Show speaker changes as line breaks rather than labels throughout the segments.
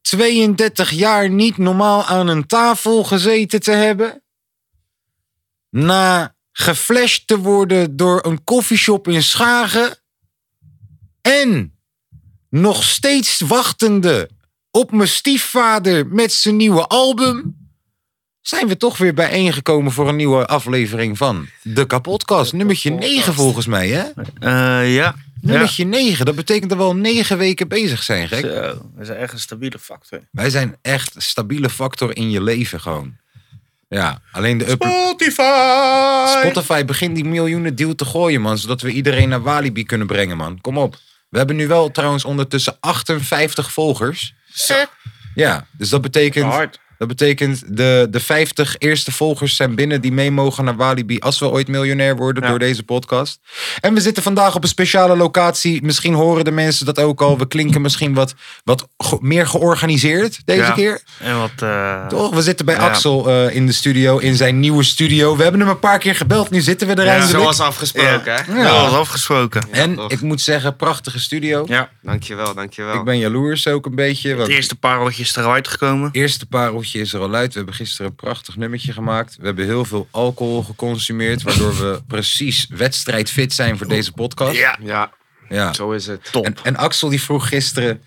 32 jaar niet normaal aan een tafel gezeten te hebben. Na geflasht te worden door een koffieshop in Schagen. En nog steeds wachtende op mijn stiefvader met zijn nieuwe album. Zijn we toch weer bijeengekomen voor een nieuwe aflevering van De Kapotkast. Nummertje 9 volgens mij, hè?
Eh, ja. ja.
Nummertje 9, dat betekent dat we al 9 weken bezig zijn, gek.
Zo, dat is echt een stabiele factor.
Wij zijn echt een stabiele factor in je leven gewoon. Ja, alleen de up-
Spotify!
Spotify begint die miljoenen deal te gooien, man. Zodat we iedereen naar Walibi kunnen brengen, man. Kom op. We hebben nu wel trouwens ondertussen 58 volgers. Ja, dus dat betekent,
Hard.
dat betekent de, de 50 eerste volgers zijn binnen die mee mogen naar Walibi. Als we ooit miljonair worden
Ja.
door deze podcast. En we zitten vandaag op een speciale locatie. Misschien horen de mensen dat ook al. We klinken misschien wat, wat ge- meer georganiseerd deze
Ja.
keer.
En wat... eh,
Toch? We zitten bij
Ja.
Axel eh, in de studio, in zijn nieuwe studio. We hebben hem een paar keer gebeld, nu zitten we er eindelijk.
Zoals afgesproken,
Ja.
hè?
Ja.
Dat was afgesproken.
en
toch.
ik moet zeggen, prachtige studio.
Ja.
Dankjewel, dankjewel.
Ik ben jaloers ook een beetje. Want
Het
het
eerste pareltje is eruit gekomen.
eerste pareltje is er al uit. We hebben gisteren een prachtig nummertje gemaakt. We hebben heel veel alcohol geconsumeerd, waardoor we precies wedstrijdfit zijn voor deze podcast.
Ja.
Ja,
Ja.
zo is het.
Top.
En, en Axel die vroeg gisteren,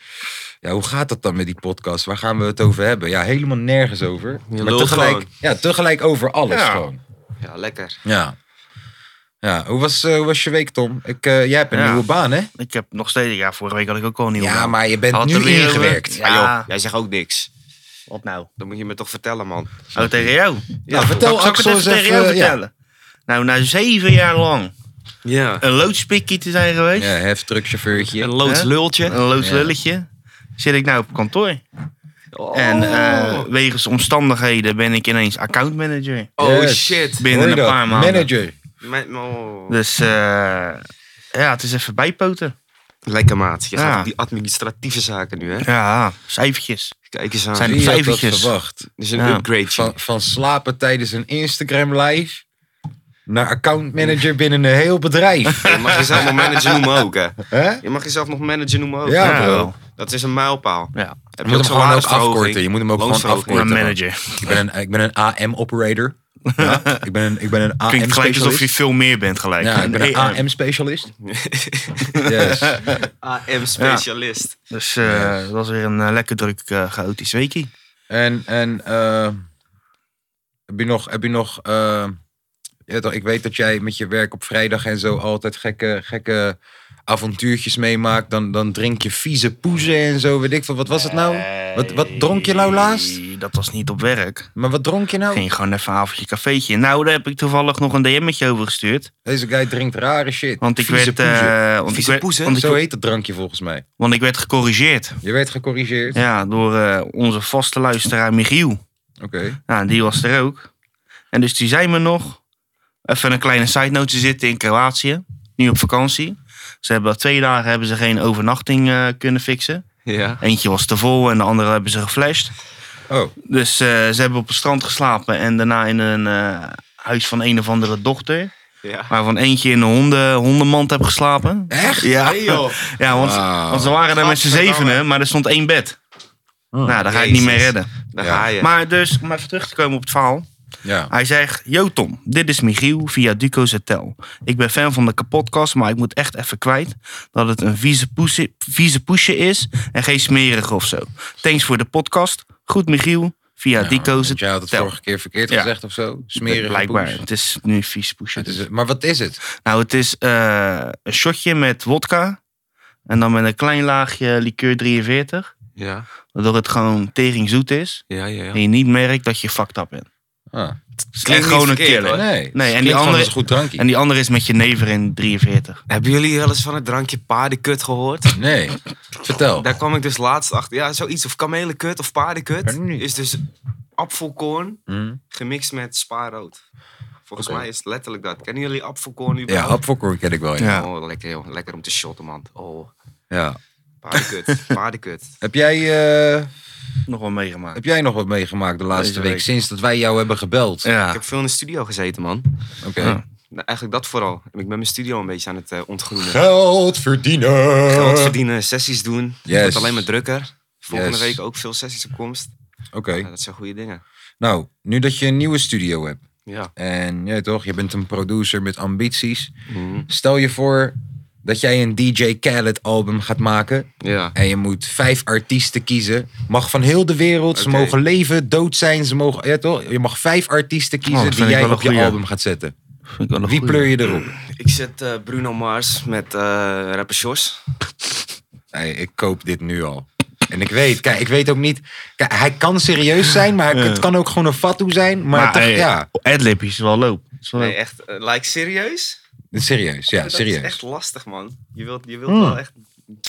ja, hoe gaat dat dan met die podcast? Waar gaan we het over hebben? Ja, helemaal nergens over. maar
lult
tegelijk,
gewoon.
ja, tegelijk over alles
Ja.
gewoon.
Ja, lekker.
Ja. Ja, hoe was, eh, hoe was je week, Tom? Ik, eh, jij hebt een
Ja.
nieuwe baan, hè?
Ik heb nog steeds... Ja, vorige week had ik ook wel een nieuwe.
Ja, maar je bent
Had
nu
er weer- eh,
ingewerkt.
Ja,
Ja,
joh.
joh. Jij zegt ook niks.
Wat nou?
Dat moet je me toch vertellen, man.
Oh, tegen jou?
Nou, vertel
Zal ik het
Axel
even
eens
tegen
even...
jou
ja.
vertellen? Nou, na zeven jaar lang
Ja.
een loodspikkie te zijn geweest.
Ja, heftruckchauffeurtje.
Een
Hè?
loodslultje.
Een loodslulletje. Zit ik nou op kantoor.
Oh.
En eh, wegens omstandigheden ben ik ineens accountmanager.
oh
Yes.
shit.
Binnen
Hoor je
een
dat?
paar maanden.
Manager.
Mijn- oh.
Dus eh, ja, het is even bijpoten.
Lekker, maat. Je gaat
Ja.
op die administratieve zaken nu, hè?
Ja, cijfertjes.
Kijk eens aan.
Zijn- En
Wie had dat
cijfertjes.
verwacht?
Dit is een
Ja.
upgrade.
Van, van slapen tijdens een Instagram live... naar accountmanager binnen een heel bedrijf.
Je mag jezelf nog manager noemen ook, hè?
Hè?
Je mag jezelf nog manager noemen ook.
Ja,
hè?
bro.
Dat is een mijlpaal.
Ja,
Heb
moet hem gewoon ook
salarisverhoging?
afkorten. Je moet hem ook gewoon
Loonsverhoging.
een
afkorten.
manager.
Ik ben een, ik ben een AM-operator. Ja, ik ben een, ik ben een
Klinkt gelijk alsof je
AM-specialist.
veel meer bent gelijk.
Ja, ik ben een
Nee, eh,
AM-specialist. Yes.
AM-specialist.
Dus eh, dat was weer een eh, lekker druk eh, chaotisch weekie.
En, en eh, heb je nog, heb je nog eh, je weet toch, ik weet dat jij met je werk op vrijdag en zo altijd gekke, gekke avontuurtjes meemaakt. Dan, dan drink je vieze poezen en zo, weet ik veel. Wat was het nou?
Eh,
Wat, wat dronk je nou laatst?
Nee, Dat was niet op werk.
Maar wat dronk je nou?
Ging gewoon even een avondje cafeetje. Nou, daar heb ik toevallig nog een DM'tje over gestuurd.
Deze guy drinkt rare shit.
Want ik
Vieze
werd...
poezen.
eh, want, ik
Vieze
werd
poes, hè?
want,
zo
ik,
heet dat drankje volgens mij.
want ik werd gecorrigeerd.
Je werd gecorrigeerd.
Ja, door eh, onze vaste luisteraar Michiel.
Oké.
Nou, die was er ook. En dus die zei me nog. Even een kleine side note. Ze zitten in Kroatië. Nu op vakantie. Ze hebben twee dagen hebben ze geen overnachting eh, kunnen fixen.
Ja.
Eentje was te vol en de andere hebben ze geflasht.
Oh,
Dus eh, ze hebben op het strand geslapen en daarna in een eh, huis van een of andere dochter.
Ja.
Waarvan eentje in een honden, hondenmand heb geslapen.
echt?
Ja,
Hey, joh.
ja want,
Wauw.
want ze waren daar met z'n
Gadverdamme.
zevenen, maar er stond één bed. nou, daar ga ik niet
Jezus.
mee redden.
Daar
Ja.
ga je.
Maar dus, om even terug te komen op het verhaal.
Ja.
Hij zegt, yo Tom, dit is Michiel via Duco's Hotel. Ik ben fan van de kapotkast, maar ik moet echt even kwijt dat het een vieze poesie- vieze poesje is en geen smerige of zo. Thanks voor de podcast. Goed Michiel via Duco's
Want jij had het
Hotel.
vorige keer verkeerd
Ja.
gezegd of zo. Smerig.
Blijkbaar, het is nu een vieze poesje.
maar wat is het?
Nou, het is eh, een shotje met wodka en dan met een klein laagje liqueur 43.
Ja.
Waardoor het gewoon tering zoet is
Ja, ja, ja.
en je niet merkt dat je fucked up bent.
Ah.
Klinkt gewoon een
verkeerd,
killer.
hoor.
Nee,
Nee, en
klinkt
die,
gewoon
andere,
als een goed drankje.
en die andere is met je never in 43.
Hebben jullie wel eens van het drankje paardenkut gehoord?
Nee, vertel.
Daar kwam ik dus laatst achter. Ja, zoiets. Of kamelenkut of paardenkut.
Ken ik niet.
Is dus apfelkoorn
Hm?
gemixt met spaarrood. Volgens
Oké.
mij is het letterlijk dat. Kennen jullie apfelkoorn nu?
Ja, hapfokkorn ken ik wel. Ja.
Ja.
Oh, lekker, joh. lekker om te shotten, man. Oh,
Ja.
paardenkut. paardenkut.
Heb, jij, eh,
Nog wel meegemaakt.
heb jij nog wat meegemaakt de laatste
Deze
week,
week.
sinds dat wij jou hebben gebeld?
Ik
Ja.
heb veel in de studio gezeten, man.
Oké.
Ja.
Nou, eigenlijk dat vooral. Ik ben mijn studio een beetje aan het eh, ontgroenen.
Geld verdienen.
Geld verdienen, sessies doen. Het
Yes.
wordt alleen maar drukker. Volgende
Yes.
week ook veel sessies op komst.
Oké.
Ja, dat zijn goede dingen.
Nou, nu dat je een nieuwe studio hebt.
Ja.
En ja, toch, je bent een producer met ambities.
Mhm.
Stel je voor dat jij een DJ Khaled album gaat maken.
Ja.
En je moet vijf artiesten kiezen. Mag van heel de wereld. Ze
Oké.
mogen leven, dood zijn. Ze mogen, ja, toch? Je mag vijf artiesten kiezen
Oh, vind
die
ik
jij
wel een
op je
goeie.
album gaat zetten.
Vind ik wel een
Wie
goeie.
pleur je erop?
Ik zet eh, Bruno Mars met eh rapper Sjors.
Oh, Nee, ik koop dit nu al. En ik weet, kijk, ik weet ook niet. Kijk, hij kan serieus zijn, maar hij- het kan ook gewoon een fatu zijn. Maar,
Maar
toch-
hey,
ja,
Adlib is wel loop. Is wel
Nee,
loop.
echt. eh, like, serieus?
serieus. Ja,
dat
serieus. Hmm.
is echt lastig, man. Je wilt, je wilt wel echt...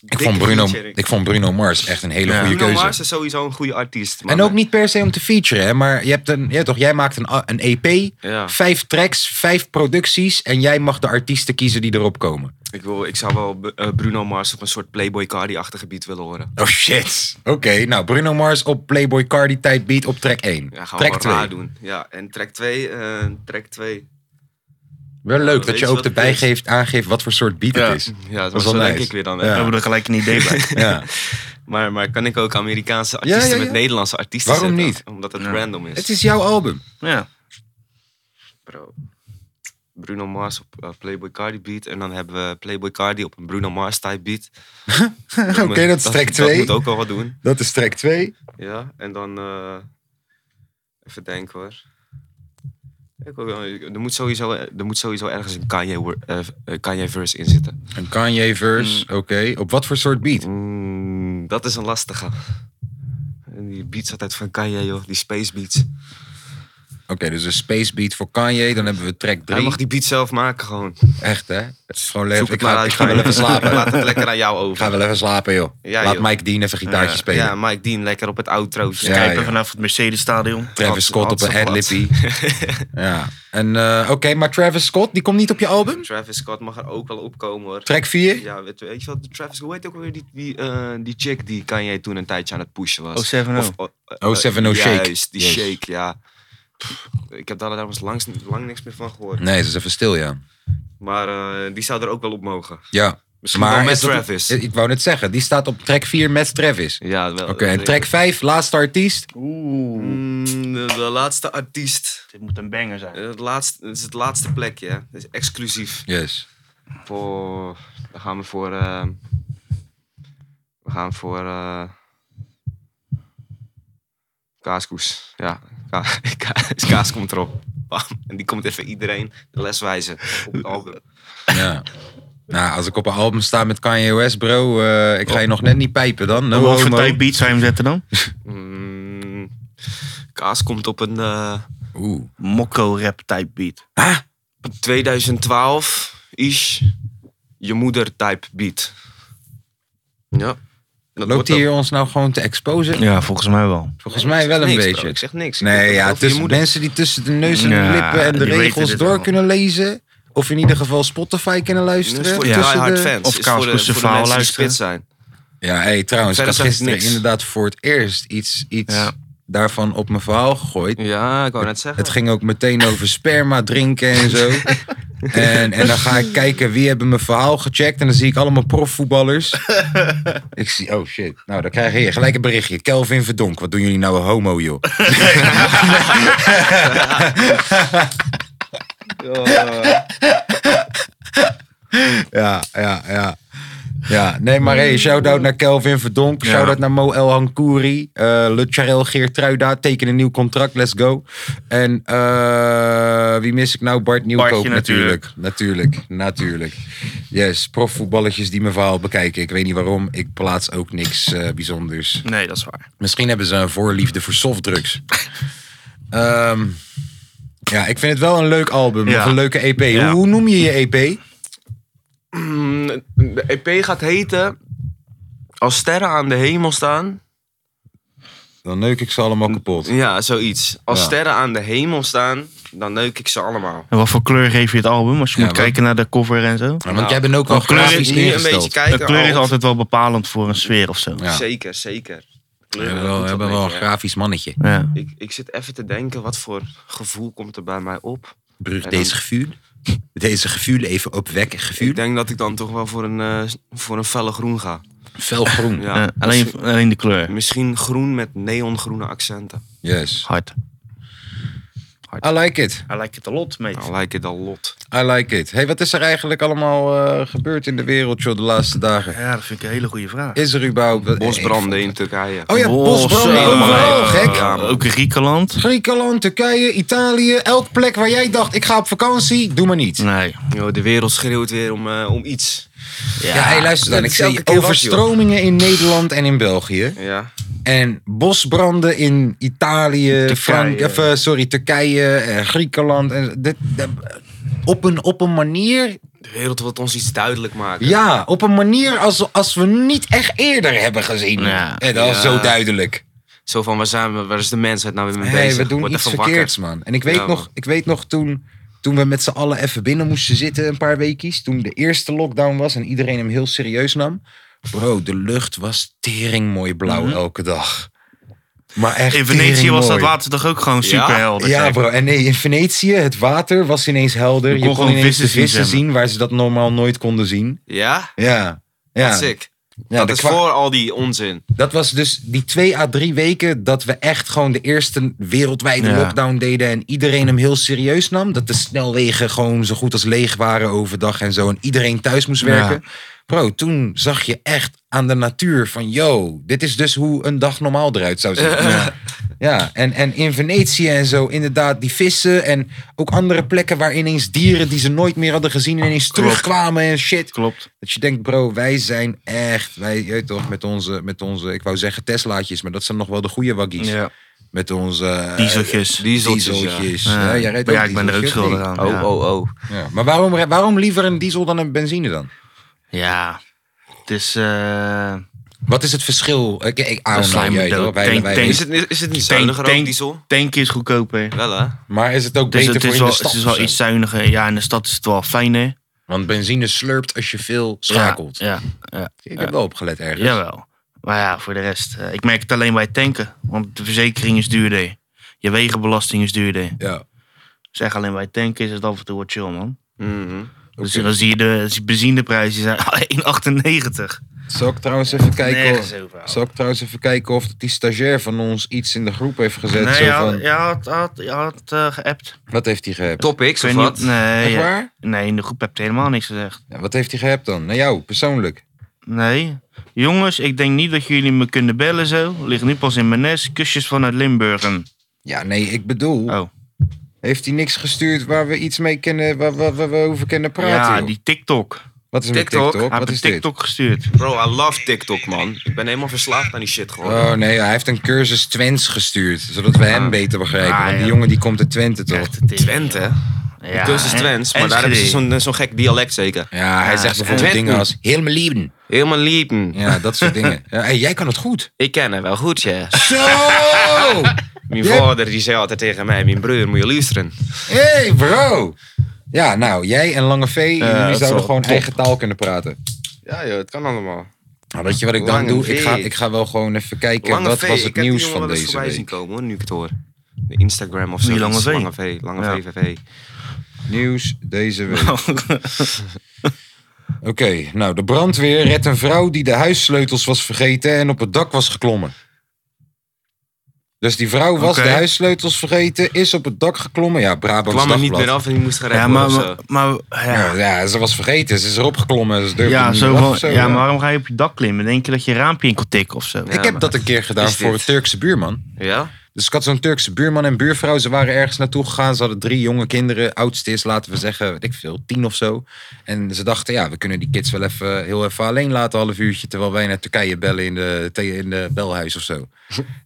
Ik vond, Bruno, ik vond Bruno Mars echt een hele
Ja.
goede
Bruno
keuze.
Mars is sowieso een goede artiest. man.
en ook niet per se om te featuren, hè, maar je hebt een, ja, toch, jij maakt een, a- een EP,
Ja.
vijf tracks, vijf producties en jij mag de artiesten kiezen die erop komen.
Ik, wil, ik zou wel B- eh, Bruno Mars op een soort Playboy Cardi-achtig gebied willen horen.
Oh shit. Oké, nou Bruno Mars op Playboy Cardi tijd beat op track 1.
Ja, gaan
track
we wel raar
2.
doen. Ja, en track 2, eh track 2.
Wel
Ja,
leuk dat
weet
je
je
ook
wat het
erbij
is?
geeft, aangeeft wat voor soort beat
Ja.
het is.
Ja,
was
dat was
wel
zo denk
nice.
ik weer dan.
Ja.
hè.
We hebben er gelijk een idee bij.
Ja.
Maar, maar kan ik ook Amerikaanse artiesten
ja, ja.
met Nederlandse artiesten
Waarom
zetten?
niet?
Omdat het
Ja.
random is.
het is jouw album.
Ja.
Bro. Bruno Mars op eh, Playboy Cardi beat. En dan hebben we Playboy Cardi op een Bruno Mars type beat.
Oké, dat is track
Dat
2.
moet
Dat,
ook wel wat doen.
is track 2.
Ja, en dan... eh, even denken hoor. Ik wil wel- er, moet sowieso, er moet sowieso ergens een Kanye, wor- eh, eh, Kanye verse in zitten.
Een Kanye verse, oké. Op wat voor soort beat?
Mm, dat is een lastige. En die beats altijd van Kanye joh, die space beats.
Oké, dus een space beat voor Kanye. Dan hebben we track 3.
Hij mag die beat zelf maken gewoon.
Echt, hè? Het is gewoon
Zoek
leuk. Ik
het maar
ga,
uit,
ik ga wel
Kanye.
even slapen.
Laat het lekker aan jou
Ik
over.
ga wel even slapen, joh.
Ja,
Laat
joh.
Mike Dean even gitaartje spelen.
Ja, Mike Dean lekker op het outro.
Ja,
Kijken
ja.
vanaf het Mercedes Stadion.
Travis Scott op
Had-
een
had ze
adlippie. ja. En eh, oké, maar Travis Scott, die komt niet op je album?
Travis Scott mag er ook wel opkomen hoor.
Track 4?
Ja, weet, weet je wat, Travis, hoe heet ook weer die, die, eh, die chick die Kanye toen een tijdje aan het pushen was?
Oh, 7-0.
eh,
Oh, 7-0 Shake.
Juist, die
Yes.
shake, ja. Pff, Ik heb daar trouwens langs, lang niks meer van gehoord.
Nee, dat is even stil, ja.
Maar eh, die zou er ook wel op mogen.
Ja.
Misschien wel met
is dat- Eh,
Travis.
ik wou net zeggen, die staat op track 4 met Travis. Oké,
Ja, wel. eh,
en track 5, laatste artiest.
Oeh.
Mm, de, de laatste artiest.
Dit moet een banger zijn.
Eh, Het laatste, het is het laatste plekje, hè. Het is exclusief.
Yes.
Voor, dan gaan we voor... eh, we gaan voor... eh, kaaskoes. Ja, ka kaas, kaas komt erop. Bam. En die komt even iedereen de les wijzen. Op het album.
Ja. Nou, als ik op een album sta met Kanye West, bro, eh, ik ga je nog net niet pijpen dan. No
Om wat voor
homo.
type beat zou je hem zetten dan?
Mm, kaas komt op een eh,
Oeh.
Mokko rap type beat.
2012-ish je moeder type beat. Ja. Dat
Loopt
wordt
hij
ook-
ons nou gewoon te exposen?
Ja, volgens mij wel.
Volgens mij wel een
niks, bro.
beetje.
Ik zeg niks. Ik heb
Nee,
het
ja,
over je
tussen
moeder.
mensen die tussen de neus en de
Ja,
lippen en de
die weten
regels
dit
door
allemaal.
kunnen lezen. Of in ieder geval Spotify kunnen luisteren.
Dat is voor
Ja.
die hard
de-
fans.
Of
Is voor de-
Kaaskoes
voor de
verhaal
mensen die
luisteren.
spits zijn.
Ja, hey, trouwens, ik had
Verder zag ik
gisteren
niks.
inderdaad voor het eerst iets, iets
Ja.
daarvan op mijn verhaal gegooid.
Ja, ik wou net zeggen.
Het ging ook meteen over sperma drinken en zo. En, en dan ga ik kijken wie hebben mijn verhaal gecheckt. En dan zie ik allemaal profvoetballers. Ik zie, oh shit. Nou, dan krijg je hier gelijk een berichtje. Kelvin Verdonk, wat doen jullie nou een homo, joh? Ja, ja, ja. Ja, nee, maar hey, shout-out naar Kelvin Verdonk.
Ja.
Shout-out naar Mo El Hankouri. eh Le Charel Geertruida. Teken een nieuw contract, let's go. En eh, wie mis ik nou? Bart Nieuwkoop
Bartje
natuurlijk. Natuurlijk, natuurlijk. Yes, profvoetballetjes die mijn verhaal bekijken. Ik weet niet waarom. Ik plaats ook niks eh, bijzonders.
Nee, dat is waar.
Misschien hebben ze een voorliefde voor softdrugs. Ehm, Ja, ik vind het wel een leuk album.
Ja.
Of een leuke EP.
Ja.
Hoe, hoe noem je E je EP?
Mm, De EP gaat heten Als sterren aan de hemel staan.
Dan neuk ik ze allemaal kapot.
Ja, zoiets. Als
Ja.
sterren aan de hemel staan, dan neuk ik ze allemaal.
En wat voor kleur geef je het album? Als je
Ja,
moet
wat-
kijken naar de cover en zo.
Ja, want
Nou,
jij bent ook wel
de kleur is
Als
grafisch
je nu een
ingesteld.
beetje kijken.
De kleur is
al-
altijd wel bepalend voor een sfeer of zo.
Ja.
Zeker, zeker. De
We
kleur
hebben
doet
wel,
wat
we hebben
mee,
wel een
ja.
grafisch mannetje.
Ja.
Ik, ik zit even te denken, wat voor gevoel komt er bij mij op?
Bruug
En dan-
deze gevuur. Deze gevuur even opwekken.
Ik
Gevuur.
denk dat ik dan toch wel voor een, eh, voor een felle groen ga.
Felgroen.
Ja.
Eh, alleen, alleen de kleur.
Misschien groen met neongroene accenten.
Yes.
Hard.
I like it.
Hij lijkt het a lot, mate.
Nou, lijkt het al lot.
I like it. Hey, wat is er eigenlijk allemaal eh, gebeurd in de wereld, joh, de laatste dagen?
Ja, dat vind ik een hele goede vraag.
Is er überhaupt...
Bosbranden in Turkije.
Oh ja, bosbranden.
Bos, eh,
Overal,
eh,
gek.
Ja.
Ook in Griekenland?
Griekenland, Turkije, Italië. Elk plek waar jij dacht, ik ga op vakantie, doe maar niet.
Nee.
Yo, de wereld schreeuwt weer om, eh, om iets.
Ja, hey, luister dan.
dat
Ik
is elke
zie
keer wat,
overstromingen in Nederland en in België.
Ja.
En bosbranden in Italië, Frank, of, eh, sorry, Turkije, en Griekenland. En dit, dit- op, een, op een manier,
De wereld wil ons iets duidelijk maken.
ja, op een manier als, als we niet echt eerder hebben gezien.
Ja.
en dat is
Ja.
zo duidelijk.
Zo van, waar, zijn we, waar is de mensheid nou weer mee
Hey,
bezig?
we doen
Word
iets
even
verkeerds, man. En ik weet,
Ja,
nog,
man.
ik weet nog toen, toen we met z'n allen even binnen moesten zitten een paar weekjes. Toen de eerste lockdown was en iedereen hem heel serieus nam. Bro, de lucht was tering mooi blauw elke dag. Maar echt
Mhm. In Venetië was dat
teringmooi.
water toch ook gewoon
Ja?
superhelder.
Ja,
zeg.
bro. En nee, in Venetië, het water was ineens helder.
Je
Je
kon
kon,
gewoon
ineens de
vissen zien
vissen
zwemmen.
zien waar ze dat normaal nooit konden zien.
Ja?
Ja.
ja.
Ja,
Sick.
ja
dat
de
is
kwa-
voor al die onzin.
dat was dus die twee à drie weken dat we echt gewoon de eerste wereldwijde
Ja.
lockdown deden. En iedereen hem heel serieus nam. Dat de snelwegen gewoon zo goed als leeg waren overdag en zo. En iedereen thuis moest werken. Bro, toen zag je echt aan de natuur van... Yo, dit is dus hoe een dag normaal eruit zou zien. Ja, en, en in Venetië en zo inderdaad die vissen. En ook andere plekken waar ineens dieren die ze nooit meer hadden gezien... ineens
Klopt.
terugkwamen en shit.
Klopt.
Dat je denkt, bro, wij zijn echt, wij, je weet toch, met onze, met onze, ik wou zeggen Teslaatjes, maar dat zijn nog wel de goede waggies.
Ja.
Met onze eh,
Dieseltjes.
Dieseltjes, ja.
dieseltjes.
Ja.
Ja, jij rijdt
Maar ja,
ook
ik ben er ook
dieseltjes, of
schuldig
niet?
aan.
Oh,
ja.
oh, oh.
Ja. Maar waarom, waarom liever een diesel dan een benzine dan?
Ja. Het is... eh,
Wat is het verschil? Ik, ik, I
Dat
don't
sla je
know, jij
me
weet
dood.
toch, wij-
Tank-
wij-
tank-
Is het, is het niet
Tank-
zuiniger ook,
tank-
diesel?
tanken is goedkoper.
Wel, hè?
Maar is het ook
Dus
beter
het
voor
is,
in
wel,
de stad?
het is wel
of
iets
zo?
zuiniger. Ja, in de stad is het wel fijner.
Want benzine slurpt als je veel schakelt.
Ja, ja, ja,
Ik heb wel opgelet ergens.
jawel. Maar ja, voor de rest. eh, ik merk het alleen bij het tanken. Want de verzekering is duurder. Je wegenbelasting is duurder.
Ja.
Zeg alleen bij het tanken is het af en toe wat chill, man.
Mhm.
Dus dan zie je de die benzineprijzen zijn 1,98.
Zal ik trouwens even kijken?
Nergens
of-
over, ouwe.
Zal ik trouwens even kijken of die stagiair van ons iets in de groep heeft gezet?
Nee,
zo
je had,
van,
je had, had- je had eh, geappt.
Wat heeft hij geappt?
Topics of
Ik weet
wat?
niet- Nee,
Echt
ja.
waar?
nee, in de groep heb je helemaal niks gezegd.
Ja, wat heeft hij geappt dan? Naar jou, persoonlijk.
Nee. Jongens, ik denk niet dat jullie me kunnen bellen zo. Ligt nu pas in mijn nest. Kusjes vanuit Limburgen.
Ja, nee, ik bedoel...
Oh.
Heeft hij niks gestuurd waar we iets mee kunnen... waar, waar- waar we over kunnen praten?
Ja,
joh?
die TikTok.
Wat is er
TikTok.
met TikTok?
Hij
Wat
heeft
is
een
dit?
TikTok gestuurd.
Bro, I love TikTok, man. Ik ben helemaal verslaafd aan die shit geworden.
Oh nee, hij heeft een cursus Twents gestuurd. Zodat we hem
Ah.
beter begrijpen.
Ah,
want die
ja.
jongen die komt uit Twente, toch?
Echt, het is-
Twente, hè?
Ja,
Cursus
en-
Twents, maar
en
daar hebben ze
Enschede.
zo'n eh, zo'n gek dialect zeker.
Ja, hij
Ja,
zegt
en
bijvoorbeeld
Twenten.
dingen als... Heel mijn lieben.
Helemaal liepen.
Ja, dat soort dingen. Ja, hey, jij kan het goed.
Ik ken hem wel goed, ja.
Zo!
Mijn
Ja.
vader die zei altijd tegen mij, mijn broer moet je luisteren.
hey, bro! Ja, nou, jij en Lange V, jullie
Eh, dat is wel
zouden gewoon
top.
eigen taal kunnen praten.
Ja joh, het kan allemaal.
Nou, weet je wat ik dan
Lange
doe? Ik ga,
V.
ik ga wel gewoon even kijken.
Lange
wat
V,
was
ik
het
heb die
nieuws
jongen
van
wel eens
deze
voorbij
week?
zien komen hoor, nu ik het hoor. De Instagram of zo.
Wie, Lange V?
Lange V, Lange
Ja.
V, VV.
Nieuws deze week.
Nou.
Oké, nou, de brandweer redt een vrouw die de huissleutels was vergeten en op het dak was geklommen. Dus die vrouw was
Oké.
de huissleutels vergeten, is op het dak geklommen. Ja,
Ik
Brabants
kwam er niet
Dagblad.
meer af en die moest gered
Ja,
worden
maar,
of
maar,
zo.
maar- ja.
Ja, ja, ze was vergeten. Ze is erop geklommen. Ze durfde
Ja,
niet
zo
meer af
van-
of zo,
ja,
ja.
maar waarom ga je op je dak klimmen? Denk je dat je raampje in kan tikken of zo?
Ja,
Ik heb
maar-
dat een keer gedaan
Is
voor
dit-
een Turkse buurman.
Ja?
Dus ik had zo'n Turkse buurman en buurvrouw. Ze waren ergens naartoe gegaan. Ze hadden drie jonge kinderen. Oudste is, laten we zeggen, weet ik veel, tien of zo. En ze dachten, ja, we kunnen die kids wel even heel even alleen laten, half uurtje. Terwijl wij naar Turkije bellen in de, te- in de belhuis of zo.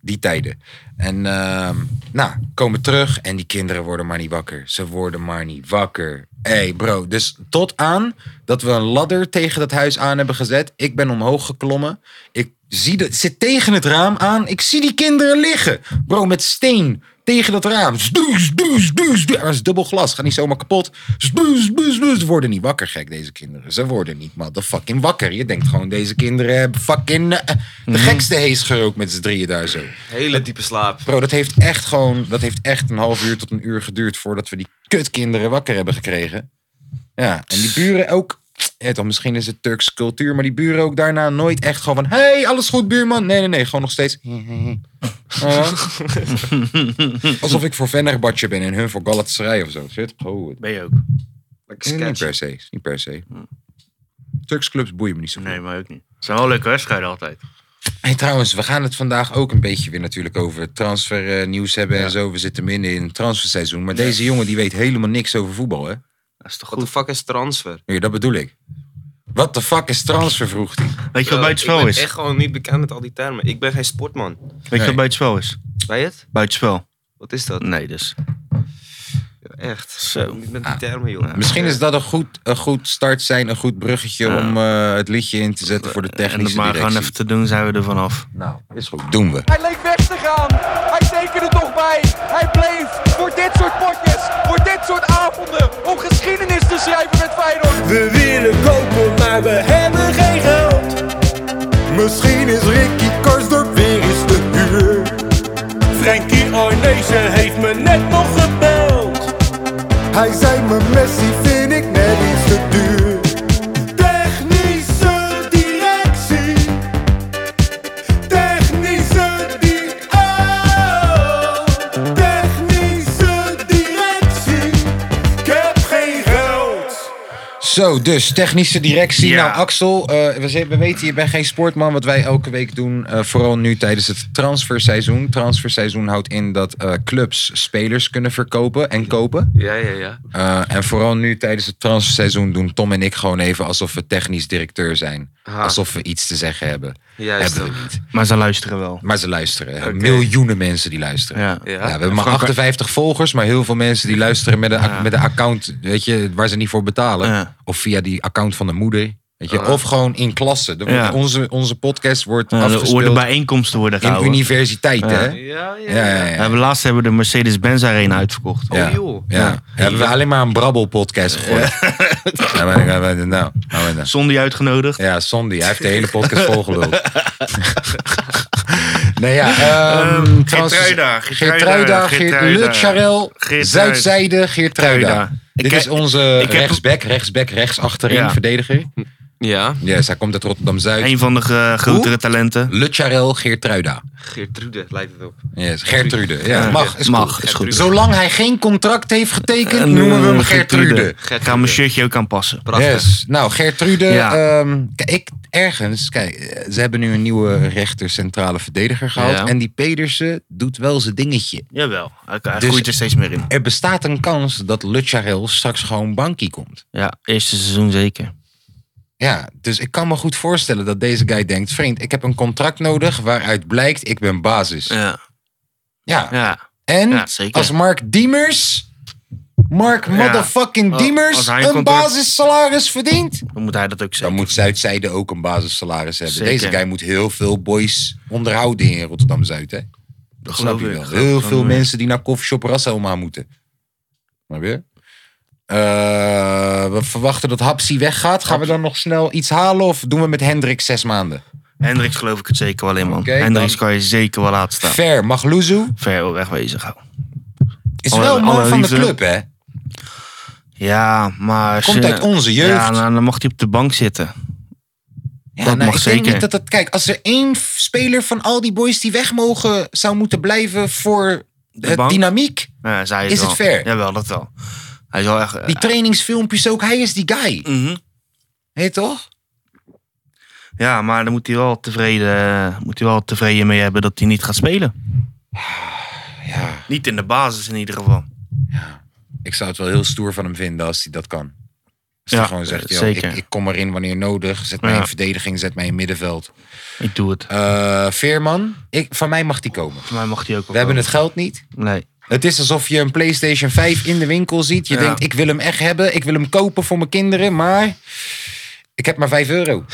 Die tijden. En ehm, nou, komen terug en die kinderen worden maar niet wakker. Ze worden maar niet wakker. Hé hey bro, dus tot aan dat we een ladder tegen dat huis aan hebben gezet. Ik ben omhoog geklommen. Ik zie dat, zit tegen het raam aan. Ik zie die kinderen liggen. Bro, met steen tegen dat raam. Sdoes, does, does, does. Er is dubbel glas, gaat niet zomaar kapot. Sdoes, does, does. Ze worden niet wakker, gek, deze kinderen. Ze worden niet motherfucking wakker. Je denkt gewoon, deze kinderen hebben fucking eh, de gekste hees gerookt met z'n drieën daar zo.
Hele diepe slaap.
Bro, dat heeft echt gewoon, dat heeft echt een half uur tot een uur geduurd voordat we die kutkinderen wakker hebben gekregen. Ja, en die buren ook, ja, toch, misschien is het Turkse cultuur, maar die buren ook daarna nooit echt gewoon van, hey, alles goed buurman? Nee, nee, nee, gewoon nog steeds. Ja. Alsof ik voor Fenerbahce ben en hun voor Galatasaray of zo. Shit, oh, het-
Ben je ook?
Lekker
Nee, niet
sketchy.
per se, niet per se. Turkse clubs boeien me niet zo veel.
Nee, maar ook niet. Het zijn wel leuke wedstrijden altijd.
Hey, trouwens, we gaan het vandaag ook een beetje weer natuurlijk over transfernieuws hebben en zo. We zitten midden in het transferseizoen. Maar deze jongen die weet helemaal niks over voetbal, hè?
Dat is toch
What
goed?
the fuck is transfer?
Ja, dat bedoel ik. Wat de fuck is transfer, vroeg hij.
Weet je wat
Bro, ik
buitenspel
ben
is?
echt gewoon niet bekend met al die termen. Ik ben geen sportman.
Weet je
Nee.
wat buitenspel is?
Bij het?
Buitenspel.
Wat is dat?
Nee,
eh,
dus.
Echt.
Zo.
Niet met die termen, joh.
Misschien is dat een goed, een goed start zijn, een goed bruggetje
Ja.
om eh, het liedje in te zetten voor de
En dat
technische
maar gewoon
directie.
even te doen, zijn we er vanaf.
Nou, is goed. Doen we.
Hij leek weg te gaan. Hij tekende toch bij. Hij bleef voor dit soort potjes, voor dit soort avonden, om geschiedenis te schrijven met Feyenoord.
We willen kopen, maar we hebben geen geld. Misschien is Ricky Karsdorp weer eens te duur. Frankie Arnezen heeft me net nog gebeld. Hij zei me Messi vind ik net iets te duur. Technische directie. Technische di- oh. Technische directie. Ik heb geen geld.
Zo, dus technische directie.
Ja.
Nou, Axel, eh, we, ze- we weten, je bent geen sportman. Wat wij elke week doen, eh, vooral nu tijdens het transferseizoen. Transferseizoen houdt in dat eh, clubs spelers kunnen verkopen en kopen.
Ja, ja, ja.
Eh, en vooral nu tijdens het transferseizoen doen Tom en ik gewoon even alsof we technisch directeur zijn.
Aha.
Alsof we iets te zeggen hebben.
Juist.
Hebben we niet.
Maar ze luisteren wel.
Maar ze luisteren. Miljoenen mensen die luisteren.
Ja.
Ja.
Ja, we hebben maar
Frankrijk-
58 volgers, maar heel veel mensen die luisteren met een, ac-
Ja.
met een account weet je, waar ze niet voor betalen.
Ja.
Of via die account van de moeder. Weet je,
Ah.
Of gewoon in klassen. Er wordt-
Ja.
Onze, onze podcast wordt
Ja, Eh, er
afgespeeld
worden bijeenkomsten worden
in
gehouden.
universiteiten.
Ja.
Hè?
Ja, ja,
Ja, ja,
ja.
ja.
We hebben laatst hebben we de Mercedes-Benz Arena uitverkocht.
Ja.
Oh, joh.
Ja. Hebben we alleen maar een brabbelpodcast gegooid. Ja. maar- maar- maar- nou, nou, nou.
Sondi uitgenodigd.
Ja, Sondi. Hij heeft de hele podcast volgeluld. nee, ja. ehm trouwens-
Geertruida,
Geertruida,
Geertruida,
Geert,
Geertruida.
Luc Charel,
Geertruida.
Zuidzijde, Geertruida.
Geertruida.
Dit
Ik
is
heb-
onze
ik heb-
rechtsback, rechtsback, rechtsachterin,
Ja. Hm.
verdediger.
Ja,
Yes, hij komt uit Rotterdam-Zuid.
Een van de eh, grotere talenten.
Luc Charel, Geertruida.
Geertrude lijkt het op.
Yes, Gertrude. Ja, mag, is
Mag,
goed.
is goed.
Zolang hij geen contract heeft getekend,
En,
noemen we hem
eh,
Gertrude.
Ik ga mijn shirtje ook aanpassen.
Prachtig.
Yes. Nou, Gertrude,
Ja.
ehm, k- ik ergens, kijk, eh, ze hebben nu een nieuwe rechter centrale verdediger gehaald.
Ja.
En die Pedersen doet wel zijn dingetje.
Jawel, hij, hij
Dus-
groeit er steeds meer in.
Er bestaat een kans dat Lucharel straks gewoon bankie komt.
Ja, eerste seizoen zeker.
Ja, dus ik kan me goed voorstellen dat deze guy denkt: vriend, ik heb een contract nodig waaruit blijkt ik ben basis. Ja,
Ja, ja.
en
ja, zeker.
als Mark Diemers, Mark motherfucking
Als- als
Diemers,
hij
een
een contract-
basissalaris verdient,
dan moet hij dat ook
dan
zeggen.
moet Zuidzijde ook een basissalaris hebben.
Zeker.
Deze guy moet heel veel boys onderhouden in Rotterdam Zuid, hè? Dat
Geloof
snap je
ik,
wel.
geloof
Heel
ik wel
veel
meer.
mensen die naar koffieshop Rasselma moeten. Maar weer. Eh, we verwachten dat Hapsi weggaat. Gaan we dan nog snel iets halen of doen we met Hendrik zes maanden?
Hendricks geloof ik het zeker wel in, man.
Oké,
Hendricks
dan-
kan je zeker wel laten staan.
Ver, Magluzu
Ver wegwezen gauw.
is
Alle-
wel een man
alle
van de
liefde.
club, hè?
Ja, maar... als
Komt
je-
uit onze jeugd.
Ja, nou, dan mag hij op de bank zitten.
Ja,
dat mag
nou, ik
zeker.
Denk niet dat dat, kijk, als er één f- speler van al die boys die weg mogen zou moeten blijven voor de
bank?
dynamiek,
Ja, zij
Is
wel.
het fair?
Jawel, dat wel. Hij is wel echt... eh,
die trainingsfilmpjes ook, hij is die guy.
mhm.
Hé, toch?
Ja, maar dan moet hij wel tevreden, moet hij wel tevreden mee hebben dat hij niet gaat spelen.
Ja,
Niet in de basis in ieder geval.
ik zou het wel heel stoer van hem vinden als hij dat kan. Als
Ja,
hij gewoon zegt,
eh,
joh, ik,
zeker.
ik kom erin wanneer nodig. Zet mij
Ja.
in verdediging, zet mij in middenveld.
Ik doe het.
Eh, Veerman, ik, van mij mag die komen.
Voor mij mag hij ook wel.
We hebben het geld niet.
komen. Nee.
Het is alsof je een PlayStation 5 in de winkel ziet. Je
Ja.
denkt, ik wil hem echt hebben. Ik wil hem kopen voor mijn kinderen. Maar ik heb maar 5 euro.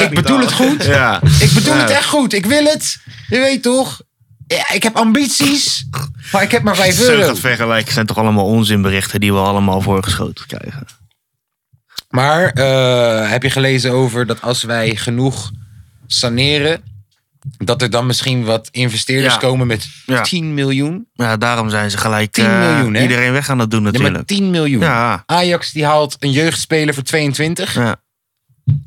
ik bedoel het goed.
Ja.
Ik bedoel het echt goed. Ik wil het. Je weet toch? Ja, ik heb ambities. Maar ik heb maar 5
Zo
euro.
gaat vergelijken zijn toch allemaal onzinberichten die we allemaal voorgeschoten krijgen.
Maar eh, heb je gelezen over dat als wij genoeg saneren, dat er dan misschien wat investeerders
Ja.
komen met
Ja.
10 miljoen?
Ja, daarom zijn ze gelijk
10
eh,
miljoen, hè?
iedereen weg aan het doen
Ja, maar
natuurlijk.
10 miljoen.
Ja,
Ajax die haalt een jeugdspeler voor 22.
ja.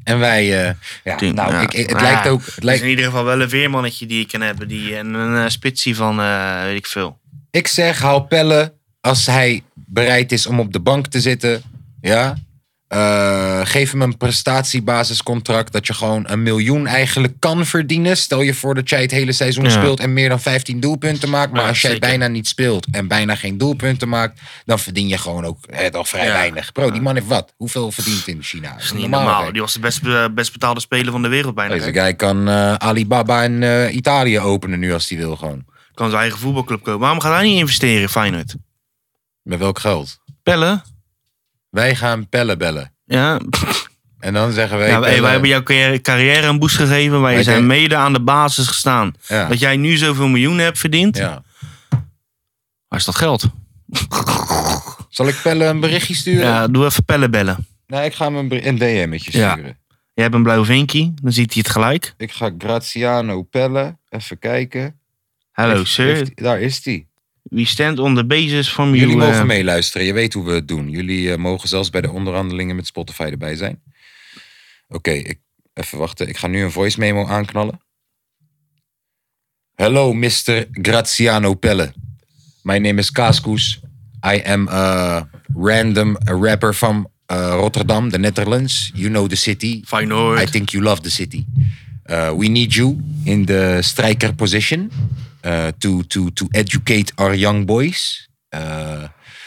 En wij, eh, ja,
10,
nou,
ja.
ik, ik- het
Maar
lijkt
ja,
ook, het
Het is
lijkt,
in ieder geval wel een veermannetje die ik kan hebben. Die, en een eh, spitsie van, eh, weet ik veel.
ik zeg haal Pelle als hij bereid is om op de bank te zitten. Ja. Eh, geef hem een prestatiebasiscontract dat je gewoon een miljoen eigenlijk kan verdienen. Stel je voor dat jij het hele seizoen
Ja.
speelt en meer dan 15 doelpunten maakt. Maar
Ja,
als jij
zeker.
bijna niet speelt en bijna geen doelpunten maakt, dan verdien je gewoon ook het al vrij
Ja.
weinig. Bro, die man heeft wat? Hoeveel verdient in China?
Dat is niet normaal.
hè?
Die was de best, eh, best betaalde speler van de wereld bijna.
Deze
hè?
guy kan eh, Alibaba in eh, Italië openen nu als hij wil gewoon.
Kan zijn eigen voetbalclub kopen. Waarom gaat hij niet investeren in Feyenoord?
Met welk geld?
Pellen?
Wij gaan Pelle bellen.
Ja,
En dan zeggen wij...
Ja, Nou, hey,
Pelle-
wij hebben jouw carri- carrière een boost gegeven. Wij
Wij
zijn
ken-
mede aan de basis gestaan.
Ja.
Dat jij nu zoveel miljoenen hebt verdiend.
Ja.
Waar is dat geld?
Zal ik Pelle een berichtje sturen?
Ja, doe even pellen bellen.
Nee, ik ga hem een, beri- een DM'tje
Ja.
sturen.
Je hebt een blauw vinkie, dan ziet hij het gelijk.
Ik ga Graziano Pelle even kijken.
Hallo
Heeft-
sir,
heeft- daar is hij.
we stand on the basis from you.
Jullie
eh,
mogen meeluisteren. Je weet hoe we het doen. Jullie eh, mogen zelfs bij de onderhandelingen met Spotify erbij zijn. Oké, ik, even wachten. Ik ga nu een voice memo aanknallen. Hello, Mr. Graziano Pelle. My name is Kaaskoes. I am a random rapper from uh, Rotterdam, the Netherlands. You know the city. I
Feyenoord.
think you love the city. Uh, we need you in the striker position uh, to to to educate our young boys. Uh,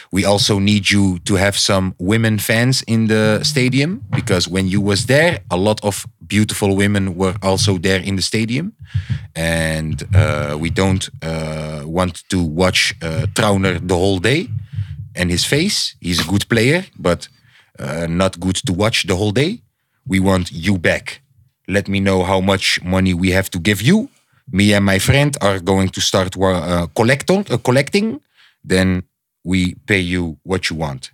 we also need you to have some women fans in the stadium because when you was there, a lot of beautiful women were also there in the stadium, and uh, we don't uh, want to watch uh, Trauner the whole day and his face. He's a good player, but uh, not good to watch the whole day. We want you back. Let me know how much money we have to give you. Me and my friend are going to start wa- uh, collecton- uh, collecting. Then we pay you what you want.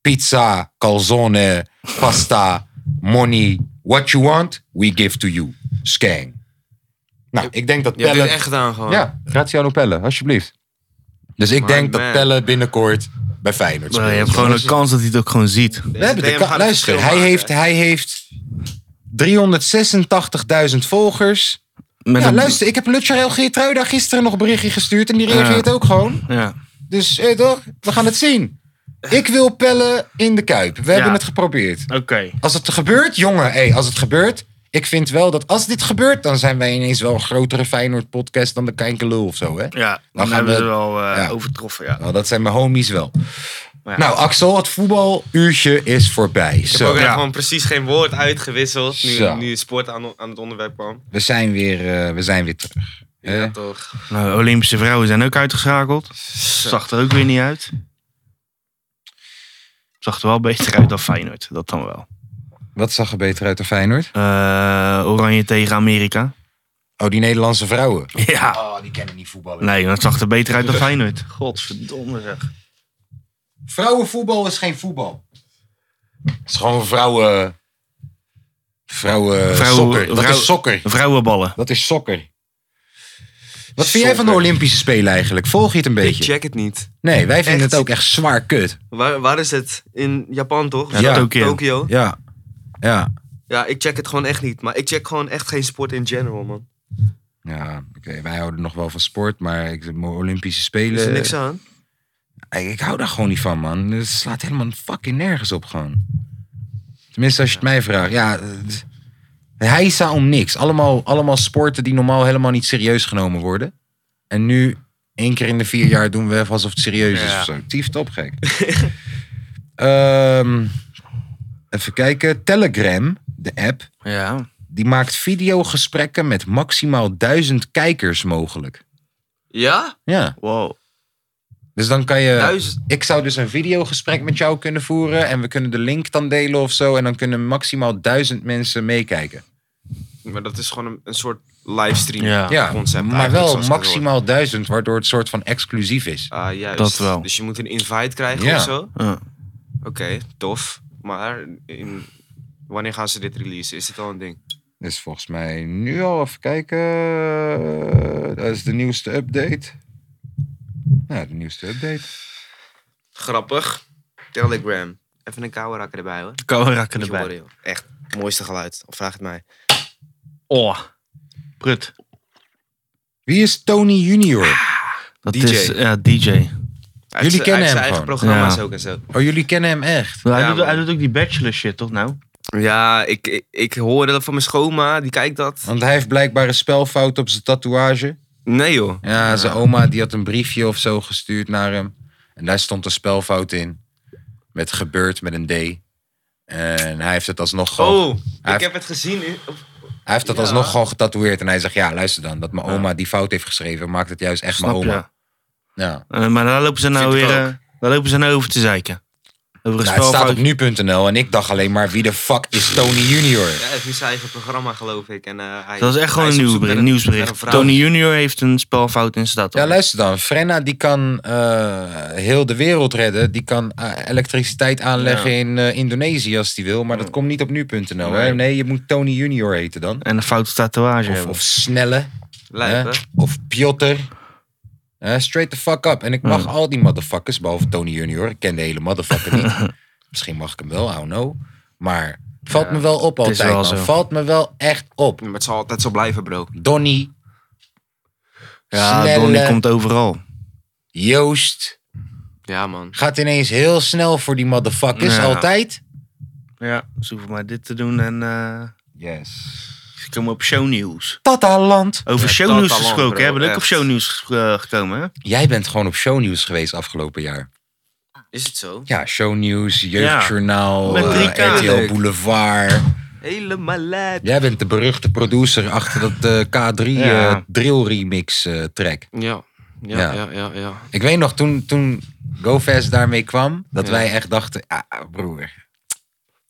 Pizza, calzone, pasta, money, what you want, we give to you. Scan. Nou, ik denk dat
Je hebt
Pelle...
dit echt gedaan gewoon.
Ja, Graziano Pelle, alsjeblieft. Dus ik
My
denk dat
man.
Pelle binnenkort bij Feyenoord
Nou,
speelt.
je hebt gewoon een kans dat hij het ook gewoon ziet.
We hebben de
DM
ka-
gaat het
Luister,
verschil
hij
maken.
heeft, hij heeft 386.000 volgers.
Met
Ja,
een-
luister, ik heb Lutjarel Geertruida gisteren nog een berichtje gestuurd en die reageert ook gewoon.
Ja.
Dus eh, toch, we gaan het zien. Ik wil Pelle in de Kuip. We hebben
Ja.
het geprobeerd.
Oké.
Als het gebeurt, jongen, hey, als het gebeurt... Ik vind wel dat als dit gebeurt, dan zijn wij ineens wel een grotere Feyenoord-podcast dan de Kijnke Lul of zo, hè?
Ja,
Dan
dan,
gaan
hebben we
we-
ze wel eh,
ja.
overtroffen. Ja.
Nou, dat zijn mijn homies wel.
Ja.
Nou, Axel, het voetbaluurtje is voorbij.
Ik heb
Zo, nou,
ook echt
Ja.
gewoon precies geen woord uitgewisseld nu,
Zo.
nu het sport aan, aan het onderwerp kwam.
we zijn weer, eh, we zijn weer terug. Eh,
Ja, toch.
Nou, Olympische vrouwen zijn ook uitgeschakeld. Zag er ook weer niet uit. Zag er wel beter uit dan Feyenoord, dat dan wel.
Wat zag er beter uit dan Feyenoord?
Eh, oranje tegen Amerika.
Oh, die Nederlandse vrouwen.
Ja.
Oh, die kennen niet voetballen.
Nee, dat zag er beter uit dan Feyenoord. Godverdomme zeg.
Vrouwenvoetbal is geen voetbal. Het is gewoon vrouwen... Vrouwen...
Vrouwen-
sokker. Dat
vrouwen-
is sokker.
Vrouwenballen.
Dat is sokker. Wat vind jij van de Olympische Spelen eigenlijk? Volg je het een
Ik
beetje?
check het niet.
Nee, wij vinden
Echt?
het ook echt zwaar kut.
Waar, waar is het? In Japan toch?
Ja.
Tokio.
Tokio.
Ja. Ja.
Ja, ik check het gewoon echt niet. Maar ik check gewoon echt geen sport in general, man.
Ja, oké. Wij houden nog wel van sport, maar ik, Olympische
Er is
Spelen...
er niks aan.
Ik, ik hou daar gewoon niet van, man. Het slaat helemaal fucking nergens op, gewoon. Tenminste, als je het mij vraagt. Ja, eh, Heisa om niks. Allemaal, allemaal sporten die normaal helemaal niet serieus genomen worden. En nu, één keer in de vier jaar, doen we even alsof het serieus is.
Ja.
of zo. Tief top, gek. Ehm, even kijken. Telegram, de app,
Ja.
die maakt videogesprekken met maximaal duizend kijkers mogelijk.
Ja?
Ja,
Wow.
dus dan kan je...
Duizend.
Ik zou dus een videogesprek met jou kunnen voeren. En we kunnen de link dan delen of zo. En dan kunnen maximaal duizend mensen meekijken.
Maar dat is gewoon een, een soort livestream
Ja.
Ja,
Ah, concept.
maar
eigenlijk,
wel
zoals ik het hoor.
maximaal duizend, waardoor het soort van exclusief is.
Ah, juist.
Dat wel.
Dus je moet een invite krijgen
Ja.
of zo?
Ja.
Oké, tof. Maar in, wanneer gaan ze dit releasen? Is dit al een ding?
Dus volgens mij nu al even kijken. Eh, Dat is de nieuwste update. Nou, de nieuwste update.
Grappig. Telegram. Even een koude rakker erbij hoor.
De koude rakken
Moet je
erbij.
horen, joh. Echt, mooiste geluid. Of vraag het mij.
Oh, prut.
Wie is Tony Junior?
Dat
DJ.
is ja, DJ.
Hij heeft
Jullie
zijn-
kennen
hij heeft
hem
zijn eigen
gewoon.
programma's
Ja.
ook en zo.
Oh, jullie kennen hem echt.
Maar hij,
Ja,
doet, hij
man. Oh,
doet ook die bachelor shit, toch nou?
Ja, ik, ik, ik hoorde dat van mijn schoonma. Die kijkt dat.
Want hij heeft blijkbaar een spelfout op zijn tatoeage.
Nee joh.
Ja, zijn oma die had een briefje of zo gestuurd naar hem. En daar stond een spelfout in. Met gebeurd met een D. En hij heeft het alsnog gewoon
Oh,
Hij
ik
heeft-
heb het gezien. nu. Op-
Hij heeft dat
Ja.
alsnog gewoon getatoeëerd. En hij zegt, ja, luister dan. Dat mijn oma die fout heeft geschreven, maakt het juist echt
Snap
mijn
je?
oma. Ja.
Eh, maar daar lopen ze nou
Vind ik
weer
ook.
eh, daar lopen ze nou over te zeiken. Over een
Nou, het staat op
spelfout.
nu.nl en ik dacht alleen maar, wie de fuck is Tony Junior?
Ja, hij heeft nu zijn eigen programma geloof ik. En, eh, hij,
Dat is echt gewoon
hij
een
op
nieuw bericht,
zoek naar een- naar een
nieuwsbericht.
vrouw.
Tony Junior heeft een spelfout in zijn
Ja,
data.
luister dan. Frenna die kan eh, heel de wereld redden. Die kan eh, elektriciteit aanleggen in eh, Indonesië als die wil. Maar dat komt niet op nu.nl. hè?
Nee.
Nee, je moet Tony Junior heten dan.
en een foute tatoeage
Of,
hebben.
of Snelle.
Lijp,
hè?
hè?
Of Piotr. Eh, straight the fuck up. En ik
Hmm.
mag al die motherfuckers, behalve Tony Junior. Ik ken de hele motherfucker niet. Misschien mag ik hem wel, I don't know. Maar valt me wel op
het is
altijd,
wel
man.
zo.
Valt me wel echt op.
Maar het zal altijd zo blijven bro.
Donny,
ja,
snelle-
Donnie komt overal.
Joost.
Ja man.
Gaat ineens heel snel voor die motherfuckers,
Ja.
altijd.
Ja, ze hoeven maar dit te doen en eh
Yes.
ze komen op shownieuws.
Tataland.
Over
Ja,
shownieuws
dat al lang,
gesproken,
bro,
hebben we ook op
echt.
shownieuws ges- eh, gekomen, hè?
Jij bent gewoon op shownieuws geweest afgelopen jaar.
Is het zo?
Ja, shownieuws, jeugdjournaal,
Met drie
eh,
kaarten.
RTL Boulevard.
Helemaal lijp.
Jij bent de beruchte producer achter dat eh, K3 eh,
Ja.
drill remix eh, track.
Ja. Ja,
Ja.
ja, ja, ja, ja.
Ik weet nog, toen, toen GoFest daarmee kwam, dat
Ja.
wij echt dachten, ah, ah, broer. ik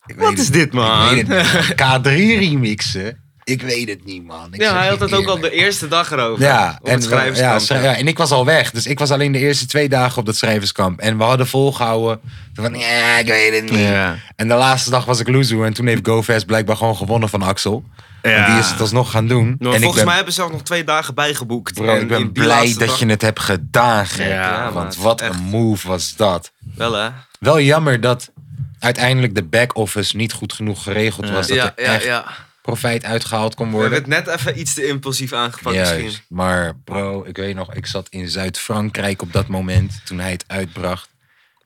weet
Wat
het-
is dit, man?
Ik weet het niet. K3 remixen? Ik weet het niet, man. Ik
Ja,
zeg
hij
je
had het ook al de
eerlijk.
eerste dag erover.
Ja,
op
en,
het
we- ja,
schrijverskamp.
schrij- ja, en ik was al weg. Dus ik was alleen de eerste twee dagen op dat schrijverskamp. En we hadden volgehouden. Van, ja, ik weet het niet.
Ja.
En de laatste dag was ik loser. En toen heeft GoFest blijkbaar gewoon gewonnen van Axel. En die is het alsnog gaan doen.
Nou,
en ik
volgens
ben
mij hebben ze zelf nog twee dagen bijgeboekt.
Bro,
En
ik
in
ben
die
blij
laatste
dat
dag-
je het hebt gedaan, gek.
Ja,
Want
maat,
wat
echt.
een move was dat.
Wel, hè?
Wel jammer dat uiteindelijk de back-office niet goed genoeg geregeld was. Dat
Ja,
er
ja,
echt
ja.
profijt uitgehaald kon
We hebben
worden.
het net even iets te impulsief aangepakt
Juist.
misschien.
Maar bro, ik weet nog, ik zat in Zuid-Frankrijk op dat moment toen hij het uitbracht.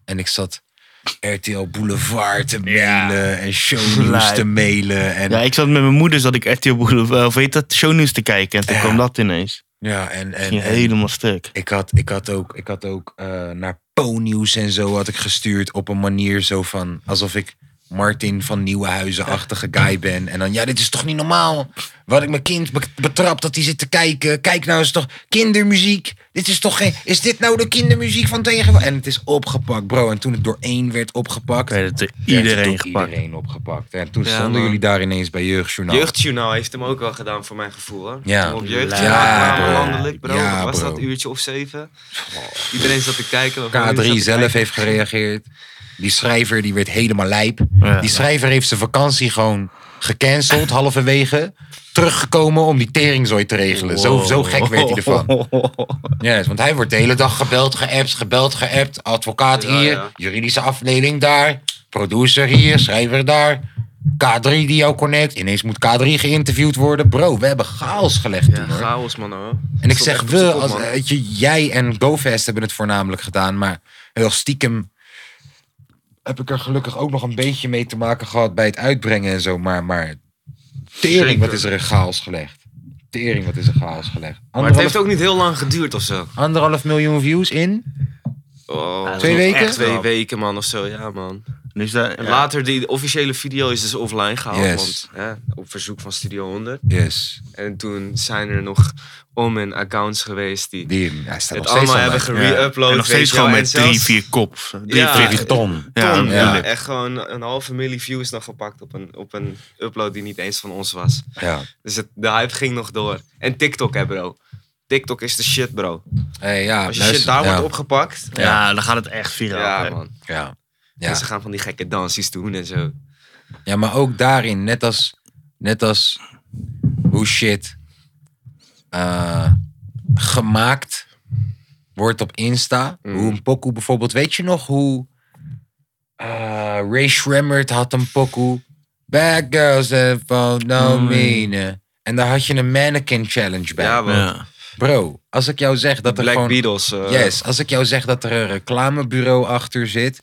En ik zat RTL Boulevard te mailen en shownieuws
Lijp.
te mailen. En,
Ja,
ja,
ik zat met mijn moeder, zat ik RTL Boulevard, eh, of weet dat, shownieuws te kijken. En toen
Ja.
kwam dat ineens.
en,
Ik
en,
ging
en-
helemaal stuk.
Ik had, ik had ook, ik had ook eh, naar Po-nieuws en zo had ik gestuurd op een manier zo van alsof ik Martin van Nieuwenhuizen-achtige guy ben. En dan, ja, dit is toch niet normaal? Wat ik mijn kind be- betrap dat hij zit te kijken. Kijk nou eens toch, kindermuziek. Dit is toch geen, is dit nou de kindermuziek van tegenwoordig? En het is opgepakt, bro. En toen het door één werd opgepakt.
Ik weet het, door
werd het
iedereen
door
gepakt.
Iedereen opgepakt. En toen
Ja,
stonden
man.
jullie daar ineens bij Jeugdjournaal.
Jeugdjournaal heeft hem ook wel gedaan voor mijn gevoel, hoor.
Nou. Ja.
Toen we Op jeugdjournaal
Ja,
kwamen
bro.
landelijk, bro.
Ja,
Wat was
bro.
dat, uurtje of zeven? Iedereen zat te kijken. of iedereen zat
K3
te
zelf
kijken.
heeft gereageerd. Die schrijver die werd helemaal lijp.
Ja.
Die schrijver heeft zijn vakantie gewoon gecanceld halverwege. Teruggekomen om die teringzooi te regelen. Zo, zo gek werd hij ervan. Yes, want hij wordt de hele dag gebeld, geappt, gebeld, geappt. Advocaat
Ja,
hier,
ja.
juridische afdeling daar. Producer hier, schrijver daar. K3 die jou connect. Ineens moet K3 geïnterviewd worden. Bro, we hebben chaos gelegd
Ja,
toen hoor.
chaos, man, hoor.
En ik
Stond
zeg
echt op zijn
we,
kop,
als, eh,
man.
weet je, jij en GoFest hebben het voornamelijk gedaan, maar heel stiekem heb ik er gelukkig ook nog een beetje mee te maken gehad bij het uitbrengen en zo. Maar, maar Tering, wat
Zeker.
is er in chaos gelegd. Tering, wat is er chaos gelegd.
Maar het
Anderhalf,
heeft ook niet heel lang geduurd of zo.
anderhalf miljoen views in.
Oh,
Twee
nog
weken?
echt twee
Ja.
weken, man, of zo. Ja, man.
Dus daar,
En later, die officiële video is dus offline gehaald.
Yes.
Want, hè, op verzoek van Studio 100.
Yes.
En toen zijn er nog om en accounts geweest die
Die, hij staat nog
het
steeds
allemaal
online.
hebben gere-upload.
en nog steeds gewoon met drie, vier kop. of zo. Drie,
Ja.
vier
Ja.
ton.
Ja,
ton.
ja,
ja.
echt gewoon een halve miljoen views nog gepakt op een, op een upload die niet eens van ons was.
Ja.
Dus het, de hype ging nog door. En TikTok, hè, bro. TikTok is de shit, bro.
Hey, ja,
Als je
luister,
shit daar
ja,
wordt opgepakt.
Ja. dan gaat het echt viraal.
Ja,
hè.
man.
Ja.
En
Ja.
ze gaan van die gekke dansjes doen en zo.
ja, maar ook daarin, net als, net als hoe shit eh, gemaakt wordt op Insta.
Mm.
Hoe een pokoe bijvoorbeeld, weet je nog hoe eh, Ray Shremmert had een pokoe. Bad girls have no meaning. En daar had je een mannequin challenge bij.
Mm. Ja, man.
Ja.
Bro, als ik jou zeg dat er
Black
gewoon...
Beatles. eh,
Yes, als ik jou zeg dat er een reclamebureau achter zit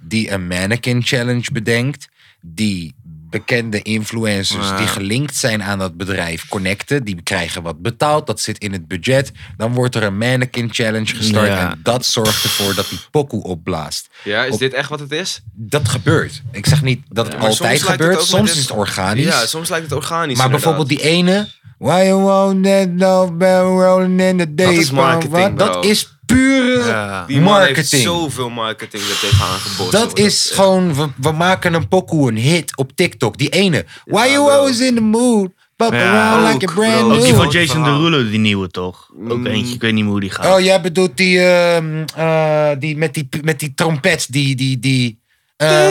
die een mannequin challenge bedenkt, die bekende influencers die gelinkt zijn aan dat bedrijf connecten, die krijgen wat betaald, dat zit in het budget, dan wordt er een mannequin challenge gestart
Ja.
en dat zorgt ervoor dat die pokoe opblaast.
Ja, is
Op-
dit echt wat het is?
Dat gebeurt. Ik zeg niet dat het
Ja, maar soms
altijd
lijkt het
gebeurt,
ook met
soms
dit-
is het organisch.
Ja, soms lijkt het organisch.
Maar bijvoorbeeld die ene. Why you won't let no bell rolling in the days.
is marketing,
bro. Dat
bro.
is pure
Ja.
Die man
marketing.
heeft zoveel marketing er tegenaan geboord.
Dat is gewoon, we, we maken een pokoe, een hit op TikTok. Die ene. Why you
bro.
always in the mood? Pop
Ja,
around
ook,
like a brand
bro.
Ook die
new.
van
Heel
Jason
verhaal.
Derulo, die nieuwe toch? Ook
Mm.
eentje, ik weet niet meer hoe die gaat.
Oh, jij bedoelt die, ehm, eh, die, met, die met die trompet, die... die, die eh,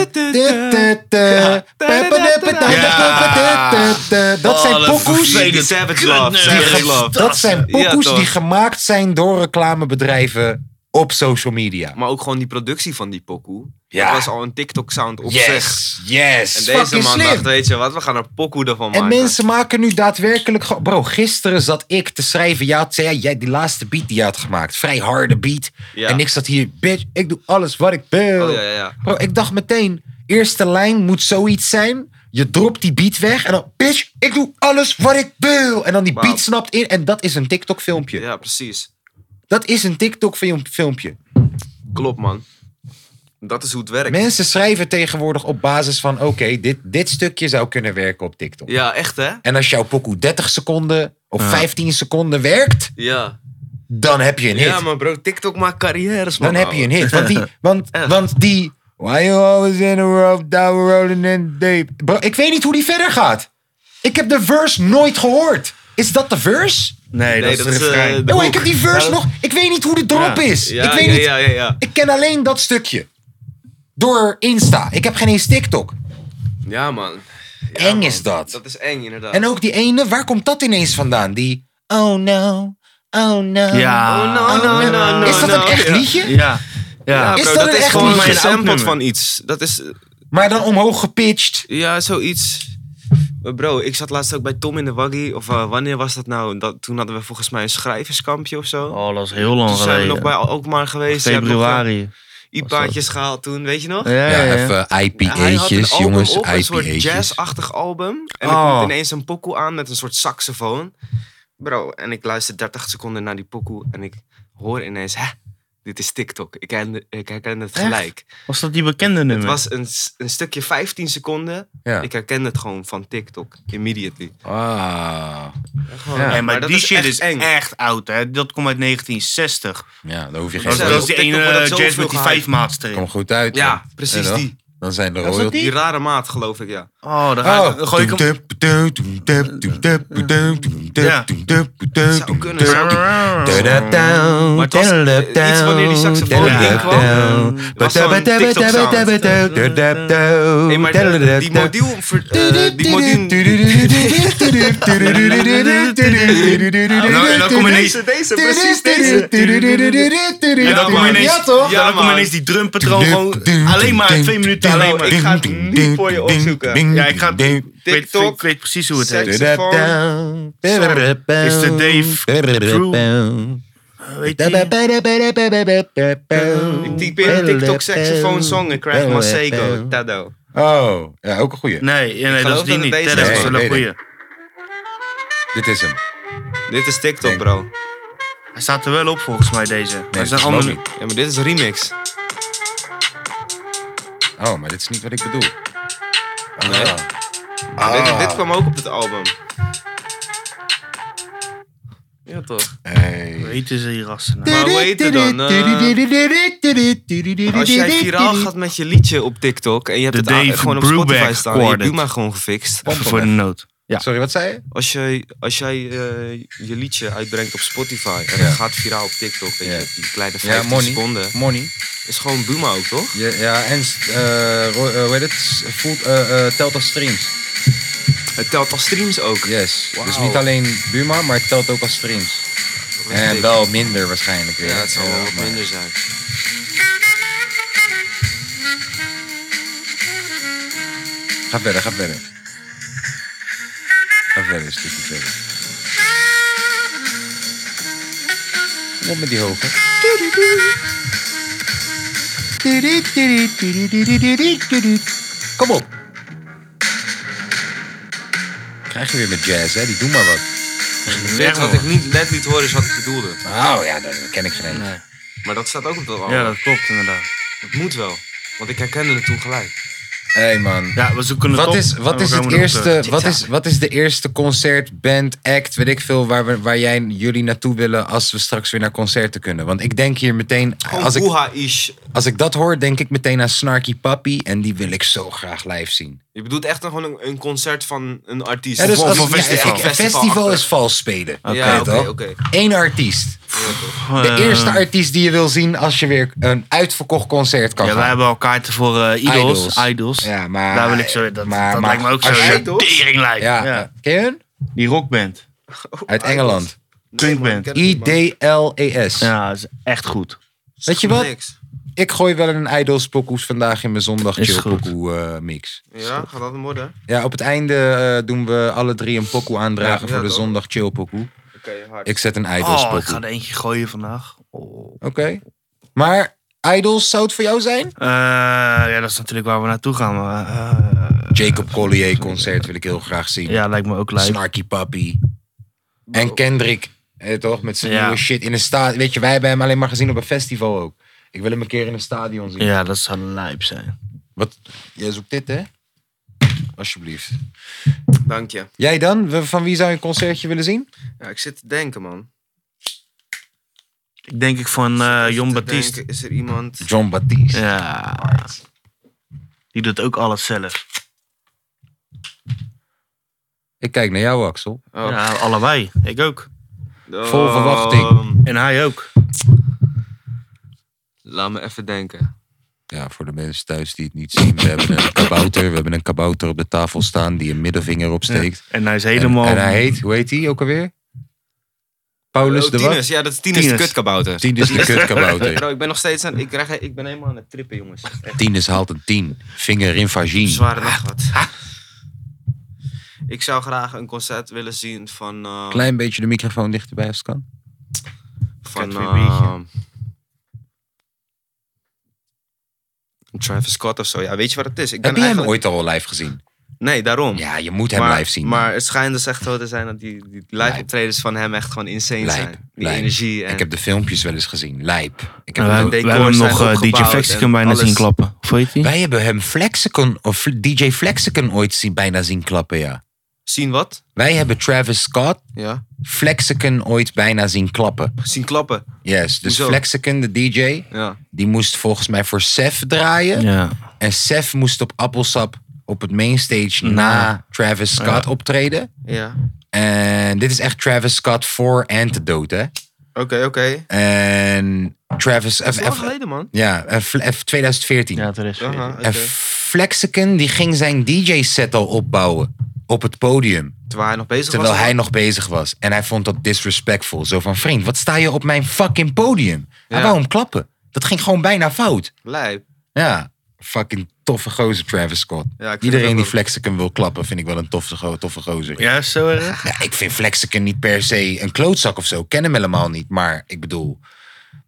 Oh,
Dat zijn
Alle
pokoes.
vervelende
Savage
kutneuzen.
Love,
Die
Savage
ge-
Love.
dat zijn
Ja,
pokoes
toch.
die gemaakt zijn door reclamebedrijven op social media.
Maar ook gewoon die productie van die pokoe.
Ja.
Dat was al een TikTok-sound op zich.
Yes, yes.
En deze
Fucking
man
slim.
dacht, weet je wat, we gaan er pokoe ervan
En
maken.
mensen maken nu daadwerkelijk... gewoon- Bro, gisteren zat ik te schrijven. Ja, had, zei, jij die laatste beat die je had gemaakt. Vrij harde beat.
Ja.
En ik zat hier, bitch, ik doe alles wat ik wil.
Oh, ja, ja, ja.
Bro, ik dacht meteen, eerste lijn moet zoiets zijn. Je dropt die beat weg en dan, bitch, ik doe alles wat ik wil. En dan die
Wauw.
beat snapt in en dat is een TikTok filmpje.
ja, precies.
Dat is een TikTok film- filmpje.
Klopt, man. Dat is hoe het werkt.
Mensen schrijven tegenwoordig op basis van, oké, dit, dit stukje zou kunnen werken op TikTok.
Ja, echt, hè?
En als jouw pokoe 30 seconden of 15 seconden werkt,
Ja.
dan heb je een hit.
Ja, maar bro, TikTok maakt carrières, man.
dan heb je een
ouwe.
hit. Want die, want,
Echt.
want die, why you always in a rope, down rolling in the deep. Bro, ik weet niet hoe die verder gaat. Ik heb de verse nooit gehoord. Is dat de verse?
Nee, dat, is de
eh,
refrein.
de
Oh, ik
hoek.
heb die verse nog. Ik weet niet hoe de drop
Ja.
is.
Ja,
ik weet
ja,
niet.
ja, ja, ja.
Ik ken alleen dat stukje. Door Insta. Ik heb geen eens TikTok.
Ja, man. Ja,
Eng
man.
is dat.
Dat is eng, inderdaad.
En ook die ene, waar komt dat ineens vandaan? Die, oh no, oh no.
Ja.
Oh, no, no,
Oh,
no, no,
Is dat
no.
een echt
Ja.
liedje?
Ja. Ja.
Ja,
Is
bro,
dat
dat,
een
is
echt
gewoon
liedje?
gesampled
Oud
van iets. Dat is, eh,
Maar dan omhoog gepitcht.
ja, zoiets. Maar Bro, ik zat laatst ook bij Tom in de Waggy. Of eh, wanneer was dat nou? Dat, toen hadden we volgens mij een schrijverskampje of zo.
Oh, dat is heel lang
toen zijn we
geleden.
nog bij Alkmaar geweest. Je hebt nog, eh,
Februari.
IPA'tjes gehaald toen, weet je nog?
Ja,
Ja,
ja, ja.
even
Hij had een
IPA'tjes,
album
jongens,
op, een soort
IPA'tjes.
jazzachtig album. En er
Oh.
komt ineens een pokoe aan met een soort saxofoon. Bro, en ik luister 30 seconden naar die pokoe en ik hoor ineens... Hè, dit is TikTok. Ik herken, ik herken het gelijk.
Was dat die bekende
Het
nummer?
was een, s- een stukje 15 seconden.
Ja.
Ik herken het gewoon van TikTok. Immediately.
Ah,
Gewoon,
Ja.
Nee, maar,
dat
die shit
echt
is echt oud, hè? Dat komt uit 1960.
ja, daar hoef je
Dat
geen
is-
Zo,
zorgen.
dat is
op
die
TikTok
ene
wordt dat
eh,
zoveel
jazz met die
gehyped.
vijfmaatstring.
Kom goed uit.
Ja,
man.
precies
Ja, toch?
die.
Dan zijn de
dat
royalties.
Die rare maat, geloof ik, ja.
Oh, dan, ga ik,
Oh.
dan gooi ik hem... Ja.
Zou kunnen, zou kunnen. Maar het was, eh, iets wanneer die saxofoon inkwam, was zo'n Hey, maar de- die
Hé,
moduel... ver- eh, die moduel...
Nou, en dan kom je ineens...
Deze, deze, precies deze.
En dan kom je ineens...
Ja, toch?
Ja, dan kom je
man.
ineens die drumpatroon gewoon... Alleen maar twee minuten
ding,
alleen maar.
ik ga het nu voor je opzoeken.
Ja, ik ga... Ik weet, ik
TikTok.
weet precies hoe het
Sex.
heet.
Is
de Dave Crew? Weet je?
Ik typ in TikTok saxofoon song en krijg Masego. Tado.
Oh, ja, ook een goeie.
Nee, nee, dat
geloof
is die
dat
niet.
het deze
Dat
is.
is wel
Nee,
een
nee,
goeie.
Dit is hem.
Dit is TikTok,
Denk-
bro.
Hij staat er wel op volgens mij, deze.
Nee,
hij
dat
staat
geloof
allemaal...
ik
Ja, maar dit is remix.
Oh, maar dit is niet wat ik bedoel. Oh.
Nee.
Ah.
Dit, dit kwam ook op het album. Ja, toch?
Hey.
Weten ze die rassen nou?
Maar hoe heet het dan?
Eh,
Eh, als jij viraal gaat met je liedje op TikTok en je hebt
De
het a-
Dave
gewoon op
Brubeck
Spotify staan en je
Quartet.
doet maar gewoon gefixt.
Even voor de nood. Ja.
Sorry, wat zei je?
Als, je, als jij eh, je liedje uitbrengt op Spotify en het gaat viraal op TikTok, weet
Ja.
je, die kleine
Ja,
15
money.
seconden,
Money.
is gewoon Buma ook, toch?
Ja, ja en eh ro- eh, hoe heet het? Voelt, eh, eh, telt als streams.
Het telt als streams ook.
Yes. Dus
Wauw.
niet alleen Buma, maar het telt ook als streams.
Dat is
En
dik.
wel minder waarschijnlijk weer.
Ja, het zal wel wat
maar-
minder zijn.
Ga verder, ga verder. Ga verder, een stukje verder. Kom Op met die hoge. Kom op. Krijg je weer met jazz, hè? Die doen maar wat.
Net wat ik niet, net niet hoor is wat ik bedoelde.
Oh ja, daar ken ik geen.
Nee.
Maar dat staat ook op dat album.
Oh.
Ja, dat klopt inderdaad.
Dat moet wel. Want ik herkende het toen gelijk.
Hé hey, man.
Ja, we zoeken het
Wat
op.
is,
en
wat,
Oh, we
is het
komen erop terug.
eerste, wat, is, wat is de eerste concert, band, act, weet ik veel, waar, we- waar jij jullie naartoe willen als we straks weer naar concerten kunnen? Want ik denk hier meteen,
Oh,
als ik,
Boeha ish.
als ik dat hoor, denk ik meteen aan Snarky Pappy en die wil ik zo graag live zien.
Je bedoelt echt dan gewoon een, een concert van een artiest.
Ja, dus
Of
als,
een
ja,
festival.
ik- een festival, is vals spelen.
Oké,
Weet je
oké,
wel?
oké.
Eén artiest.
Ja, toch.
De
Eh,
eerste artiest die je wil zien als je weer een uitverkocht concert kan
Ja, wij
gaan.
hebben al kaarten voor eh, Idols. Idols.
Ja, maar,
Daar wil ik zo... Dat,
maar-
dat
maar
lijkt me ook zo.
als je-
Een teringlijn.
Ja,
Ja.
ken je hun?
Die rockband.
Uit Engeland.
Nee, man, ik
Punkband.
ken het niet, man.
I-D-L-E-S.
Ja, dat is echt goed.
Weet je wat?
Niks.
Ik gooi wel een Idols pokoes vandaag in mijn zondag
Is
chill
goed.
pokoe eh, mix.
Ja, gaat dat hem worden?
Ja, op het einde eh, doen we alle drie een pokoe aandragen
Ja, ja,
voor de
toch?
zondag chill pokoe.
Oké, hard.
Ik zet een Idols
Oh, ik
pokoe.
ga er
Oké.
eentje gooien vandaag. Oh.
Maar Idols zou het voor jou zijn?
Eh, ja, dat is natuurlijk waar we naartoe gaan. Maar, eh,
Jacob Collier concert wil ik heel graag zien.
ja, lijkt me ook leuk.
Snarky Puppy. En Kendrick. eh, toch? Met zijn
Ja.
nieuwe shit in een stadion. Weet je, wij hebben hem alleen maar gezien op een festival ook. Ik wil hem een keer in een stadion zien.
Ja, dat zou lijp zijn.
Wat? Jij zoekt dit, hè? Alsjeblieft.
Dank je.
Jij dan? We- Van wie zou je een concertje willen zien?
Ja, ik zit te denken, man.
Ik denk ik van eh Jon
Te
Baptiste.
denken, Is er iemand...
John Baptiste.
Ja. Die doet ook alles zelf.
Ik kijk naar jou, Axel.
Oh.
Ja, allebei. Ik ook.
vol verwachting.
Ehm,
En hij ook.
Laat me even denken.
Ja, voor de mensen thuis die het niet zien. We hebben een kabouter. We hebben een kabouter op de tafel staan die een middenvinger opsteekt.
En hij is
En-
helemaal...
En, hij heet, hoe heet hij ook alweer? Paulus
Oh,
de
Tinus,
wat?
ja, dat is Tinus,
Tinus.
de kutkabouter.
Tinus de kutkabouter.
Bro, ik ben nog steeds aan... Ik, krijg, ik ben helemaal aan het trippen, jongens. Echt
Tinus haalt een tien. Vinger in
een
vagine.
zware nacht gehad. Ik zou graag een concert willen zien van... eh,
Klein beetje de microfoon dichterbij als het kan.
van
Cat Free Beach, ja.
ehm, Travis Scott of zo. Ja, weet je wat het is? Ik ben
Heb je hem
eigenlijk-
ooit al live gezien?
Nee, daarom.
Ja, je moet hem
maar,
live zien.
Maar het schijnt dus echt zo te zijn dat die, die live optredens van hem echt gewoon insane
Lijp,
zijn. Die
lijp.
energie en...
Ik heb de filmpjes wel eens gezien. Lijp. Ik
En
heb
wij,
hem-
de
wij
decors
hebben
zijn
nog eh, DJ
opgebouwd
Flexicum
en
bijna
alles.
zien klappen. Of weet je? die?
wij hebben hem Flexicon, of DJ Flexicon ooit zien, bijna zien klappen, ja.
Zien wat?
Wij hebben Travis Scott
Ja.
Flexicon ooit bijna zien klappen.
Zien klappen.
Yes, dus
Hoezo?
Flexicon, de DJ,
Ja.
die moest volgens mij voor Seth draaien.
Ja.
En Seth moest op Appelsap op het mainstage na Travis Scott optreden.
Ja.
En dit is echt Travis Scott voor Antidote, hè?
Oké, oké.
En Travis...
Dat is
F,
lang
F-
geleden, man.
ja, en Fle- F 2014.
Ja, terecht.
Aha,
En
oké.
Flexicon, die ging zijn DJ-set al opbouwen op het podium.
Terwijl hij nog bezig
Terwijl
was.
hij nog bezig was. En hij vond dat disrespectful. Zo van, vriend, wat sta je op mijn fucking podium? Hij
Ja.
wou hem klappen. Dat ging gewoon bijna fout.
Lijp.
Ja, fucking toffe gozer Travis Scott.
Ja, ik vind het
Iedereen
ook
die
wel-
Flexicon wil klappen, vind ik wel een toffe, go- toffe gozer. Ja.
Ja, is zo erg.
ik vind Flexicon niet per se een klootzak of zo. Ik ken hem helemaal niet. Maar ik bedoel,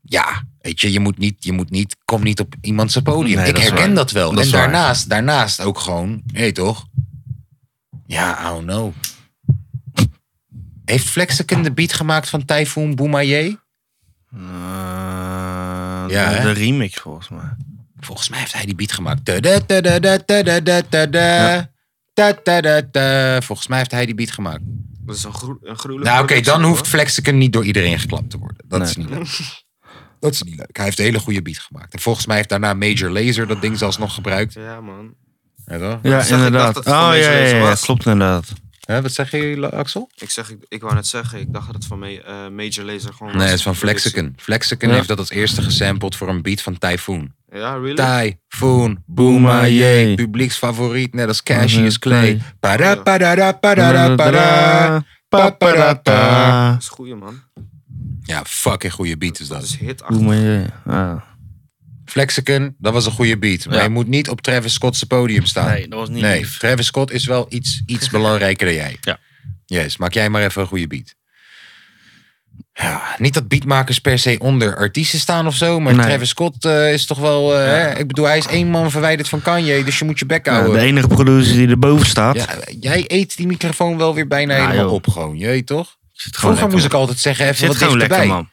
ja, weet je, je moet niet, je moet niet kom niet op iemand zijn podium.
Nee,
ik
dat is
herken
waar.
dat wel.
Dat
en
is waar.
daarnaast, daarnaast ook gewoon, hé toch? Ja, I don't know. Heeft Flexicon de beat gemaakt van Typhoon Boumaye? Ja,
de,
hè?
Eh, de remix volgens mij.
Volgens mij heeft hij die beat gemaakt. Da-da, da-da, da-da, da-da, da-da. Da-da-da-da. Volgens mij heeft hij die beat gemaakt.
Dat is een, groe een gruwelijke
Nou, oké, dan
productie,
hoeft Flexicon niet door iedereen geklapt te worden. Dat is
Nee.
niet leuk. Dat is niet leuk. Hij heeft een hele goede beat gemaakt. En volgens mij heeft daarna Major Laser dat ding zelfs nog gebruikt.
hoor. Ja, man.
Ja, toch?
Ja,
zag- ik dacht
inderdaad.
dat
Oh
het van
ja,
deze
ja,
week
ja,
was.
klopt inderdaad.
Hè, wat zeg je, Axel?
Ik, zeg, ik, ik wou net zeggen, ik dacht dat het van me- eh, Major Laser gewoon
Nee,
was.
het is van Flexicon. Flexicon
Ja.
heeft dat als eerste gesampled voor een beat van Typhoon.
Ja, really?
Typhoon, Boomaye, publieksfavoriet, net als Cassius Clay. Para, para, para, para, para. pa, pa, da, pa.
Dat is goeie, man.
Ja, fucking goede beat is
Dat
dat.
is hit achter.
Doe maar je. Ja.
Flexicon, dat was een goede beat. Maar
Ja.
je moet niet op Travis Scott's podium staan.
Nee, dat was niet
Nee,
lief.
Travis Scott is wel iets, iets belangrijker dan jij.
Ja.
Yes, maak jij maar even een goede beat. Ja, niet dat beatmakers per se onder artiesten staan of zo, maar
Nee.
Travis Scott eh, is toch wel. eh, hè, ik bedoel, hij is één man verwijderd van Kanye, dus je moet je bek
Ja,
houden.
de enige producer die erboven staat.
Ja, jij eet die microfoon wel weer bijna
Ja,
helemaal
joh.
op, gewoon. Jeet toch?
Zit gewoon
Vroeger
lekker,
moest ik
man.
altijd zeggen, even
Zit
wat
gewoon lekker,
dichterbij.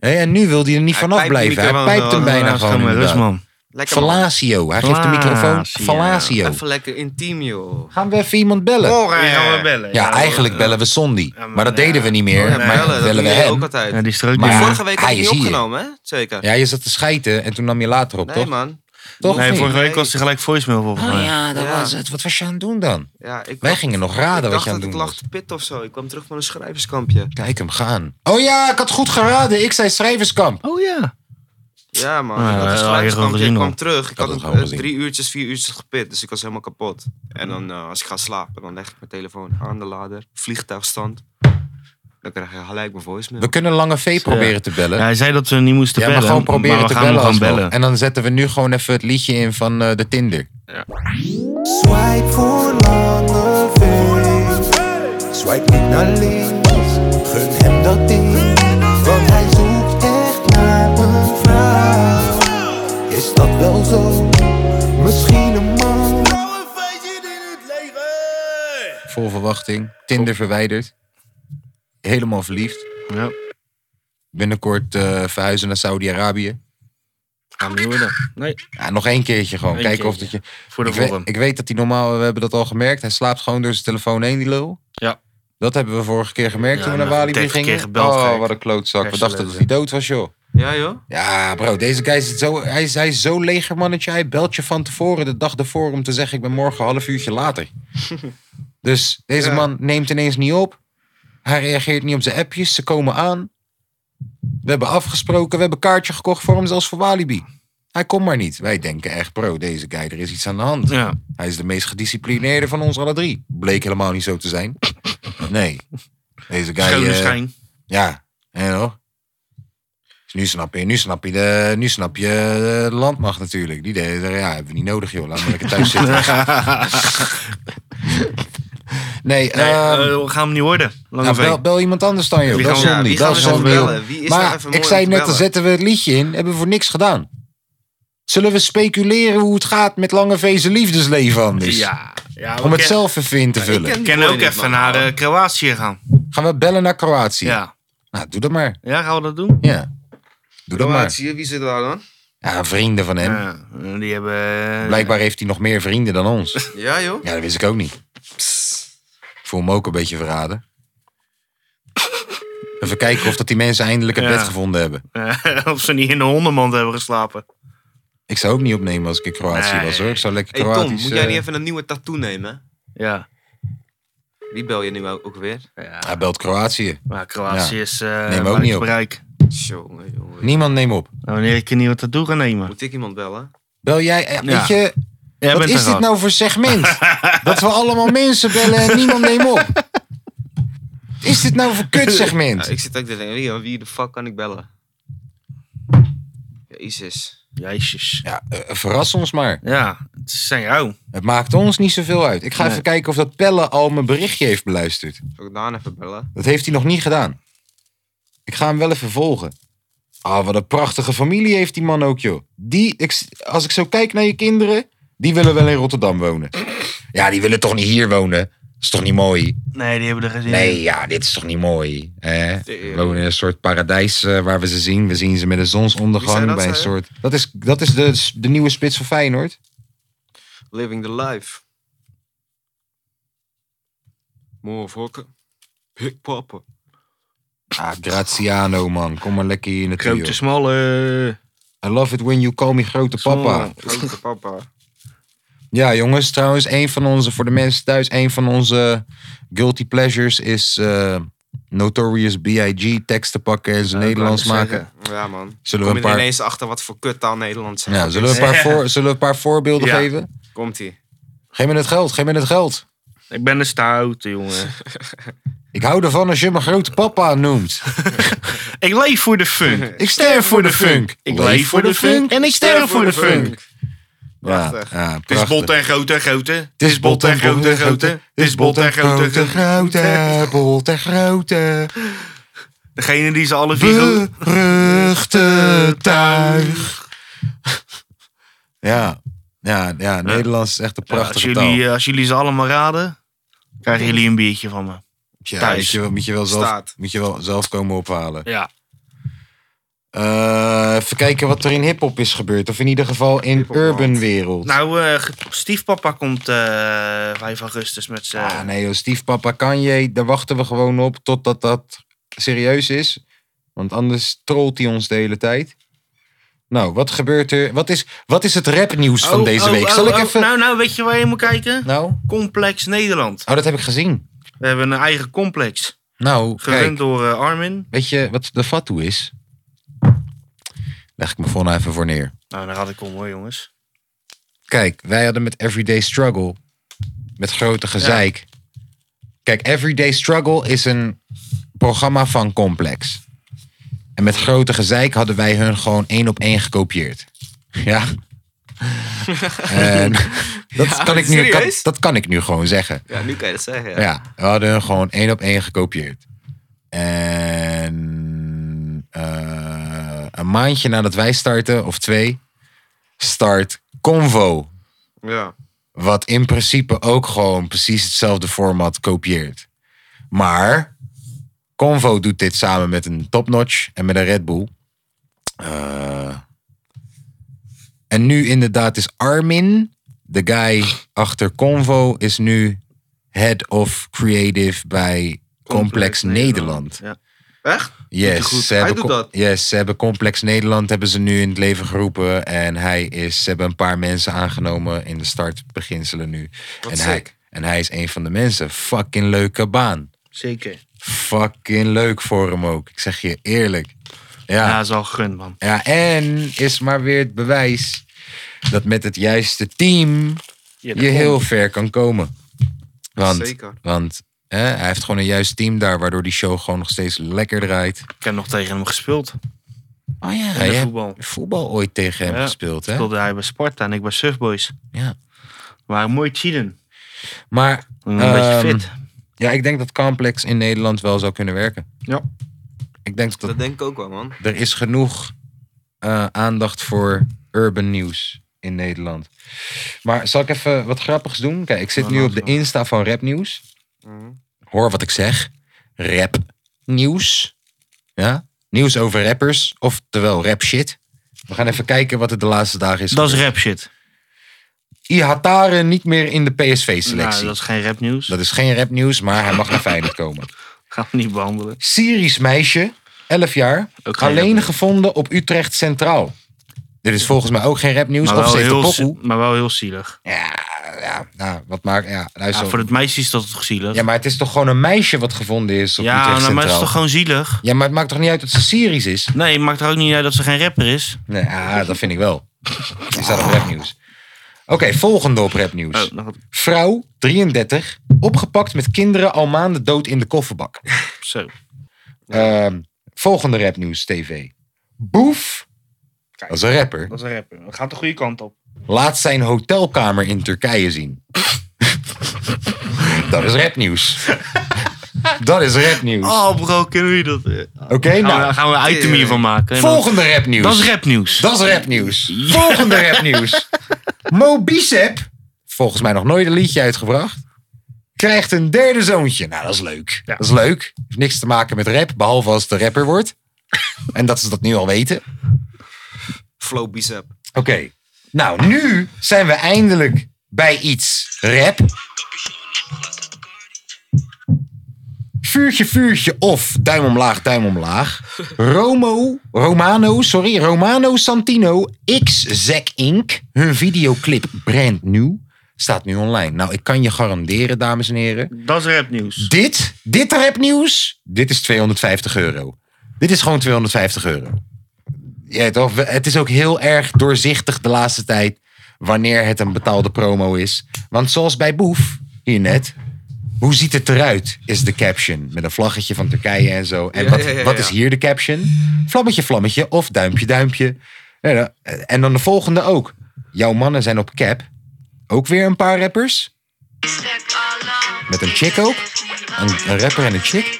man.
Hè, en nu wil hij er niet
Hij
vanaf
pijpt die
blijven. Hij
microfoon
pijpt hem
wel,
bijna
Ja,
gewoon.
maar rust,
inderdaad.
man.
Lekker, man.
Fallatio. Hij geeft de microfoon
Fallatio.
fallatio.
Even lekker intiem, joh.
Gaan we even iemand bellen?
Die gaan we bellen.
Ja, eigenlijk bellen we Sondi.
ja, maar-
Maar dat
ja.
deden we niet meer.
Nee,
Maar
Bellen, dat
bellen we
doen jullie ook
hem.
altijd.
Ja, die strook
Maar-
niet.
Ja,
Vorige week had
hij
je niet
is hier.
opgenomen, hè? Zeker.
Ja, je zat te schijten en toen nam je later op,
nee,
toch?
man.
Toch?
Nee,
Of
vorige
niet?
week was hij gelijk voicemail volgens
Oh
mij.
ja, dat
Ja.
was het. Wat was je aan het doen dan?
Ja, ik
Wij
dacht-
gingen nog raden
ik
wat
dacht
je aan het
dat
doen
ik lag
was.
te pitten of zo. Ik kwam terug van een schrijverskampje.
Kijk hem gaan. Oh ja, ik had goed geraden. Ik zei schrijverskamp.
Oh ja.
Ja, man.
Ah,
ik had
ja,
een
had je gewoon
schrijverskampje.
gezien,
Ik
hoor.
kwam terug.
had
Ik had,
het
een-
gewoon
eh,
gezien.
drie uurtjes, vier uurtjes gepit. Dus ik was helemaal kapot. En dan, eh, als ik ga slapen, dan leg ik mijn telefoon aan de lader. Vliegtuigstand. Dan krijg je gelijk mijn voicemail.
We kunnen Lange V proberen te bellen.
Ja, hij zei dat we niet moesten
Ja,
bellen.
maar gewoon proberen
maar we
te
gaan
bellen,
hem
alsnog.
gewoon bellen.
En dan zetten we nu gewoon even het liedje in van eh, de Tinder.
Swipe voor lange V. Swipe niet naar links. Gun hem dat ding. Want hij zoekt echt naar een vrouw. Is dat wel zo? Misschien een man.
Vol verwachting. Tinder verwijderd. Helemaal verliefd.
Ja.
Binnenkort eh, verhuizen naar Saudi-Arabië.
Gaan we niet worden. Nee,
Ja, nog één keertje gewoon.
Eén
Kijken of dat
keertje.
je...
voor de
ik, weet,
volgende.
ik weet dat hij normaal, we hebben dat al gemerkt. Hij slaapt gewoon door zijn telefoon heen, die lul.
Ja.
Dat hebben we vorige keer gemerkt
Ja,
toen we
en
naar
dan
Walibi
30 keer
gingen.
gebeld,
oh,
gek.
wat een klootzak. We dachten dat hij
Hersenletsel.
dood was, joh.
Ja, joh.
Ja, bro, deze guy is zo, hij is, hij is zo legermannetje. Hij belt je van tevoren de dag ervoor om te zeggen: Ik ben morgen een half uurtje later. dus deze
Ja.
man neemt ineens niet op. Hij reageert niet op zijn appjes. Ze komen aan. We hebben afgesproken. We hebben een kaartje gekocht voor hem, zelfs voor Walibi. Hij komt maar niet. Wij denken echt, bro, deze guy, er is iets aan de hand.
Ja.
Hij is de meest gedisciplineerde van ons alle drie. Bleek helemaal niet zo te zijn. Nee. Deze guy.
Schone
eh,
schijn.
ja, hè hoor. Dus nu snap je, nu snap je, de, nu snap je eh, de landmacht natuurlijk. Die deed, ja, hebben we niet nodig joh, laat maar lekker thuis zitten. Nee,
Nee,
ehm,
eh, we gaan hem niet worden. Lange
nou,
V.
bel, bel iemand anders dan joh,
Wie
dat is
gaan we-
zonde.
wie
dat
gaan
is
we
zonde,
nou
joh.
bellen? Wie is nou
Maar
even mooi
ik
om
zei
te
net, dan
bellen?
zetten we het liedje in, hebben we voor niks gedaan. Zullen we speculeren hoe het gaat met Lange Vezen liefdesleven anders?
Ja. ja we
Om het
ken-
zelf even in te vullen.
ken-
We kunnen
Mooi
ook
dit,
even
man.
naar eh, Kroatië gaan.
Gaan we bellen naar Kroatië?
Ja.
Nou, doe dat maar.
Ja, gaan we dat doen?
Ja. Doe dat maar.
Zie je, wie zit daar dan?
Ja, vrienden van hem.
Ja, die hebben... eh,
Blijkbaar heeft hij nog meer vrienden dan ons.
Ja, joh.
Ja, dat wist ik ook niet. Ik voel me ook een beetje verraden. Even kijken of dat die mensen eindelijk een
Ja.
bed gevonden hebben.
eh, of ze niet in de hondenmand hebben geslapen.
Ik zou ook niet opnemen als ik in Kroatië
Nee.
was hoor. Ik zou lekker
Hey Tom,
Kroatisch...
moet jij
eh,
niet even een nieuwe tattoo nemen?
Ja.
Wie bel je nu ook ook weer?
ja.
Hij belt Kroatië.
Maar Kroatië is eh
Neem ook
buiten
niet op.
bereik.
Tjonge, jonge.
Niemand neemt op.
Nou, wanneer ik een nieuwe tattoo ga nemen.
Moet ik iemand bellen?
Bel jij... eh,
Ja.
Weet je,
Jij
wat
bent
is
er
dit
gewoon.
nou voor segment? dat we allemaal mensen bellen en niemand neemt op. Wat Is dit nou voor
Ja,
kutsegment?
ik zit ook te denken, wie, wie de fuck kan ik bellen? Jezus.
Jezus.
Ja, eh, verras ons maar.
Ja, het zijn jou.
Het maakt ons niet zoveel uit. Ik ga
Nee.
even kijken of dat Pelle al mijn berichtje heeft beluisterd.
Zal ik Daan even bellen?
Dat heeft hij nog niet gedaan. Ik ga hem wel even volgen. Ah, wat een prachtige familie heeft die man ook, joh. Die, ik, als ik zo kijk naar je kinderen, die willen wel in Rotterdam wonen. Ja, die willen toch niet hier wonen? is toch niet mooi?
Nee, die hebben er geen zin in.
Nee, ja, dit is toch niet mooi? Hè? We
Tering.
wonen in een soort paradijs eh, waar we ze zien. We zien ze met een
Wie
zonsondergang
zei dat,
bij een
zei
soort... Dat is, dat is de, de nieuwe spits van Feyenoord.
Living the life. Motherfucker. Big papa.
Ah, Graziano, man. Kom maar lekker hier naartoe,
Grote smalle.
joh. I love it when you call me grote papa.
Grote papa.
Ja, jongens, trouwens, een van onze, voor de mensen thuis, een van onze guilty pleasures is eh, Notorious B.I.G. teksten pakken en ze Nederlands maken.
Ja, man.
Zullen we
Kom
een
je er
paar,
ineens achter wat voor kuttaal Nederland zijn?
ja, zullen we een paar,
Ja.
voor, zullen we een paar voorbeelden
Ja.
geven?
Komt-ie.
Geef me het geld, geef me het geld.
Ik ben een stoute jongen.
Ik hou ervan als je me grote papa noemt.
ik leef voor de funk.
Ik sterf voor de funk.
Ik leef voor de funk. En ik sterf voor de funk.
Ja,
Prachtig.
ja,
Het is
prachtig.
bot en grote en grote.
Het is bot en grote, grote. Het is bot en grote,
grote.
grote. Bot en grote.
Degene die ze alle vier... gro-
Beruchte tuig. Ja, ja, ja. Nederlands is echt een
Ja, als,
prachtige
jullie,
taal.
eh, als jullie ze allemaal raden, krijgen jullie een biertje van me.
Tja,
thuis
moet, je, wel- moet, je wel zelf,
staat.
moet je wel zelf komen ophalen.
Ja.
Eh, even kijken wat er in hip-hop is gebeurd. Of in ieder geval in
Hiphopland.
urban wereld.
Nou, eh, ge- stiefpapa komt eh 5 augustus met zijn...
Ah, nee, joh, stiefpapa Kanye, daar wachten we gewoon op totdat dat serieus is. Want anders trolt hij ons de hele tijd. Nou, wat gebeurt er? Wat is, wat is het rapnieuws van
Oh,
deze
oh,
week?
oh,
Zal ik
oh,
even.
Nou, nou, weet je waar je moet kijken?
Nou,
Complex Nederland.
oh, dat heb ik gezien.
We hebben een eigen complex.
Nou,
Gerund
kijk,
door eh, Armin.
weet je wat de fatu is? Leg ik me voor nou even voor neer.
Nou, daar had ik om hoor, jongens.
Kijk, wij hadden met Everyday Struggle. Met grote gezeik. Kijk, Everyday Struggle is een programma van Complex. En met grote gezeik hadden wij hun gewoon één op één gekopieerd. Ja. En dat, kan ik nu, kan-
serieus?
dat kan ik nu gewoon zeggen.
Ja, nu kan je dat zeggen. Ja.
Ja, we hadden hun gewoon één op één gekopieerd. En eh, een maandje nadat wij starten, of twee, start Convo.
Ja.
Wat in principe ook gewoon precies hetzelfde format kopieert. Maar Convo doet dit samen met een topnotch en met een Red Bull. Eh, en nu inderdaad is Armin, de guy achter Convo, is nu head of creative bij Complex, Nederland.
Ja.
Echt?
Yes,
Doet hij goed?
ze
Hij
hebben
doet
co-
dat.
yes, ze hebben Complex Nederland hebben ze nu in het leven geroepen. En hij is, ze hebben een paar mensen aangenomen in de startbeginselen nu. en, hij,
sick.
en hij is een van de mensen. Fucking leuke baan.
Zeker.
Fucking leuk voor hem ook. Ik zeg je eerlijk.
Ja,
Ja,
is al gegund, man.
ja. en is maar weer het bewijs dat met het juiste team
Ja,
je heel ver kan komen. Want,
Zeker.
want hè, hij heeft gewoon een juist team daar, waardoor die show gewoon nog steeds lekker draait.
Ik heb nog tegen hem gespeeld.
Oh ja,
de
jij hebt
voetbal.
voetbal ooit tegen hem
Ja,
gespeeld, hè?
Speelde hij bij Sparta en ik bij Surfboys.
Ja.
Maar mooi cheaten.
Maar
Een beetje
ehm,
fit.
ja, ik denk dat Complex in Nederland wel zou kunnen werken.
Ja.
Ik denk dat
Dat denk ik ook wel, man.
er is genoeg eh, aandacht voor urban nieuws in Nederland. Maar zal ik even wat grappigs doen? Kijk, ik zit nu op de Insta van Rap Nieuws.
Mhm.
Hoor wat ik zeg. Rap nieuws. Ja? Nieuws over rappers, oftewel rap shit. We gaan even kijken wat er de laatste dagen is.
Dat is rap shit.
Ihatare niet meer in de PSV-selectie.
Nou, dat is geen rap nieuws.
Dat is geen rapnieuws, maar hij mag naar Feyenoord komen.
Gaan we niet behandelen.
Syrisch meisje, 11 jaar,
Ook geen
alleen
rapnieuws.
gevonden op Utrecht Centraal. Dit is volgens mij ook geen rapnieuws,
Maar
of
wel,
ze heeft een
heel,
pokoe.
zi- maar wel heel zielig.
Ja, ja, nou, wat maakt... Ja,
Ja,
luister. Ja,
voor het meisje is dat toch zielig? Ja,
maar het is toch gewoon een meisje wat gevonden is op Utrecht
nou, maar
Centraal?
het is toch gewoon zielig?
Ja, maar het maakt toch niet uit dat ze Syrisch is?
Nee, het maakt er ook niet uit dat ze geen rapper is.
Nee, ja, dat vind ik wel. Die staat op rapnieuws. Oké, volgende op rapnieuws.
Oh, nog-
Vrouw, 33, opgepakt met kinderen al maanden dood in de kofferbak.
zo.
Ehm, volgende rapnieuws TV. Boef.
Kijk.
Dat is een rapper.
Dat is een rapper. Dat gaat de goede kant op.
Laat zijn hotelkamer in Turkije zien. dat is rapnieuws. dat is rapnieuws.
Oh bro, kunnen we dat?
Oké,
Gaan we,
nou.
gaan we een item hiervan maken. En dan-
Volgende rapnieuws.
Dat is rapnieuws.
Dat is rapnieuws. Volgende rapnieuws. Mo Bicep. Volgens mij nog nooit een liedje uitgebracht. Krijgt een derde zoontje. Nou, dat is leuk. Dat is leuk. Heeft niks te maken met rap, behalve als de rapper wordt. en dat ze dat nu al weten.
Flow bicep.
Oké. Nou, nu zijn we eindelijk bij iets rap. Vuurtje, vuurtje of duim omlaag, duim omlaag. Romo, Romano, sorry, Romano Santino, X Zack Inc. Hun videoclip Brand New staat nu online. Nou, ik kan je garanderen, dames en heren.
Dat is rapnieuws.
Dit, dit rapnieuws, dit is 250 euro. Dit is gewoon 250 euro. Ja, toch? We- Het is ook heel erg doorzichtig de laatste tijd wanneer het een betaalde promo is. Want zoals bij Boef, hier net. Hoe ziet het eruit, is de caption. Met een vlaggetje van Turkije en zo. En
Ja,
wat,
ja, ja,
wat
ja.
is hier de caption? Vlammetje, vlammetje of duimpje, duimpje. Ja, ja. En dan de volgende ook. Jouw mannen zijn op cap. Ook weer een paar rappers.
Met een chick ook. Een, een rapper en een chick.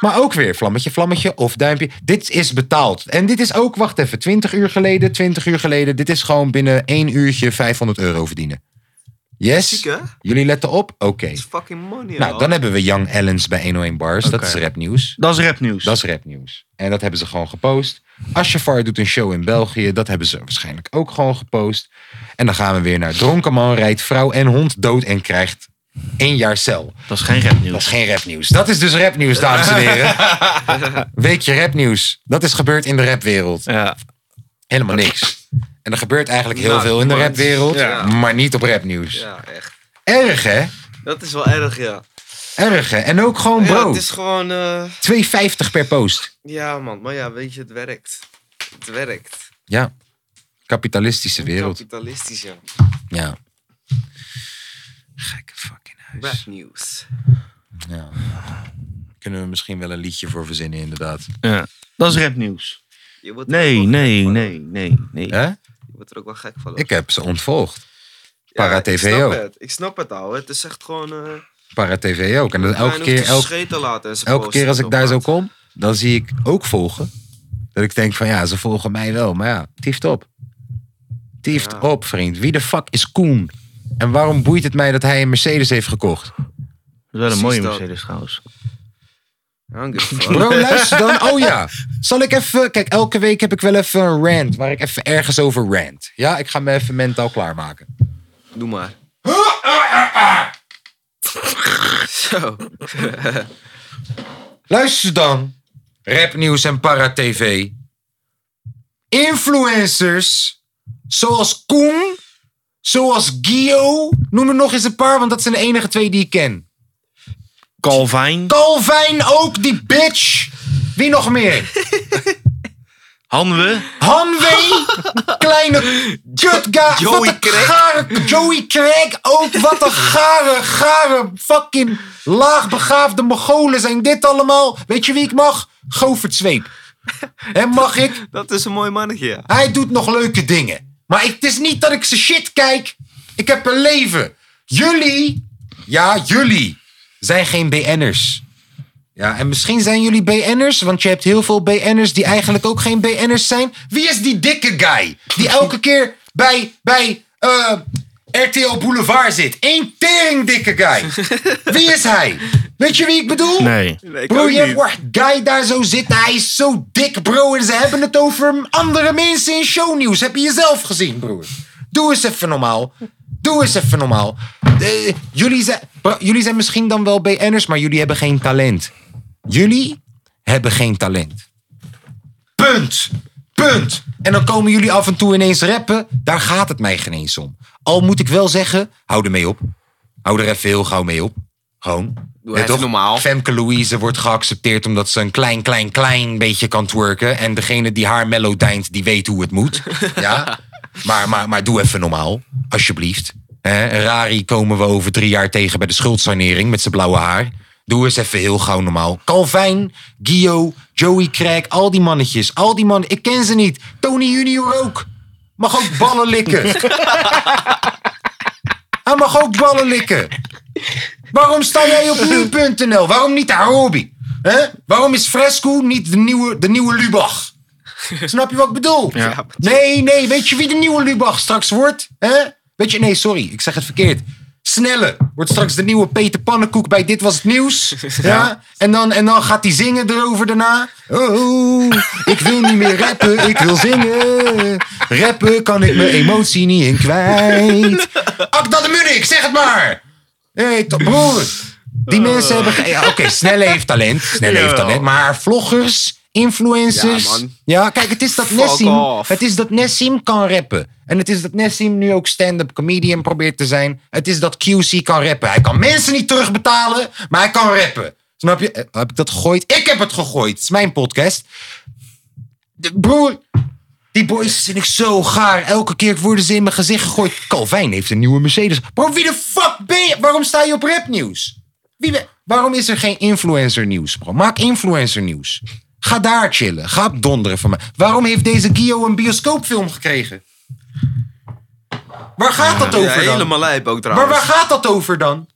Maar ook weer vlammetje, vlammetje of duimpje. Dit is betaald. En dit is ook, wacht even, 20 uur geleden, 20 uur geleden. Dit is gewoon binnen één uurtje 500 euro verdienen. Yes?
Ziek, hè?
Jullie letten op? Oké.
It's fucking money,
Nou,
hoor.
dan hebben we Young Allens bij 101 Bars. Dat
Oké.
is rapnieuws.
Dat is rapnieuws.
Dat is rapnieuws. En dat hebben ze gewoon gepost. Ashafar doet een show in België. Dat hebben ze waarschijnlijk ook gewoon gepost. En dan gaan we weer naar Dronken man rijdt vrouw en hond dood en krijgt één jaar cel.
Dat is geen rapnieuws.
Dat is geen rapnieuws. Dat is dus rapnieuws, dames en heren. Weekje rapnieuws. Dat is gebeurd in de rapwereld.
Ja.
Helemaal niks. En er gebeurt eigenlijk heel
Nou,
veel in de
maar-
rapwereld,
Ja.
maar niet op rapnieuws.
Ja, echt.
Erg, hè?
Dat is wel erg, ja.
Erg, hè? En ook gewoon,
Ja,
Oh, bro,
het is gewoon... eh,
2,50 per post.
Ja, man. Maar ja, weet je, het werkt. Het werkt.
Ja. Kapitalistische wereld.
Kapitalistisch, ja.
Ja. Gekke fucking
Bad
huis.
news.
Ja. Kunnen we misschien wel een liedje voor verzinnen, inderdaad.
Ja. Dat is rapnieuws.
Je wordt er
Nee,
ook wel
nee,
gek van,
nee, nee, nee.
Hè?
hoor. Je wordt er ook wel gek van. hoor.
Ik heb ze ontvolgd.
Ja,
Para
Ik
TV
snap
ook.
het. Ik snap het, ouwe. Het is echt gewoon... eh,
Para TV ook. En dan
Brian
elke
hoeft
keer,
te
elke
scheten laten en ze
elke
posten
keer als
het
ik
op
daar zo
maat.
kom, dan zie ik ook volgen. Dat ik denk van ja, ze volgen mij wel. Maar ja, tieft op. Tieft
Ja.
op, vriend. Wie de fuck is Koen? En waarom boeit het mij dat hij een Mercedes heeft gekocht?
Dat is wel een
Precies
mooie
dat.
Mercedes trouwens.
I don't give a fuck.
Bro, luister dan. Oh ja. Zal ik even... Kijk, elke week heb ik wel even een rant. Waar ik even ergens over rant. Ja, ik ga me even mentaal klaarmaken.
Doe maar. Zo.
Luister dan. Rapnieuws en para-tv. Influencers. Zoals Koen. Zoals Gio. Noem er nog eens een paar, want dat zijn de enige twee die ik ken.
Calvin,
Calvin ook, die bitch. Wie nog meer?
Hanwe,
Hanwee. Kleine kutga.
Joey
wat een
Craig.
gare, Joey Craig ook. Wat een gare, gare fucking laagbegaafde mogolen zijn dit allemaal. Weet je wie ik mag? Govert Zweep. En mag ik?
Dat is een mooi mannetje, ja.
Hij doet nog leuke dingen. Maar ik- het is niet dat ik zijn shit kijk. Ik heb een leven. Jullie, ja, jullie zijn geen BN'ers. Ja, en misschien zijn jullie BN'ers, want je hebt heel veel BN'ers die eigenlijk ook geen BN'ers zijn. Wie is die dikke guy die elke keer bij, bij eh, RTL Boulevard zit? Eén tering dikke guy. Wie is hij? Weet je wie ik bedoel?
Nee.
Nee, ik
Bro,
ook
je hebt
niet.
waar guy daar zo zitten. Hij is zo dik, bro. En ze hebben het over andere mensen in shownieuws. Heb je jezelf gezien, broer? Doe eens even normaal. Doe eens even normaal. Eh, jullie, zijn, bro, jullie zijn misschien dan wel BN'ers, maar jullie hebben geen talent. Jullie hebben geen talent. Punt. Punt. En dan komen jullie af en toe ineens rappen. Daar gaat het mij geen eens om. Al moet ik wel zeggen, hou er mee op. Hou er even heel gauw mee op. Gewoon. Ja,
Doe even
toch?
normaal.
Femke Louise wordt geaccepteerd omdat ze een klein, klein, klein beetje kan twerken. En degene die haar mellow deint, die weet hoe het moet. Ja? Maar, maar, maar doe even normaal, alsjeblieft. Hè, Rari komen we over drie jaar tegen bij de schuldsanering met zijn blauwe haar. Doe eens even heel gauw normaal. Calvin, Gio, Joey Craig, al die mannetjes. Al die mannen, ik ken ze niet. Tony Junior ook. Mag ook ballen likken. Hij mag ook ballen likken. Waarom sta jij op nu.nl? Waarom niet Harobi? Hè? Waarom is Fresco niet de nieuwe, de nieuwe Lubach? Snap je wat ik bedoel? Nee, nee, weet je wie de nieuwe Lubach straks wordt? Hè? Weet je, nee, sorry, ik zeg het verkeerd. Snelle wordt straks de nieuwe Peter Pannenkoek bij Dit Was Het Nieuws. Ja. En, dan, en dan gaat hij zingen erover daarna. Oh, ik wil niet meer rappen, ik wil zingen. Rappen kan ik mijn emotie niet in kwijt. Akda de Munnik, zeg het maar. Hé, to- broer. Die
Eh.
mensen hebben... ge- ja, Oké, Snelle heeft talent. Snelle heeft
Jawel.
talent. Maar vloggers, influencers...
Ja,
Ja,
man.
kijk, het is dat
Fuck
Nessim...
off.
Het is dat Nessim kan rappen. En het is dat Nessim nu ook stand-up comedian probeert te zijn. Het is dat QC kan rappen. Hij kan mensen niet terugbetalen, maar hij kan rappen. Snap je? Eh, Heb ik dat gegooid? Ik heb het gegooid. Het is mijn podcast. De- broer, die boys vind ik zo gaar. Elke keer worden ze in mijn gezicht gegooid. Calvin heeft een nieuwe Mercedes. Bro, wie de fuck ben je? Waarom sta je op rapnieuws? Wie ben- Waarom is er geen influencer nieuws, bro? Maak influencer nieuws. Ga daar chillen. Ga op donderen van mij. Waarom heeft deze Gio een bioscoopfilm gekregen? Waar gaat dat
Ja,
over dan?
helemaal lijp ook
Maar
trouwens.
waar gaat dat over dan?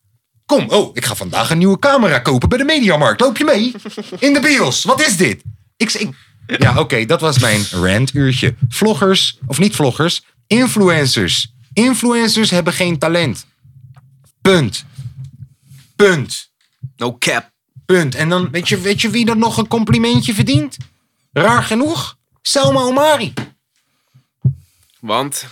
Kom, oh, ik ga vandaag een nieuwe camera kopen bij de Mediamarkt. Loop je mee? In de bios. Wat is dit? Ik, ik... Ja, oké, dat was mijn rantuurtje. Vloggers, of niet vloggers, influencers. Influencers hebben geen talent. Punt. Punt.
No cap.
Punt. En dan, weet je, weet je wie dan nog een complimentje verdient? Raar genoeg? Selma Omari.
Want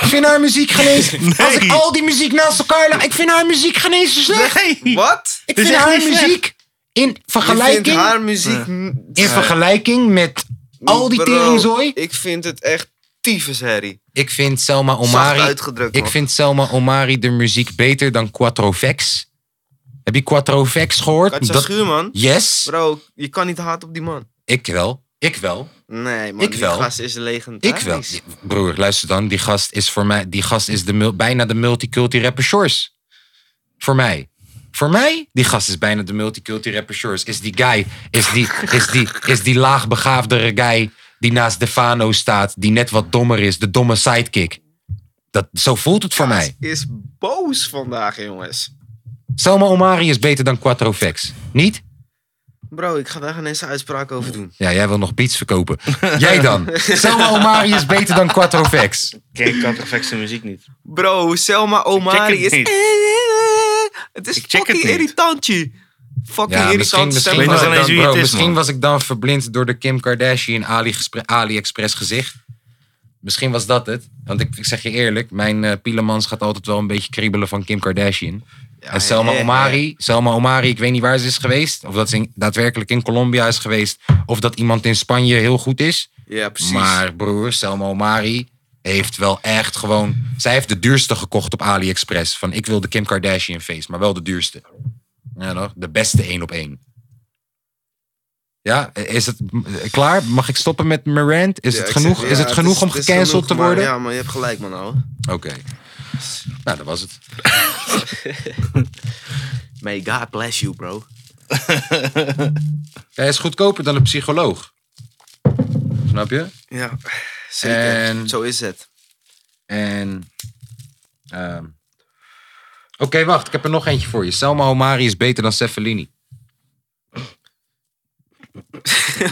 Ik vind haar muziek geen eens... Als ik
Nee.
al die muziek naast elkaar... la- Ik vind haar muziek geen eens zo slecht.
Nee.
wat?
Ik
Dit is
vind
echt
haar
niet slecht.
Dus muziek in
Ik vind
vergelijking,
haar muziek
in vergelijking met al die
Bro,
teringzooi.
Ik vind het echt tyfusherrie.
Ik vind Selma
Zacht
Omari.
uitgedrukt.
Ik
man.
vind Selma Omari de muziek beter dan Quattro Vex. Heb je Quattro Vex gehoord?
Katja
Dat-
Schuurman.
yes,
Bro, je kan niet haat op die man.
ik wel. Ik wel.
Nee, man.
Ik
die
wel.
gast is legendarisch.
Ik wel. Broer, luister dan. Die gast is voor mij. Die gast is de, mul- bijna de multiculti rapper Shores. Voor mij. Voor mij, die gast is bijna de multiculti rapper Shores. Is die guy, is die, is die, is die laagbegaafdere guy die naast Defano staat, die net wat dommer is, de domme sidekick. Dat, zo voelt het voor mij.
Is boos vandaag, jongens.
Selma Omari is beter dan Quattro Vex. Niet?
Bro, ik ga daar geen eens een uitspraak over doen.
Ja, jij wil nog beats verkopen. Jij dan. Selma Omari is beter dan Quattro Vex.
Ken Cat Effects de muziek niet.
Bro, Selma Omari
het
is...
niet.
Het is
Ik check het
fucking
niet.
irritantje. Fucking
Ja, misschien,
irritant
misschien,
Weet
was,
nog
ik
eens
dan,
wie het
bro,
is,
misschien
man.
was ik dan verblind door de Kim Kardashian Ali gespre- AliExpress gezicht. Misschien was dat het. Want ik, ik zeg je eerlijk, mijn eh Pielemans gaat altijd wel een beetje kriebelen van Kim Kardashian. en Selma
ja, ja.
Omari, Selma Omari, ik weet niet waar ze is geweest. Of dat ze in- daadwerkelijk in Colombia is geweest. Of dat iemand in Spanje heel goed is.
Ja, precies.
Maar broer, Selma Omari heeft wel echt gewoon... Zij heeft de duurste gekocht op AliExpress. Van ik wil de Kim Kardashian face, maar wel de duurste. Ja toch? De beste één op ém. Ja, is het m- klaar? Mag ik stoppen met mijn rant? Is
Ja,
het
ik
genoeg,
zeg,
is
ja,
het genoeg om
het is
gecanceld
genoeg,
te
maar
worden?
Ja, maar je hebt gelijk, man. ouwe.
Oké. Nou, dat was het.
May God bless you, bro.
Hij is goedkoper dan een psycholoog. Snap je?
Ja, zeker.
En-
Zo is het.
En. ehm, Oké, wacht. Ik heb er nog eentje voor je. Selma Omari is beter dan Cefalini.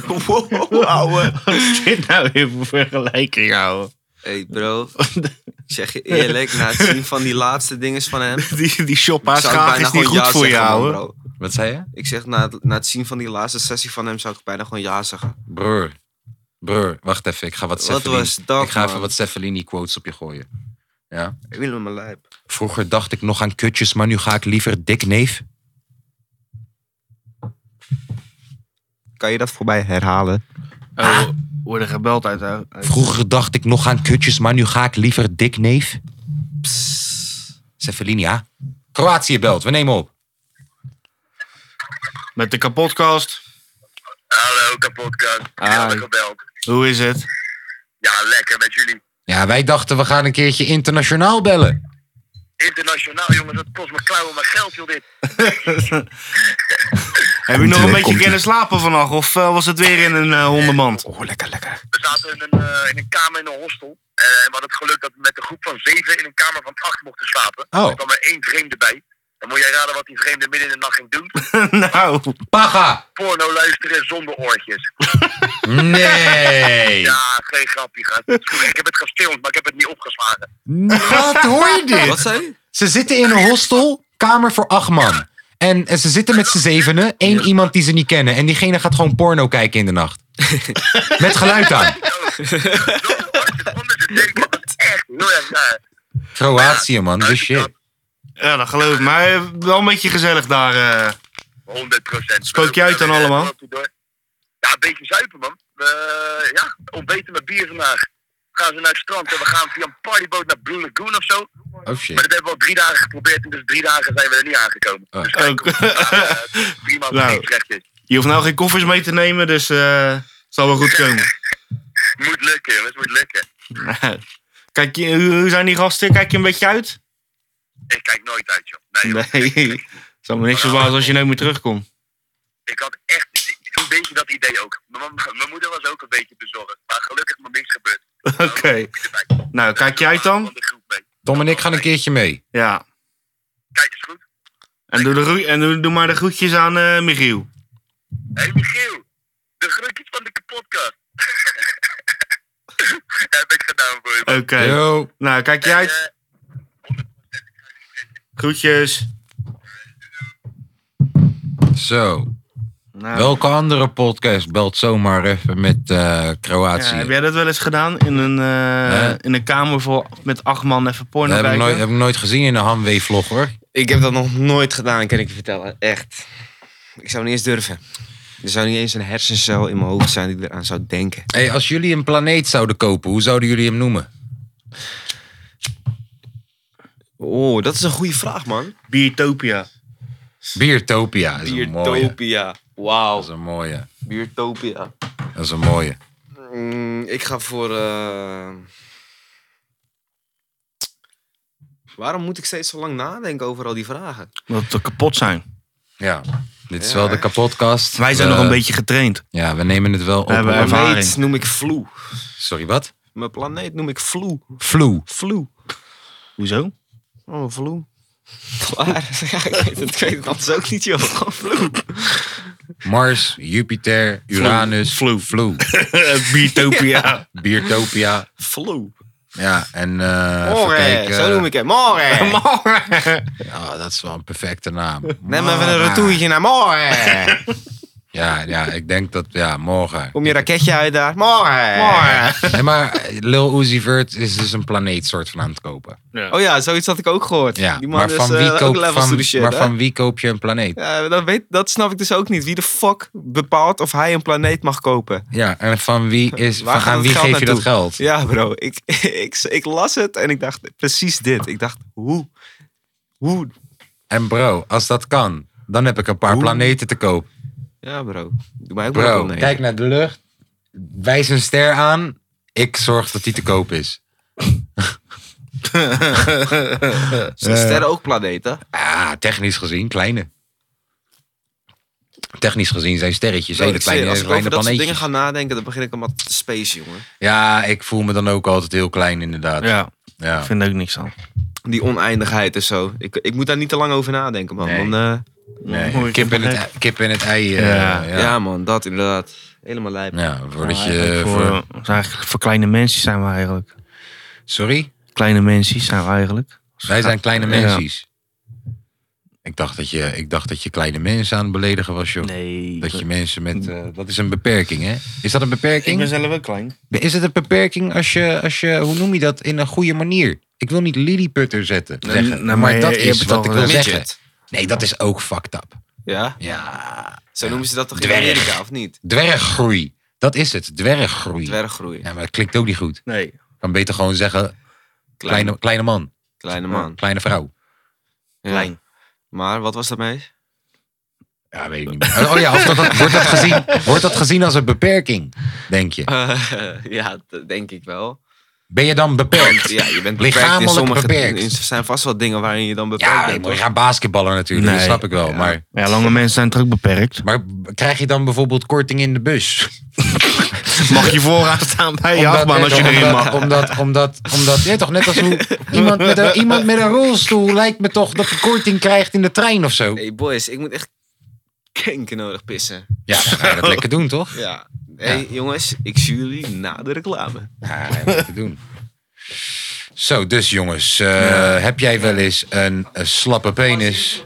wow, ouwe.
Wat is dit nou weer voor vergelijking, ouwe?
Hey, bro. Ik zeg je eerlijk, na het zien van die laatste dinges van hem...
Die, die
zou ik
shoppaasgaaf
bijna
is niet
gewoon
goed
ja
voor
zeggen,
jou,
man,
ouwe.
bro.
Wat zei je?
Ik zeg, na het, na het zien van die laatste sessie van hem zou ik bijna gewoon ja zeggen.
Broer. Broer, wacht even. Ik ga wat
Wat
Cefalini...
was dat,
ik ga even
man?
wat Cefalini quotes op je gooien. Ja.
Ik wil hem mijn lijp.
Vroeger dacht ik nog aan kutjes, maar nu ga ik liever dik neef.
Kan je dat voor mij herhalen?
Oh, we worden gebeld uit, eh, uit-
Vroeger dacht ik nog aan kutjes, maar nu ga ik liever dik neef. Cefalini, ja? Kroatië belt. We nemen op.
Met de kapotkast.
Hallo, kapotkast. Ik heb
Hi.
gebeld.
Hoe is het?
Ja, lekker met jullie.
Ja, wij dachten we gaan een keertje internationaal bellen.
Internationaal, jongens, dat kost me klauwen maar geld, joh, dit.
Heb je nog een beetje kunnen slapen vannacht? Of eh, was het weer in een eh, hondenmand?
Oh, lekker, lekker.
We zaten in een, eh, in een kamer in een hostel. Eh, en we hadden het geluk dat we met een groep van zeven in een kamer van acht mochten slapen.
Oh.
Er kwam er één vreemde bij. Eh, En moet jij raden wat die vreemde midden in de nacht ging doen?
nou,
Paga!
Porno luisteren zonder oortjes.
Nee!
Ja, geen grapje. gaat. Ik heb het gefilmd, maar ik heb het niet opgeslagen.
Wat hoor je
Wat
dit?
zei je?
Ze zitten in een hostel, kamer voor acht man. En, en ze zitten met z'n zevenen, één iemand die ze niet kennen. En diegene gaat gewoon porno kijken in de nacht. Met geluid aan.
Dat was het onderste teken. Dat is echt heel erg raar.
Kroatië, man. The shit.
ja, dat geloof ik. Maar eh, wel een beetje gezellig daar. eh.
100 procent.
Spook je uit dan allemaal?
Ja, een beetje zuipen, man. We, ja, ontbeten met bier vandaag. Gaan ze naar het strand en we gaan via een partyboot naar Blue Lagoon of zo.
Oh
Maar
shit.
dat hebben we al drie dagen geprobeerd en dus drie dagen zijn we er niet aangekomen. Dus kijk
ook.
of het daar, eh, prima
Nou.
nou. terecht is.
Je hoeft nou geen koffers mee te nemen, dus eh zal wel goed komen.
Moet lukken, jongens, moet lukken.
Kijk, je- hoe hoe zijn die gasten? Kijk je een beetje uit?
Ik kijk nooit uit, joh. Nee, joh.
Nee. Zou me niks verbazen als je nooit meer terugkomt.
Ik had echt een beetje dat idee ook. Mijn, mijn moeder was ook een beetje bezorgd. Maar gelukkig is me niks gebeurd.
Oké. Nou, kijk je uit dan?
Tom en ik gaan een keertje mee.
Ja.
Kijk eens goed.
En doe, de groe- en doe, doe maar de groetjes aan eh Michiel.
Hé hey Michiel, de groetjes van de podcast. Heb ik gedaan voor je.
Oké.
Yo.
Nou, kijk je uit? Groetjes.
Zo.
Nou,
Welke andere podcast belt zomaar even met eh, Kroatië?
ja, heb jij dat wel eens gedaan? In een, eh,
Hè?
in een kamer vol met acht man even porno
heb, ik
kijken?
nooit, heb ik nooit gezien in een Hamwee-vlog hoor.
Ik heb dat nog nooit gedaan, kan ik je vertellen. Echt. Ik zou niet eens durven. Er zou niet eens een hersencel in mijn hoofd zijn die eraan zou denken.
Hey, als jullie een planeet zouden kopen, hoe zouden jullie hem noemen?
Oh, dat is een goede vraag, man.
Biotopia.
Biertopia is een mooie.
Biertopia.
Dat
Wauw.
is een mooie.
Biertopia.
Dat is een mooie.
Mm, ik ga voor. eh, Waarom moet ik steeds zo lang nadenken over al die vragen?
Dat we kapot zijn.
Ja. Dit is
Ja,
wel de
hè?
kapotkast.
Wij zijn
We-
nog een beetje getraind.
Ja, we nemen het wel op.
We hebben
Mijn
hoor.
ervaring.
planeet noem ik vloe.
Sorry, wat?
Mijn planeet noem ik vloe.
Flu.
Vloe.
Hoezo?
Oh, vloe. Klaar. Ja, ik weet het, ik weet het anders ook niet, joh. Gewoon vloe.
Mars, Jupiter, Uranus. Flu. Flu.
Biotopia.
Biertopia.
Vloe.
Ja, en eh even
More,
kijken.
zo noem ik hem. More.
Ja, dat is wel een perfecte naam.
Neem even een
Mara.
retourtje naar More.
Ja, ja, ik denk dat... Ja, morgen.
Kom je raketje uit daar. More. More.
Nee, maar eh, Lil Uzi Vert is dus een planeetsoort van aan het kopen.
Oh ja, zoiets had ik ook gehoord.
Ja,
Die man
maar
is
van,
eh,
wie
ook
koop,
levels
van,
to the shit,
maar
hè?
van wie koop je een planeet?
Ja, dat, weet, dat snap ik dus ook niet. Wie de fuck bepaalt of hij een planeet mag kopen?
Ja, en van wie is...
Waar
Van,
gaat
aan
het
wie
geld
geef je dat
naartoe?
geld?
Ja, bro. Ik, ik, ik las het en ik dacht precies dit. Ik dacht, hoe? Hoe?
En bro, als dat kan, dan heb ik een paar planeten te koop.
Ja, bro. Doe mij ook maar
Bro,
een planeet.
kijk naar de lucht. Wijs een ster aan. Ik zorg dat die te koop is. eh,
Zijn sterren ook planeten?
Ah, technisch gezien, kleine. Technisch gezien zijn sterretjes
Bro,
hele
ik zweer,
kleine,
als ik
kleine
over dat soort
planeetjes.
dingen ga nadenken, dan begin ik allemaal te space, jongen.
Ja, ik voel me dan ook altijd heel klein inderdaad.
ja,
Ja.
ik vind er ook niks aan.
Die oneindigheid en zo. Ik, ik moet daar niet te lang over nadenken, man.
Nee.
Dan, eh,
Nee, kip, in het, ei- kip in het ei. eh,
Ja.
ja.
ja.
Ja.
man. Dat inderdaad. Helemaal lijp.
voordat
Ja,
je...
eigenlijk
eh, voor,
voor, zijn eigenlijk voor kleine mensen zijn we eigenlijk.
sorry?
Kleine mensen zijn we eigenlijk.
Wij zijn kleine
Ja.
mensies. Ik, dacht dat je, ik dacht dat je kleine mensen aan het beledigen was, joh.
Nee.
Dat je mensen met... eh, dat is een beperking, hè? Is dat een beperking?
Ik ben zelf ook klein.
Is het een beperking als je, als je, hoe noem je dat, in een goede manier? Ik wil niet lilliputter zetten, zeggen,
nee,
maar,
maar je-
dat
je hebt
is
het
wat
al
ik wil
gezegd.
zeggen. Nee, dat is ook fucked up.
Ja?
Ja,
Zo noemen ze dat toch in
Dwerg.
Amerika, of niet?
dwerggroei. Dat is het, dwerggroei.
Dwerggroei.
Ja, maar dat klinkt ook niet goed.
Nee.
kan beter gewoon zeggen, kleine, kleine man,
Kleine man.
kleine vrouw.
Ja.
Klein.
Maar wat was daarmee?
Ja, weet ik niet meer. Oh ja, of dat, dat- wordt, dat gezien, wordt dat gezien als een beperking, denk je?
Eh. ja, dat denk ik wel.
Ben je dan beperkt?
Ja, je bent beperkt in
Lichamelijk
sommige
beperkt.
Er zijn vast wel dingen waarin je dan beperkt
Ja,
bent.
maar je
hoor.
gaat basketballen natuurlijk, dat
Nee.
snap ik wel. Maar
Ja, lange mensen zijn toch ook beperkt.
Maar b- krijg je dan bijvoorbeeld korting in de bus?
Mag je vooraan staan bij je achtbaan als je
omdat,
erin mag.
Omdat, omdat, omdat, ja, toch net als hoe iemand met, een, iemand met een rolstoel lijkt me toch dat hij korting krijgt in de trein of zo.
Hey boys, ik moet echt kenken nodig pissen.
Ja, dan ga je dat lekker doen, toch?
Ja. hey, jongens, ik zie jullie na de reclame.
Ja, dat moet je doen. Zo, dus jongens, eh, heb jij wel eens een, eh, slappe penis?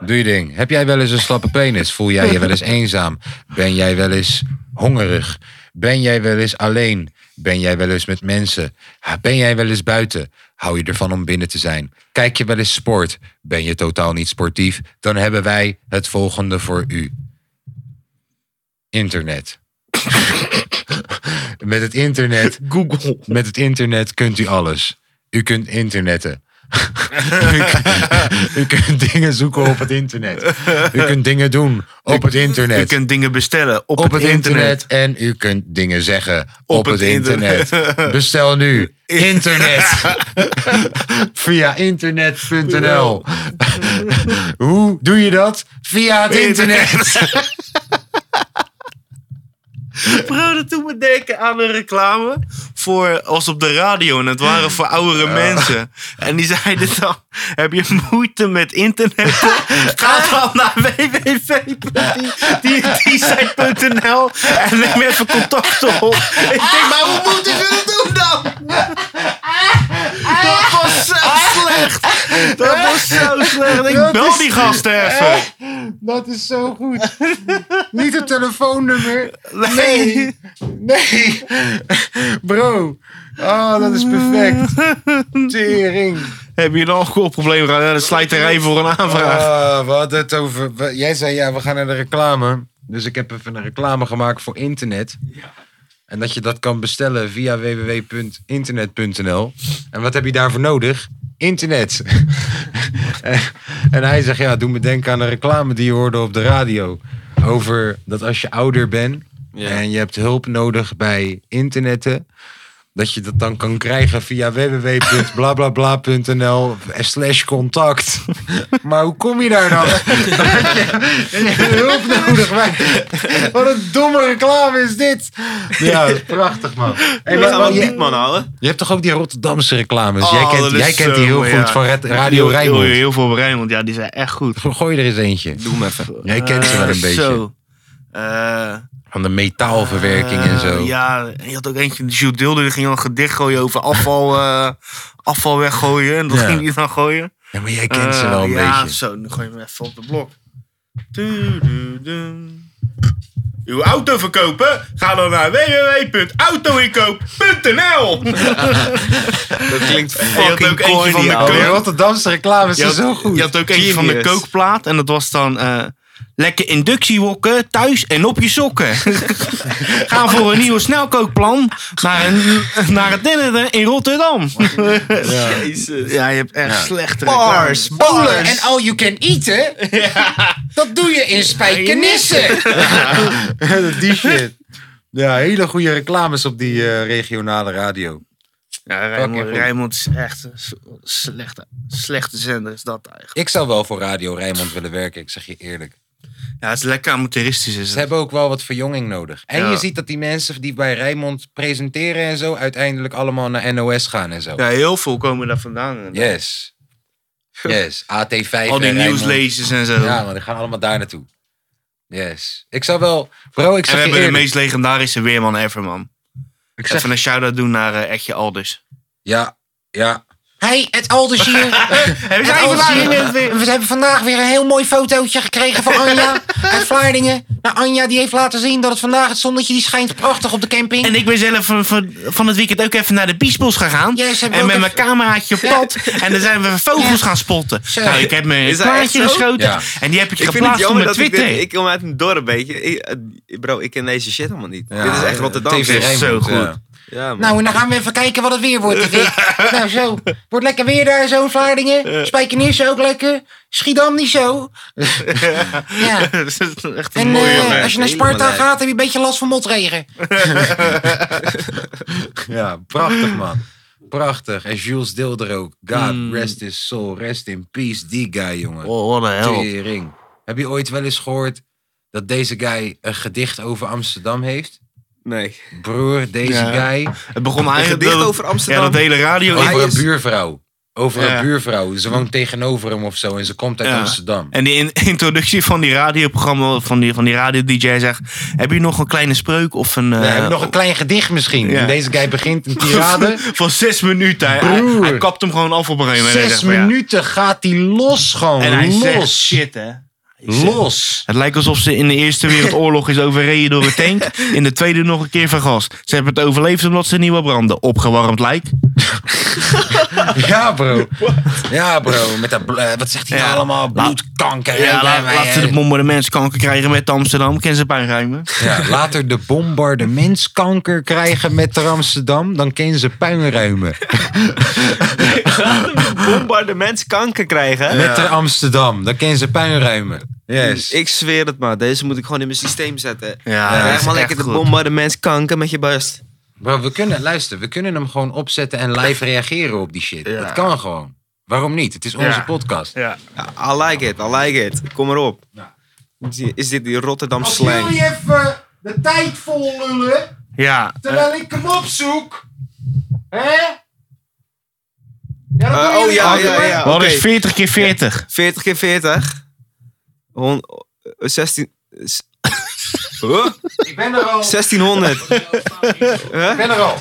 Doe je ding. Heb jij wel eens een slappe penis? Voel jij je wel eens eenzaam? Ben jij wel eens hongerig? Ben jij wel eens alleen? Ben jij wel eens met mensen? Ha, Ben jij wel eens buiten? Hou je ervan om binnen te zijn? Kijk je wel eens sport? Ben je totaal niet sportief? Dan hebben wij het volgende voor u. Internet. Met het internet
Google.
met het internet kunt u alles. U kunt internetten. u, kunt, u kunt dingen zoeken op het internet. U kunt dingen doen op het internet.
Je kunt dingen bestellen op,
op het internet. En u kunt dingen zeggen op,
het
het internet. Bestel nu internet. Via internet.nl. Hoe doe je dat? Via het internet.
Bro, dat doet me denken aan een reclame voor als op de radio. En het waren voor oudere mensen. En die zeiden dan, heb je moeite met internet? Ga dan naar www.dsite.nl en neem even contact op. Ik denk, maar hoe moeten ze dat doen dan? Dat was zo slecht. Dat was zo slecht. Ik bel die gasten even.
Dat is zo goed. Niet het telefoonnummer.
Nee.
Nee. Bro. Oh, dat is perfect. Tering.
Heb je een alcoholprobleem? Ga naar de slijterij voor een aanvraag.
Ah, we hadden het over... we- Jij zei, ja, we gaan naar de reclame. Dus ik heb even een reclame gemaakt voor internet. En dat je dat kan bestellen via www.internet.nl. En wat heb je daarvoor nodig? Internet. en, en hij zegt, ja, doe me denken aan een reclame die je hoorde op de radio. Over dat als je ouder bent en je hebt hulp nodig bij internetten. Dat je dat dan kan krijgen via www.blablabla.nl slash contact. Maar hoe kom je daar dan? Dat je- dat je hulp nodig hebt. Wat een domme reclame is dit. Ja, dat is prachtig man. Hey, maar- maar je,
man halen.
je hebt toch ook die Rotterdamse reclames?
Oh,
Dus jij
dat
kent,
is
jij kent die
zo
heel
mooi,
goed
ja.
van Red- Radio
Heel- heel- Heel,
Rijnmond.
veel van Rijnmond, ja, die zijn echt goed.
Gooi er eens eentje.
Doe hem even.
Jij kent ze wel een
Eh,
beetje.
Zo. Eh,
Van de metaalverwerking en zo.
eh, ja, en je had ook eentje, Jules Dilder, die ging dan een gedicht gooien over afval, eh, afval weggooien. En dat
Ja.
ging hij dan gooien.
Ja, maar jij kent ze wel een
Eh, ja,
beetje.
zo, nu gooi je hem even op de blok. Du- du- du. Uw auto verkopen? Ga dan naar www.autoinkoop.nl
Dat klinkt
En je had ook
fucking
eentje van
corny,
de
Oh, die
ouwe.
kleur.
Rotterdamse reclames
Je
zijn
had,
zo goed.
je had ook eentje van de
Genius.
kookplaat en dat was dan eh, lekker inductiewokken thuis en op je sokken. Ga voor een nieuwe snelkookplan naar, een, naar het Dennende in Rotterdam.
Jezus.
Ja, je hebt echt slechte
Bars,
reclames.
bowlen en all you can eat, hè? Dat doe je in Spijkenissen. die shit. Ja, hele goede reclames op die eh, regionale radio.
Ja, Rijnmond,
Fucking goed.
Rijnmond is echt een s- slechte, slechte zender, is dat eigenlijk.
Ik zou wel voor Radio Rijnmond willen werken, ik zeg je eerlijk.
Ja, het is lekker amateuristisch. Is
Ze
het.
hebben ook wel wat verjonging nodig. En
Ja.
je ziet dat die mensen die bij Rijnmond presenteren en zo... uiteindelijk allemaal naar NOS gaan en zo.
Ja, heel veel komen daar vandaan.
Yes. Yes, AT5
Al die
en Rijnmond.
nieuwslezers en zo.
Ja, maar die gaan allemaal daar naartoe. Yes. Ik zou wel... Bro, ik
en we
zeg je
hebben de
eerlijk.
meest legendarische weerman ever, man.
Ik zeg
Even een shout-out doen naar eh, Etje Alders.
Ja, ja. Hey, het Alders hier.
We
Het Alders hier. We hebben vandaag weer een heel mooi fotootje gekregen van Anja uit Vlaardingen. Nou, Anja die heeft laten zien dat het vandaag het zonnetje die schijnt prachtig op de camping.
En ik ben zelf van, van, van het weekend ook even naar de biesbos gegaan.
Ja, ze hebben
en
ook
met
even-
mijn cameraatje op pad. En dan zijn we vogels gaan spotten. Nou, ik heb me een
Is dat echt
plaatje
zo?
geschoten.
Ja.
En die heb ik
Ik vind het
geplaatst op
jammer
mijn
dat ik
Twitter.
dit... Ik kom uit een dorp, weet je. Ik, eh, bro, ik ken deze shit allemaal niet. dit is echt Rotterdam.
TV
is zo
eh, Rijnmond, ja.
goed.
Ja, man.
Nou, en dan gaan we even kijken wat het weer wordt. dit week. nou, zo. Wordt lekker weer daar zo in Vlaardingen. Spijkenissen ook lekker. Schiedam niet zo. ja.
Dat is echt een
En
mooie
eh,
man.
als je naar
Helemaal
Sparta
lijp.
gaat, heb je een beetje last van motregen. ja, prachtig man. Prachtig. En Jules Dilder ook. God rest his soul, rest in peace. Die guy, jongen.
Mm. Oh, what the hell.
Tering. Heb je ooit wel eens gehoord dat deze guy een gedicht over Amsterdam heeft?
Nee.
Broer, deze
Ja.
guy.
Het begon eigenlijk...
gedicht
dat-
over Amsterdam.
Ja, dat hele radio...
Hij
Over een
is-
buurvrouw. Over
Ja.
een buurvrouw. Ze woont tegenover hem of zo en ze komt uit
Ja.
Amsterdam.
En die in- introductie van die radioprogramma, van die, van die radio-dj zegt... Heb je nog een kleine spreuk of een...
Dan
eh,
heb je nog een klein gedicht misschien.
ja.
En deze guy begint een tirade.
van zes minuten. Hij, hij,
Broer.
hij kapt hem gewoon af op een gegeven moment. Hij
Zes
zegt van, ja.
minuten gaat hij los gewoon.
En hij
los.
zegt shit, hè. Hij zegt-
Los.
Het lijkt alsof ze in de Eerste Wereldoorlog is overreden door een tank. In de Tweede nog een keer vergast. Ze hebben het overleefd omdat ze nieuwe branden. Opgewarmd lijk.
Ja, bro. Ja, bro. Met dat, bl- eh, wat zegt hij
Ja.
nou allemaal?
Laat-
Bloedkanker.
Ja,
Ja,
la- laat ze de bombardementskanker krijgen met Amsterdam. Ken ze puinruimen.
ja, later de bombardementskanker krijgen met Amsterdam. Dan kennen ze puinruimen.
Bombardements kanker krijgen.
Met Amsterdam. Dan kennen ze puinruimen. Yes.
Ik zweer het maar, deze moet ik gewoon in mijn systeem zetten.
Ja, dat is
Krijg maar
echt
lekker de
goed.
bombardements kanker met je best.
Bro, we kunnen, luister, we kunnen hem gewoon opzetten en live reageren op die shit. Dat kan gewoon. Waarom niet? Het is onze
Ja.
podcast.
Ja.
I like it, I like it. Kom maar op.
Nou.
Is dit die
Oh,
Rotterdam slang?
even de tijd vol lullen,
Ja.
ik hem opzoek, hè?
Eh, oh ja, ja, ja.
Wat
oké.
is 40 keer 40?
40 keer 40. Hon, eh, 16. eh, s- Huh?
Ik ben er al.
1600. Huh?
ben er al.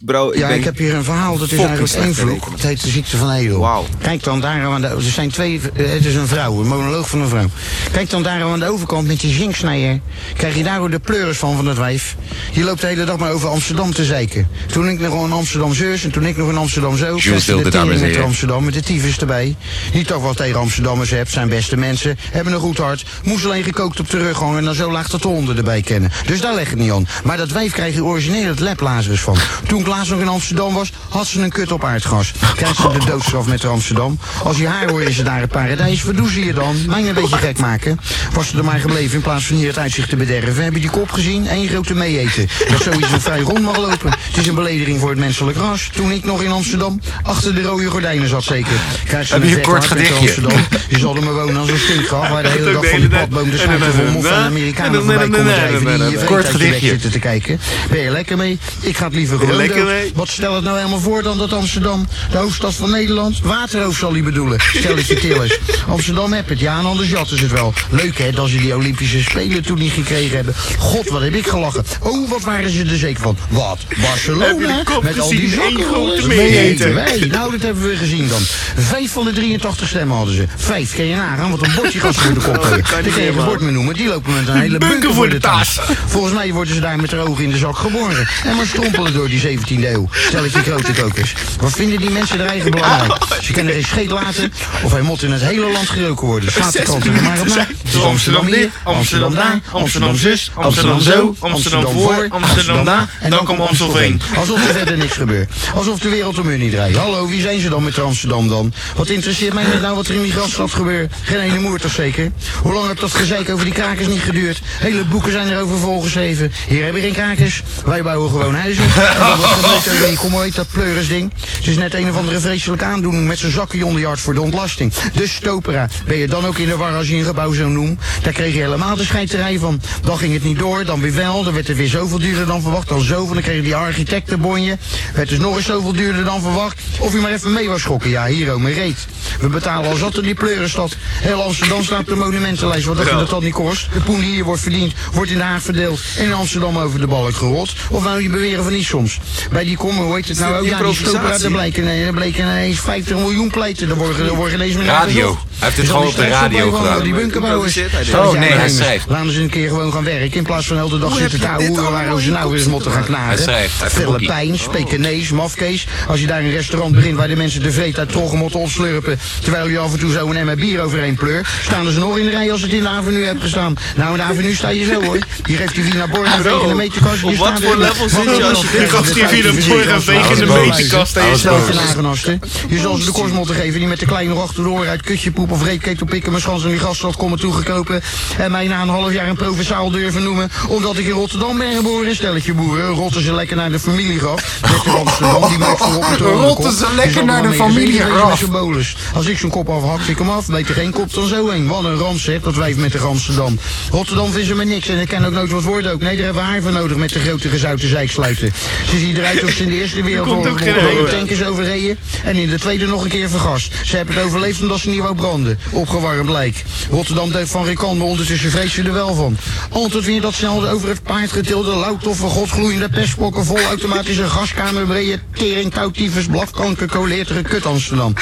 Bro, ik
Ja,
ben-
ik heb hier een verhaal, dat is
Fucking
eigenlijk één
slechte
vloek. Het heet de ziekte van Edel.
Wauw.
Kijk dan daar aan de... Er zijn twee... eh, Het is een vrouw, een monoloog van een vrouw. Kijk dan daar aan de overkant met die zinksnijer. Krijg je daar ook de pleuris van, van dat wijf. Die loopt de hele dag maar over Amsterdam te zeiken. Toen ik nog een Amsterdam zus en toen ik nog een Amsterdam zo... Jules
Hilde, dames en
met
heren.
Amsterdam, met de tyfus erbij. Die toch wel tegen Amsterdammers hebt, zijn beste mensen. Hebben een goed hart. Moest alleen gekookt op de rug hangen en dan zo laag dat de honden erbij kennen. Dus daar leg het niet aan. Maar dat wijf krijg je origineel het leplazers van. Toen ik laatst nog in Amsterdam was, had ze een kut op aardgas. Krijgt ze de doodstraf met de Amsterdam. Als je haar hoort, is ze daar het paradijs. Wat doen ze hier dan? Mij een beetje gek maken. Was ze er maar gebleven in plaats van hier het uitzicht te bederven. Heb je die kop gezien? Eén grote meeeten. Dat zoiets een vrij rond mag lopen. Het is een belediging voor het menselijk ras. Toen ik nog in Amsterdam achter de rode gordijnen zat zeker. Krijgt ze
Heb je
een
een
vet
kort
hart met de
gedichtje?
Amsterdam. Je zal er maar wonen als een stinkgraf. Waar de hele
ook
dag
de
van
hele
die
dag-
padboom de
en dan-
schuiven vol mof van
en dan-
Amerikanen voorbij
en dan-
komen
en dan-
drijven. Die
en
hier
dan-
Kort
kort gedichtje
gedichtje.
zitten te kijken. Ben je lekker mee? Ik ga het liever gewoon
lekker
dood.
mee?
Wat stel het nou helemaal voor dan dat Amsterdam, de hoofdstad van Nederland, waterhoofd zal hij bedoelen. Stel het je tillers. Amsterdam heb het, ja, en anders jatten ze het wel. Leuk hè, dat ze die Olympische Spelen toen niet gekregen hebben. God, wat heb ik gelachen. Oh, wat waren ze er zeker van. Wat?
Heb je
Barcelona?
de kop
Met al
gezien?
die
Eén grote
zakkenrollers?
meeeten.
wij. Nou, dat hebben we gezien dan. Vijf van de 83 stemmen hadden ze. Vijf, kan je nagaan, want een bordje gaat ze voor de kop hebben. Die kan je geen woord meer noemen, die lopen met een hele
Bunker
bunker
voor
voor
de
de taas. Volgens mij worden ze daar met haar ogen in de zak geboren. En maar strompelen door die 17e eeuw. Stelletje grote kokers. Wat vinden die mensen er eigen belangrijk? Ze kunnen geen scheet laten. Of hij moet in het hele land geroken worden. Staat de kant er maar op na. Dus Amsterdam hier, Amsterdam daar, Amsterdam zus, Amsterdam zo, Amsterdam voor, Amsterdam na. En dan komt Amstelveen. Alsof er verder niks gebeurt. Alsof de wereld om hun niet draait. Hallo, wie zijn ze dan met Amsterdam dan? Wat interesseert mij net nou wat er in die grasstad gebeurt? Geen ene moer toch zeker? Hoe lang heb dat gezeik over die krakers niet geduurd? Hele boeken zijn erover volgeschreven. Hier hebben we geen krakers. Wij bouwen gewoon huizen. En dan wordt er net over die- Kom hoe heet dat pleurisding? Het is net een of andere vreselijke aandoening met zijn zakje onder je hart voor de ontlasting. Dus stopera. Ben je dan ook in de war als je een gebouw zo noemt? Daar kreeg je helemaal de scheiterij van. Dan ging het niet door, dan weer wel. Dan werd het weer zoveel duurder dan verwacht. Dan zoveel, dan kregen die architecten bonje. Werd dus nog eens zoveel duurder dan verwacht. Of je maar even mee was schokken. Ja, hier ook, mijn reet. We betalen al zat in die pleurenstad. Heel Amsterdam staat op de monumentenlijst. Wat dacht je dat dat niet kost? De poen die hier wordt verdiend, wordt in Den Haag verdeeld. En in Amsterdam over de balk gerold. Of nou je beweren van niet soms. Bij die kom, hoe heet het nou? ook? Ja, die stopera, daar bleken, nee, daar bleken ineens 50 miljoen pleiten. Daar worden, daar worden ineens meer naar
Radio.
gezocht.
Hij heeft het
Dus
gewoon
dan
op de
is straks
radio
opnieuw gewoon
gedaan.
Die bunkerbouwers.
Improviseert hij dit?
Stel dat
Oh,
jij
nee, hij
aannemers,
schrijft.
Laten ze een keer gewoon gaan werken. In plaats van de hele dag zitten te ouwen waar ze nou weer eens moeten gaan knagen.
Hij schrijft, hij heeft een Oh. boekie.
Filipijns, Pekinees, mafkees. Als je daar een restaurant begint waar de mensen de vreet uit troggen moeten opslurpen. Terwijl je af en toe zo een emmer bier overheen pleurt. Staan ze nog in de rij als het in de avenue hebt gestaan. Nou, in de avenue sta je zo hoor. Je geeft die Vina Borg
Oh.
een veeg in de meterkast.
op
Je
wat
staat
voor
erin.
level zit
Wat
je
dan
als je
ook?
dit
gaf die Vina Borg een veeg
in de
meterkast en je
Alles
stelt
boos.
je
Nagenasten. Je zal ze de korst moeten geven die met de kleine nog achter de oren uit kutje poep of reepketel pikken mijn schans in die gasstad komen toegekropen en mij na een half jaar een provinciaal durven noemen omdat ik in Rotterdam ben geboren. Stelletje boeren, rotten ze lekker naar de familie gaf. Net in Amsterdam, die maakt voorop met de
Rotten ze
hondenkop.
lekker
Je zal er
naar de
maar mee
familie
gezellig wezen
graf.
met je bolus. Als ik zo'n kop afhak, ik hem af. Beter geen kop dan zo heen. Wat een rams, zeg, dat wijf met de Ramsterdam. Rotterdam vinden ze maar niks en ik ken ook nooit wat woorden ook. Nee, daar hebben we haar voor nodig met de grote gezouten zijksluiten. Ze zien eruit of ze in de Eerste Wereldoorlog
ook geen
nog door
reden.
tankers overreden en in de Tweede nog een keer vergast. Ze hebben het overleefd omdat ze niet wou branden. Opgewarmd lijk. Rotterdam deed van Rikan, maar ondertussen vrees ze er wel van. Altijd weer dat snel over het paard getilde, lauwtoffe, godgloeiende pestpokken vol automatische gaskamer, brede tering, koudtyfus, blafkanker, koleertere kut Amsterdam.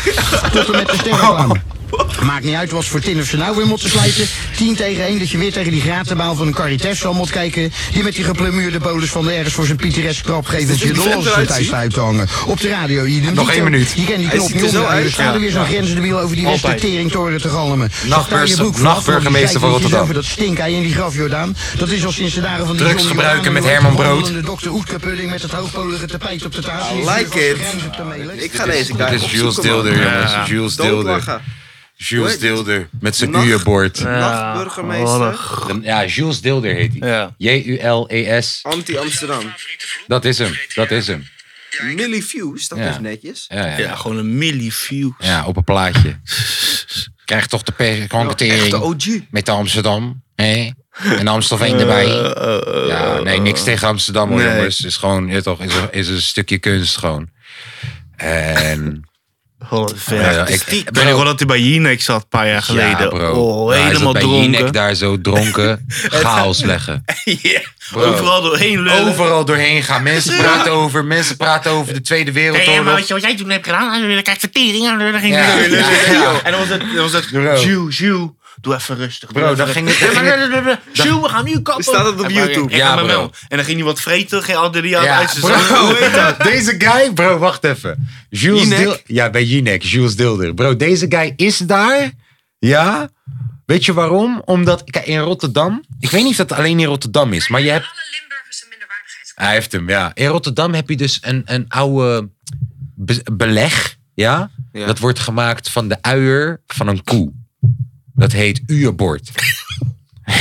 Tot en met de sterrenbaan. Maakt niet uit wat voor tin of ze nou weer moeten slijten. 10 tegen 1 dat je weer tegen die gratenbaal van een Caritas zal moet kijken. Die met die geplemuurde bolus van de ergens voor zijn Pieteres krap geeft dat je de lol zit thuis uit te hangen. Op de radio, je doet
Nog
niet
één
ook.
minuut.
Je kent die
Hij
knop
ziet er
niet
zo
om.
uit,
Er staat
ja.
er weer zo'n
Ja.
grenzendebiel over die
Altijd.
Westerteringtoren te galmen. Zag
Nachtburgers-
daar je broek vanaf, want die
nachtburgemeester van
kijkt niet
Rotterdam.
over Dat stinkei in die graf, Jordaan. Dat is al sinds de dagen van die
Drugs
John
gebruiken
Jordaan
met
door
Herman
de
Brood.
wandelende Dr. Oetkerpudding met het hoogpolige tapijt op de tafel.
I like it. Ik ga deze guy
Dit is
opzoeken,
Jules
man.
Deelder, jongens.
Ja.
Jules
Don't
Deelder.
lachen. Hoe
Jules
heet
Deelder met zijn
Nacht-
uurboord.
Nachtburgemeester. Wat
Ja, Jules Deelder heet hij. J-U-L-E-S.
Anti-Amsterdam.
E Dat is hem, dat is hem.
Millie Views, dat
Ja.
is netjes.
Ja, ja.
gewoon een milli view.
Ja, op een plaatje. Krijg toch de pers- gewoon
Ja, echt de
OG. Met de Amsterdam. Hè? En Amstelveen
Eh,
erbij.
Eh.
ja, nee, niks tegen Amsterdam hoor,
Nee.
jongens. Het is gewoon, ja, toch, is, een- is een stukje kunst gewoon. En... Ja, ja, ik-
ik weet nog wel dat hij bij Jinek zat een paar jaar geleden.
Ja, bro. Nou,
Oh,
Hij zat
helemaal
bij
dronken.
Jinek daar zo dronken. chaos leggen.
Ja,
Bro.
Overal doorheen lullen.
Overal doorheen gaan. Mensen praten over, mensen praten over de Tweede Wereldoorlog.
wat jij toen hebt gedaan, kijk vertering aan, dan ging
Ja,
hij lullen.
ja, ja.
En dan was het, dan was het
Bro.
Jew, Jew, doe even rustig. doe
Bro,
even
dan ging
rustig.
het- dan ging
Jew, we gaan nu kappen.
Staat het op
En maar-
YouTube?
en-
Ja,
en-
bro.
En dan ging hij wat vreten, ging al drie jaar
Ja,
uit zijn
bro.
zak. Hoe heet dat?
Deze guy, bro, wacht even. Jules
Jinek?
Dil- ja, bij Jinek, Jules Dilder. Bro, deze guy is daar. Ja. Weet je waarom? Omdat, kijk, in Rotterdam, ik weet niet of dat alleen in Rotterdam is, maar je hebt... Hij heeft hem, ja. In Rotterdam heb je dus een, een oude be- beleg, ja?
Ja.
Dat wordt gemaakt van de uier van een koe. Dat heet uierbord.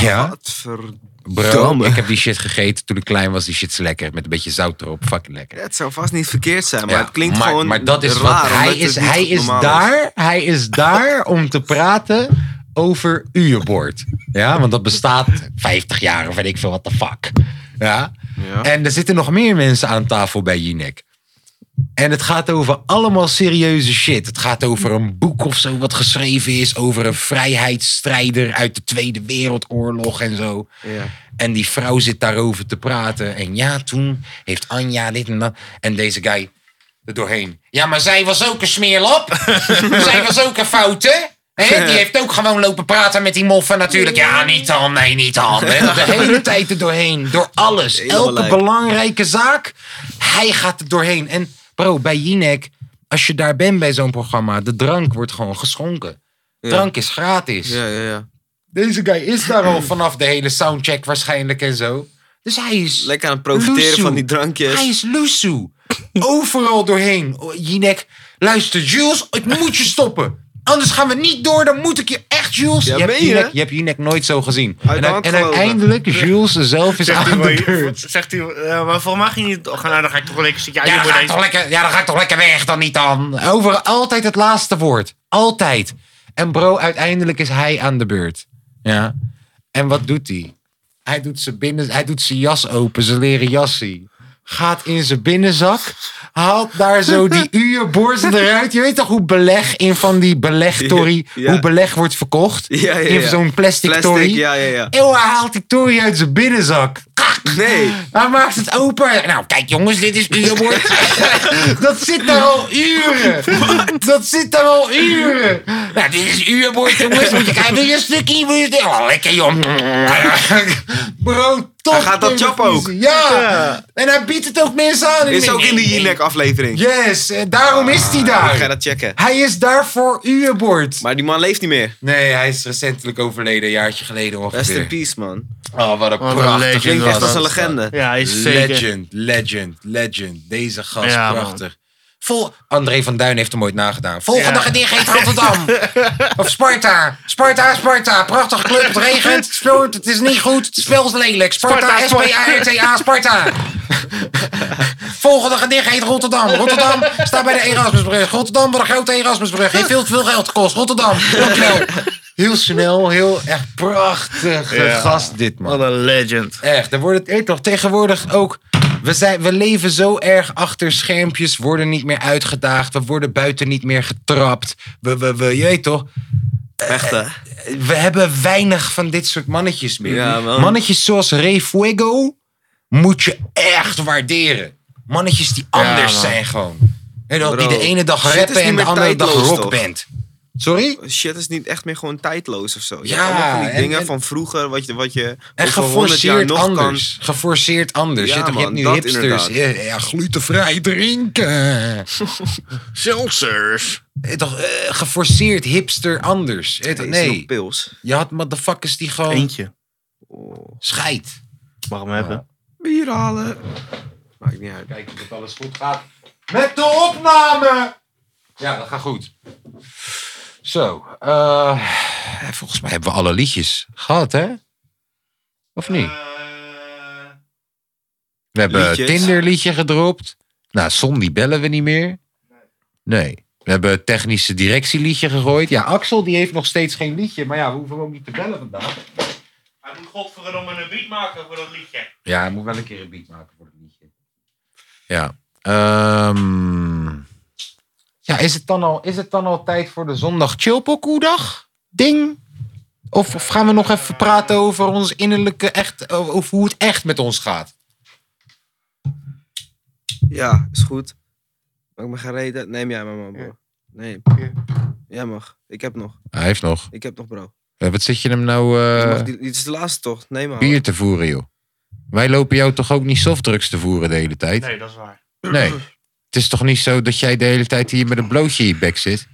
ja.
Ver-
Bro,
Domme.
ik heb die shit gegeten toen ik klein was. Die shit is lekker. Met een beetje zout erop. Fucking lekker.
Ja, het zou vast niet verkeerd zijn, maar
Ja,
het klinkt
maar,
gewoon
maar dat is
raar,
wat
omdat
hij
het
is.
niet
Hij is,
normaal
daar, hij is daar om te praten over uurboord. Ja, want dat bestaat 50 jaar of weet ik veel wat de fuck. Ja?
Ja.
En er zitten nog meer mensen aan tafel bij Jinek. En het gaat over allemaal serieuze shit. Het gaat over een boek of zo wat geschreven is over een vrijheidsstrijder uit de Tweede Wereldoorlog en zo.
Ja.
En die vrouw zit daarover te praten. En ja, toen heeft Anja dit en dat. En deze guy er doorheen. Ja, maar zij was ook een smeerlap. zij was ook een foute. Hè? Die heeft ook gewoon lopen praten met die moffen natuurlijk. Ja, niet dan, nee, niet dan. Hè? De hele tijd er doorheen. Door alles.
Helemaal
Elke
lijp.
belangrijke zaak. Hij gaat er doorheen. En bro, bij Jinek, als je daar bent bij zo'n programma, de drank wordt gewoon geschonken. Drank is gratis.
is. Ja, ja, ja.
Deze guy is daar al vanaf de hele soundcheck waarschijnlijk en zo. Dus hij is...
Lekker aan het profiteren
Loesoe.
van die drankjes.
Hij is loesoe. Overal doorheen. O, Jinek, luister, Jules, ik moet je stoppen. Anders gaan we niet door, dan moet ik je echt, Jules.
Ja,
je, hebt
meen je?
Jinek, je hebt Jinek nooit zo gezien.
de
En, u-
hand
en
gelopen.
uiteindelijk, Jules zelf is
Zegt
aan
hij,
de
wel-
beurt.
zegt hij, eh, maar voor mij ging hij... Oh, nou, dan ga ik toch wel lekker zitten. Ja,
Ja,
je
dan ga,
wordt
ik
eens...
toch lekker, ja, dan ga ik toch lekker weg, dan niet dan. Over altijd het laatste woord. Altijd. En bro, uiteindelijk is hij aan de beurt. Ja. En wat doet hij? Hij doet zijn binnen, hij doet zijn jas open, zijn leren jassie. Gaat in zijn binnenzak, haalt daar zo die uurborst eruit. Je weet toch hoe beleg in van die belegtory,
Ja, ja.
hoe beleg wordt verkocht?
Ja, ja,
In
ja.
zo'n plastic,
Plastic,
tory.
ja, ja, ja.
Eeuw, hij haalt die tory uit zijn binnenzak.
Nee.
Hij maakt het open. Nou, kijk jongens, dit is Uurwoord. dat zit daar al uren. Dat zit daar al uren. Nou, dit is Uurwoord, jongens. Moet je kijken, wil je een stukje? Wil je dit? Oh, lekker joh. Bro, toch.
Hij gaat dat
televisie.
chap ook.
Ja. En hij biedt het ook mensen aan.
Is ook in de Jinek aflevering.
Yes, en daarom is hij
Ik ga
daar.
dat checken.
Hij is daar voor Uurwoord.
Maar die man leeft niet meer.
Nee, hij is recentelijk overleden, een jaartje geleden
Rest in
ongeveer.
peace, man.
Oh, wat een
Wat een
prachtig.
legend.
Klinkt echt
was
als een
dat.
legende.
Ja, hij is zeker...
Legend, legend, legend. Deze gast,
Ja, man.
prachtig. Vol André van Duin heeft hem ooit nagedaan. Volgende
Ja.
gedicht heet Rotterdam. of Sparta. Sparta, Sparta. Prachtig club. Het regent. Het speelt. Het is niet goed. Het spel is lelijk. Sparta,
Sparta, Sparta.
S-P-A-R-T-A, Sparta. Volgende gedicht heet Rotterdam. Rotterdam staat bij de Erasmusbrug. Rotterdam wordt een grote Erasmusbrug. Heeft veel te veel geld gekost. Rotterdam, dankjewel. Heel snel, heel echt prachtige
Ja.
gast dit, man.
Wat een legend.
Echt, daar wordt het eh, toch tegenwoordig ook... We, zijn, we leven zo erg achter schermpjes, worden niet meer uitgedaagd. We worden buiten niet meer getrapt. We, we, we, je weet toch...
Echt, hè?
We hebben weinig van dit soort mannetjes meer.
Ja, man.
Mannetjes zoals Ray Fuego moet je echt waarderen. Mannetjes die anders
man.
zijn gewoon. En dat die
Bro,
de ene
shit
dag
is
rappen
niet
en de
meer
andere dag
tijdloos, toch?
rockband. Sorry?
Shit is niet echt meer gewoon tijdloos of zo. Je
Ja,
hebt allemaal van die
en-
dingen
en-
van vroeger, wat je, wat je
En
over 100 jaar
geforceerd
nog kan.
anders. Geforceerd anders.
Ja,
je, hebt toch- je
man,
hebt nu
dat
hipsters. Ja,
inderdaad.
ja, glutenvrij drinken. Seltzers. Toch, eh, geforceerd hipster anders. Eh, toch,
Nee, is nog
nee,
pils.
je had motherfuckers die gewoon...
Eentje.
Scheid.
Mag hem hebben.
Bier halen. Maakt niet uit.
Kijken of alles goed gaat. Met de opname! Ja, dat gaat goed. Zo. eh, volgens mij hebben we alle liedjes gehad, hè? Of niet? we hebben
liedjes.
Tinder-liedje gedropt. Nou, Son, die bellen we niet meer. Nee. We hebben technische directieliedje gegooid. Ja, Axel die heeft nog steeds geen liedje. Maar ja, we hoeven hem ook niet te bellen vandaag.
Hij moet godverdomme een beat maken voor dat liedje.
Ja, hij moet wel een keer een beat maken voor het liedje. Ja. Ehm, ja, is het, dan al, is het dan al tijd voor de zondag chillpokoe-dag? Ding? Of, of gaan we nog even praten over ons innerlijke echt, o- over hoe het echt met ons gaat?
Ja, is goed. Maak me geen reet uit. Neem jij maar, man, bro. Nee. Jij mag. Ik heb nog.
Hij heeft nog.
Ik heb nog, bro.
Eh, Wat zit je hem nou
Je
eh,
mag die- Dit is de laatste toch? Nee, maar.
bier te voeren, joh? Wij lopen jou toch ook niet softdrugs te voeren de hele tijd?
Nee, dat is waar.
Nee. Het is toch niet zo dat jij de hele tijd hier met een blootje in je bek zit?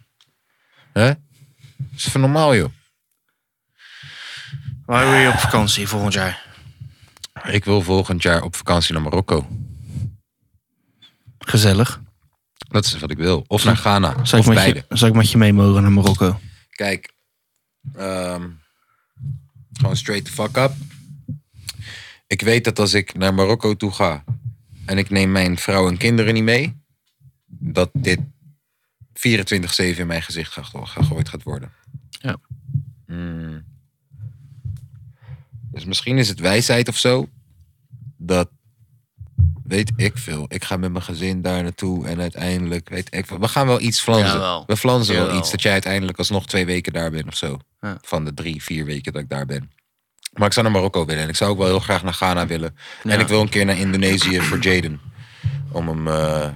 Hè? Dat is even normaal, joh.
Waar wil je op vakantie volgend jaar?
Ik wil volgend jaar op vakantie naar Marokko.
Gezellig.
Dat is wat ik wil. Of naar Ghana.
Zou
of
ik, met
beide.
je, zou ik met je mee mogen naar Marokko?
Kijk. ehm, gewoon straight the fuck up. Ik weet dat als ik naar Marokko toe ga... en ik neem mijn vrouw en kinderen niet mee... dat dit 24-7 in mijn gezicht ge- gegooid gaat worden.
Ja.
Mm. Dus misschien is het wijsheid of zo... dat weet ik veel. Ik ga met mijn gezin daar naartoe en uiteindelijk weet ik veel. We gaan wel iets flansen.
Jawel.
We flansen wel
Jawel.
iets dat jij uiteindelijk alsnog twee weken daar bent of zo. Van de drie, vier weken dat ik daar ben. Maar ik zou naar Marokko willen en ik zou ook wel heel graag naar Ghana willen.
Ja.
En ik wil een keer naar Indonesië voor Jaden. Om hem eh,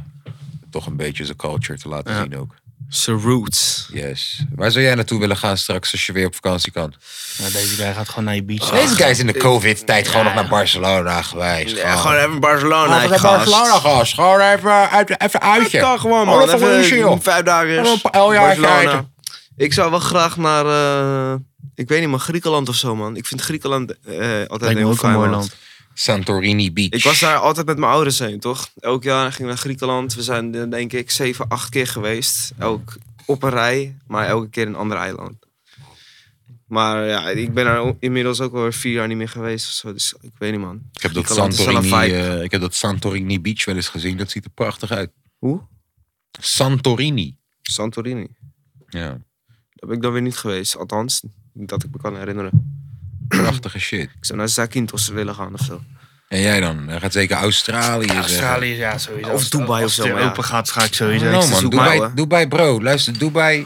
toch een beetje zijn culture te laten zien ook.
Zijn roots.
Yes. Waar zou jij naartoe willen gaan straks als je weer op vakantie kan?
Nou, deze guy gaat gewoon naar je beach.
Ah.
Deze guy is in de COVID-tijd gewoon nog naar Barcelona geweest.
Ja, gewoon even Barcelona.
Laten we naar
gast.
Barcelona gaan. Gewoon even, even, even uitje.
kan gewoon, man.
Oh, dat
Even
een uurtje, joh.
Vijf dagen.
Gewoon een eljaartje
Barcelona.
uit.
Ik zou wel graag naar, eh, ik weet niet, maar Griekenland of zo, man. Ik vind Griekenland eh, altijd een
Lijkt me
heel
ook een
fijn
mooi
land.
land.
Santorini Beach.
Ik was daar altijd met mijn ouders heen, toch? Elk jaar gingen we naar Griekenland. We zijn eh, denk ik zeven, acht keer geweest. Elk op een rij, maar elke keer een ander eiland. Maar ja, ik ben er o- inmiddels ook alweer vier jaar niet meer geweest. Of zo, dus ik weet niet, man.
Ik heb, dat
Griekenland is wel een
Santorini,
vibe.
eh, ik heb dat Santorini Beach wel eens gezien. Dat ziet er prachtig uit.
Hoe?
Santorini.
Santorini.
Ja.
Daar ben ik dan weer niet geweest. Althans, niet dat ik me kan herinneren.
Prachtige shit.
Ik zou naar Zakynthos willen gaan of zo.
En jij dan? Hij gaat zeker Australië zeggen.
Australië, ja, sowieso.
Of
Als-
Dubai
als
of zo,
het
maar ja.
open gaat, ga ik sowieso.
No,
te
man.
zoeken,
Dubai,
ouwe.
Dubai, bro. Luister, Dubai.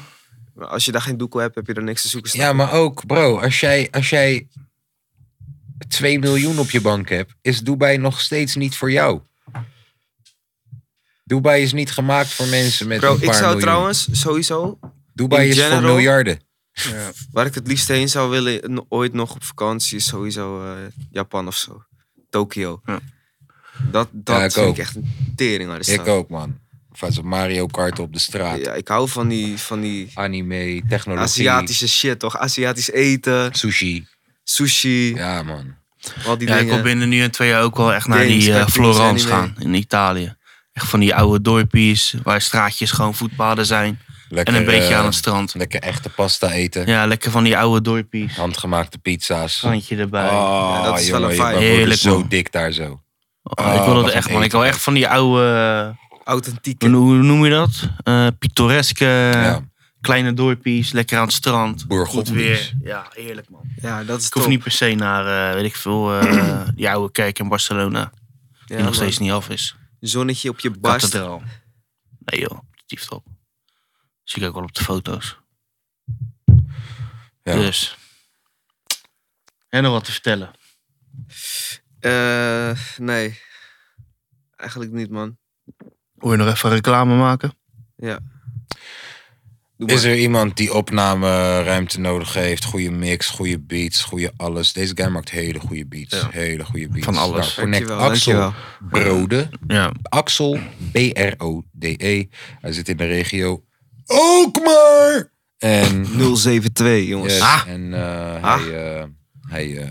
Maar als je daar geen doekel hebt, heb je er niks te zoeken.
Ja, maar ook, bro. Als jij, als jij 2 miljoen op je bank hebt, is Dubai nog steeds niet voor jou. Dubai is niet gemaakt voor mensen met
Bro,
een paar
ik zou
miljoen.
trouwens sowieso
Dubai
in
is voor
general-
miljarden.
Waar ik het liefst heen zou willen, n- ooit nog op vakantie, is sowieso eh, Japan of zo. Tokio.
Ja.
Dat, dat
Ja, ik
vind
ook.
ik echt een tering aan de
Ik
stad.
ook, man. Van zo'n Mario Kart op de straat.
Ja, ik hou van die, van die
Anime, technologie.
Aziatische shit, toch? Aziatisch eten,
Sushi.
sushi,
Ja, man.
al die
Ja, ik
dingen.
wil binnen nu en twee jaar ook wel echt naar
Games,
die eh,
cartoons,
Florence
anime.
gaan in Italië. Echt van die oude dorpjes waar straatjes gewoon voetpaden zijn.
Lekker,
en een beetje
eh,
aan het strand.
Lekker echte pasta eten.
Ja, lekker van die oude dorpjes.
Handgemaakte pizza's.
Strandje erbij.
Oh,
Ja, dat is wel
jongen,
een
je
vibe.
wordt
Heerlijk,
zo
man.
dik daar zo.
Oh,
ah,
ik wil dat echt, man. Ik hou echt van die oude... Authentieke. Hoe, hoe noem je dat? Eh, pittoreske, kleine dorpjes, lekker aan het strand. Goed weer. Ja, heerlijk man.
Ja, dat is
Ik hoef niet per se naar, eh, weet ik veel, eh, die oude kerk in Barcelona. Die nog
Ja, man.
steeds niet af is.
Zonnetje op je barst.
Kathedraal. Nee joh, stieft op. Zie ik ook wel op de foto's. Dus. En nog wat te vertellen.
Eh, nee. Eigenlijk niet, man.
Wil je nog even reclame maken?
Ja.
Is er iemand die opnameruimte nodig heeft? Goede mix, goede beats, goede alles. Deze guy maakt hele goede beats. Hele goede beats.
Van alles.
Nou, connect
Dankjewel,
Axel
dankjewel.
Brode.
Ja.
Axel, B-R-O-D-E. E. Hij zit in de regio Alkmaar. En
072, jongens.
Yes,
Ah.
En eh,
Ah.
hij, eh, hij eh,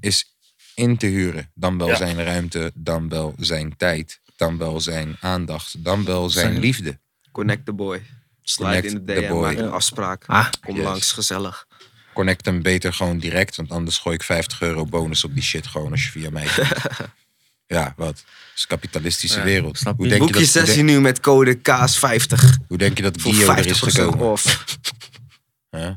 is in te huren. Dan wel
Ja.
zijn ruimte, dan wel zijn tijd, dan wel zijn aandacht, dan wel zijn,
Zijn-
liefde.
Connect the boy. Slide
Connect
in de
the
DM,
boy.
maak een afspraak.
Ah,
Kom
yes.
langs, gezellig.
Connect hem beter gewoon direct, want anders gooi ik 50 euro bonus op die shit gewoon als je via mij komt. ja, wat? Het is een kapitalistische wereld. Hoe denk,
Boek
je
je
dat, hoe,
sessie
denk,
nu met code Kaas50.
hoe denk je dat
Voor
Gio er is
50%
gekomen?
off.
Huh?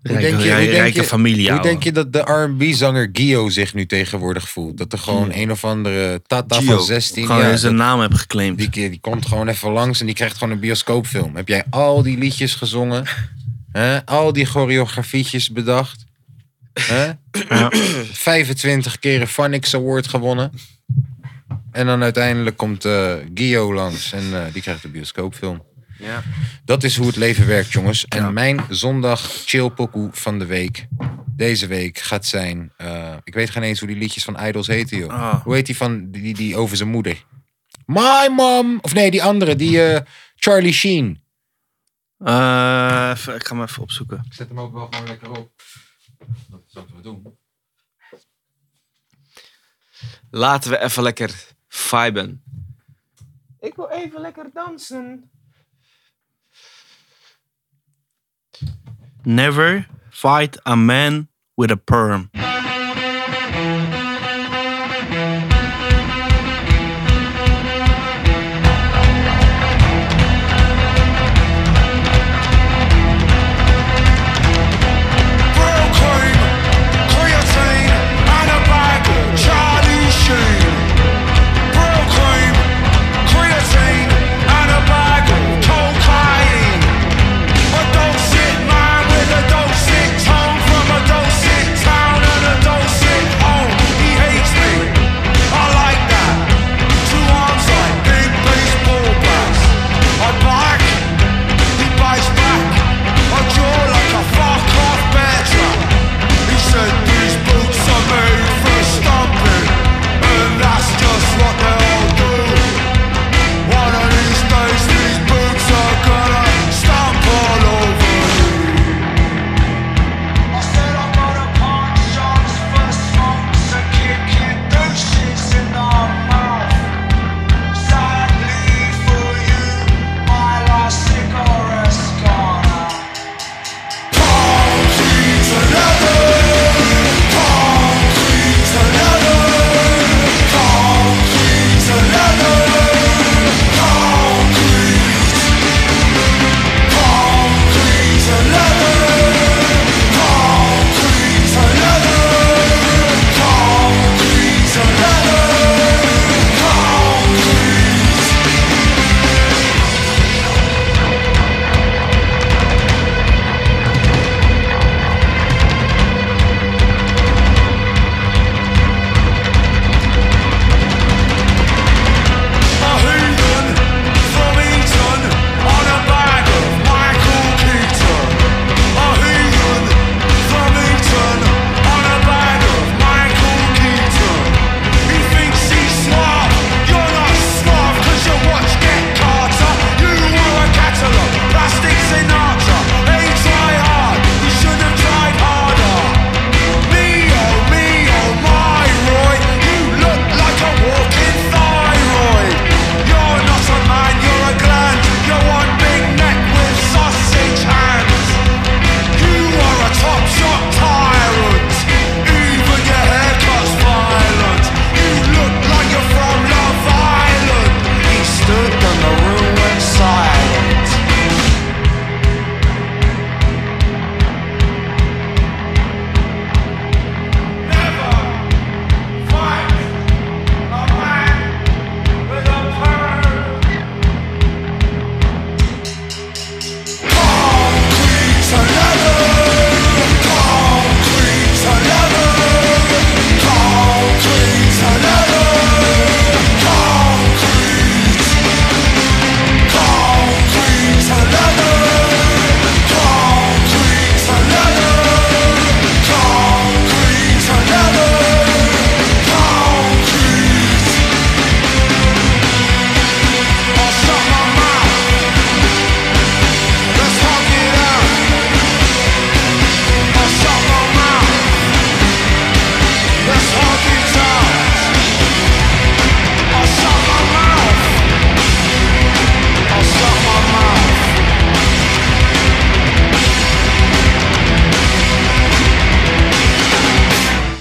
Hoe
Rijke-
denk je- hoe
rij-
denk
rijke
je-
familie,
Hoe
ouwe.
denk je dat de R&B-zanger Gio zich nu tegenwoordig voelt? Dat er gewoon een of andere Tata
Hm. Gio.
van 16
Gewoon
jaar...
eens een naam hebben geclaimd.
Die, keer- die komt gewoon even langs en die krijgt gewoon een bioscoopfilm. Heb jij al die liedjes gezongen? hè? Al die choreografietjes bedacht? hè? 25 keer een Phonics Award gewonnen. En dan uiteindelijk komt eh Gio langs en eh, die krijgt een bioscoopfilm.
Ja.
Dat is hoe het leven werkt, jongens. En mijn zondag chillpokoe van de week. Deze week gaat zijn. eh, ik weet geen eens hoe die liedjes van Idols heten, joh. Hoe heet die van die, die, die over zijn moeder? My mom! Of nee, die andere, die eh, Charlie Sheen.
Eh, even- ik ga hem even opzoeken.
Ik zet hem ook wel gewoon lekker op. Dat zouden we doen.
Laten we even lekker viben.
Ik wil even lekker dansen.
Never fight a man with a perm.
Brooklyn, creatine, on a bike, Charlie Sheen. Brooklyn, creatine, on a bike, cocaine. A dope shit mind with a dope shit tone from a dope shit town on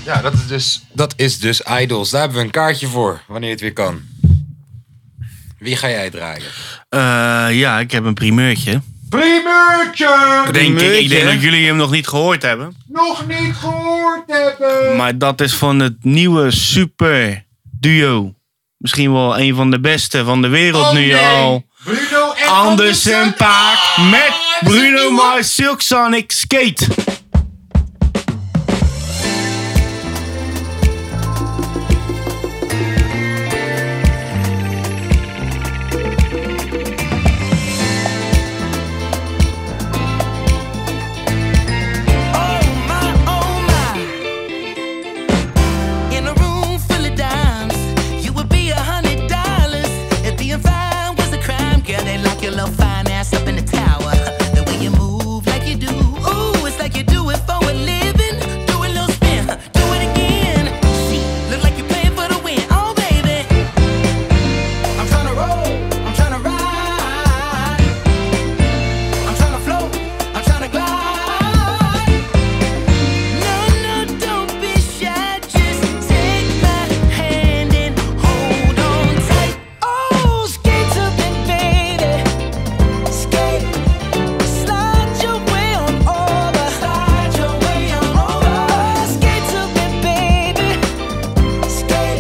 Ja, dat is, dus, dat is dus Idols. Daar hebben we een kaartje voor, wanneer het weer kan. Wie ga jij draaien?
Eh, ja, ik heb een primeurtje.
Primeurtje!
Denk ik, ik denk dat jullie hem nog niet gehoord hebben.
nog niet gehoord hebben.
Maar dat is van het nieuwe super duo. Misschien wel een van de beste van de wereld nu al.
Oh, Bruno en
Anders en Paak
Ah,
met Bruno Mars Silk Sonic Skate.
In a room full of dimes, you would be a hundred dollars. If being fine was a crime, girl, they lock your little fine ass up in the tower. The way you move like you do, ooh, it's like you do it for a living. Do a little spin, do it again. See, look like you're playing for the win. Oh, baby. I'm trying to roll, I'm trying to ride. I'm trying to float, I'm trying to glide. No, no, don't be shy. Just take my hand and hold on tight. Oh, skate to that baby, skate. Slide your way on over, slide your way on over. Skate to that baby, skate.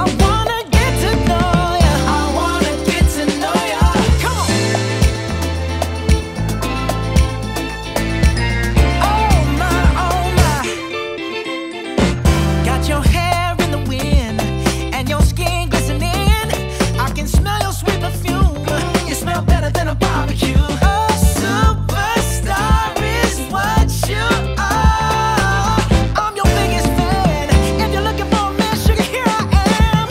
I wanna get to know ya. I wanna get to know ya. Come on. Oh my, oh my! Got your hair in the wind and your skin glistening. I can smell your sweet perfume. You smell better than a barbecue. Oh, superstar is what you are. I'm your biggest fan. If you're looking for a man, sugar, here I am.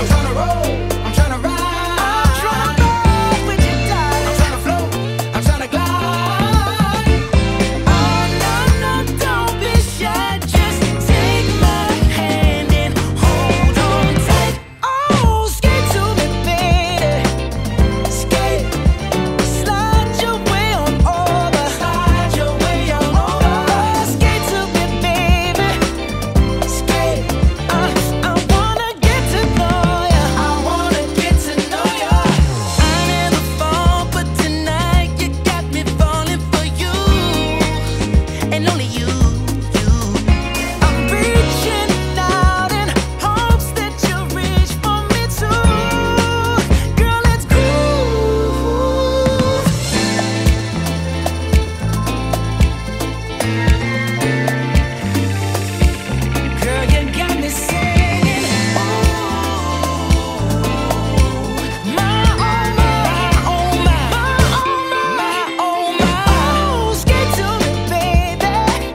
I'm trying to roll. I'm trying to ride. I'm trying to roll with your dice. I'm trying to float. I'm trying to glide. Oh no, no, don't be shy. Just take my hand and hold on tight. Oh, skate to me, baby. Skate, slide your way on over. Slide your way on over. Skate to me, baby. Skate. Uh, I wanna get to know ya. I wanna get to know ya. I never fall, but tonight you got me falling for you and only you, you. I'm reaching out in hopes that you'll reach for me too. Girl, let's groove. Girl, you got me singing. Ooh, my oh my, oh my, my oh my, skate to me, baby,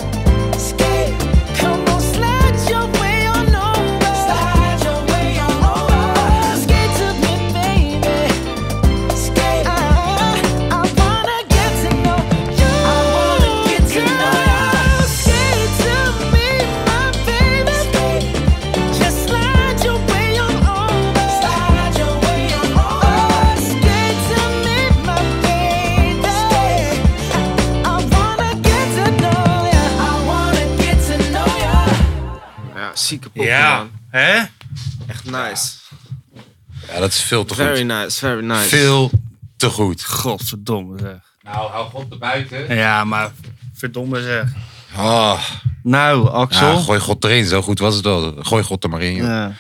skate. Come on, slide your way on over, slide your way on over, skate to me, baby, skate. I wanna get to know you, I wanna get to know you. Skate to me, my baby, skate. Just slide your way on over, slide your way on over, skate to me, my baby, I wanna get to know ya. I wanna get to know ya.
Ja, zieke pop,
Ja,
man.
hè?
Echt nice.
Ja, dat is veel te goed.
Very nice, very nice.
Veel te goed.
Godverdomme zeg.
Nou, hou God er buiten.
Ja, maar verdomme zeg.
Ah,
Nou, Axel.
ja, gooi God erin, zo goed was het wel. Gooi God er maar in, joh.
Ja.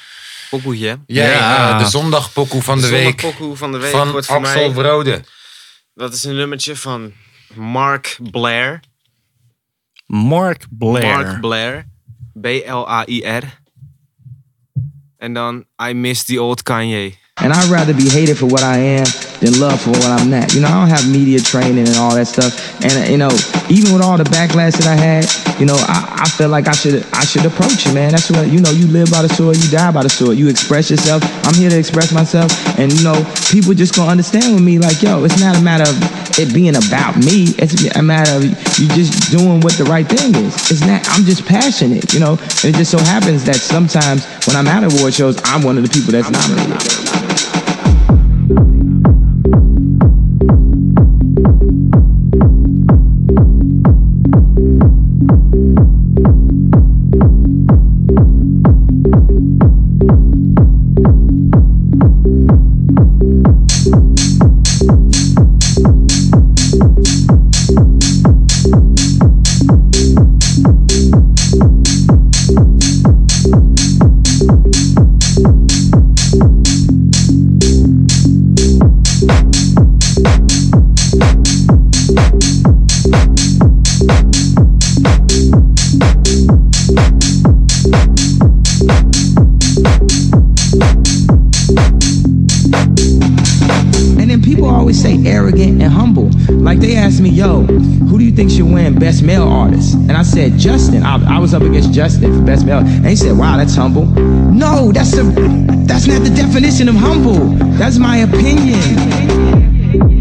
Pokoetje, hè?
Jij,
Ja.
eh, de zondagpokoe van de,
De
week.
zondagpokoe van de week
Van
wordt voor
Axel
mij-
Brode.
Dat is een nummertje van Mark Blair.
Mark Blair.
Mark Blair. B-L-A-I-R. En dan I Miss the Old Kanye.
And I'd rather be hated for what I am than loved for what I'm not. You know, I don't have media training and all that stuff. And uh, you know, even with all the backlash that I had, you know, I, I felt like I should I should approach it, man. That's what you know. You live by the sword, you die by the sword. You express yourself. I'm here to express myself, and you know, people just gonna understand with me. Like, yo, it's not a matter of it being about me. It's a matter of you just doing what the right thing is. It's not. I'm just passionate, you know. And it just so happens that sometimes when I'm at award shows, I'm one of the people that's nominated. arrogant and humble. Like they asked me, yo, who do you think should win Best Male Artist? And I said, Justin. I, I was up against Justin for Best Male. And he said, wow, that's humble. No, that's a, that's not the definition of humble. That's my opinion.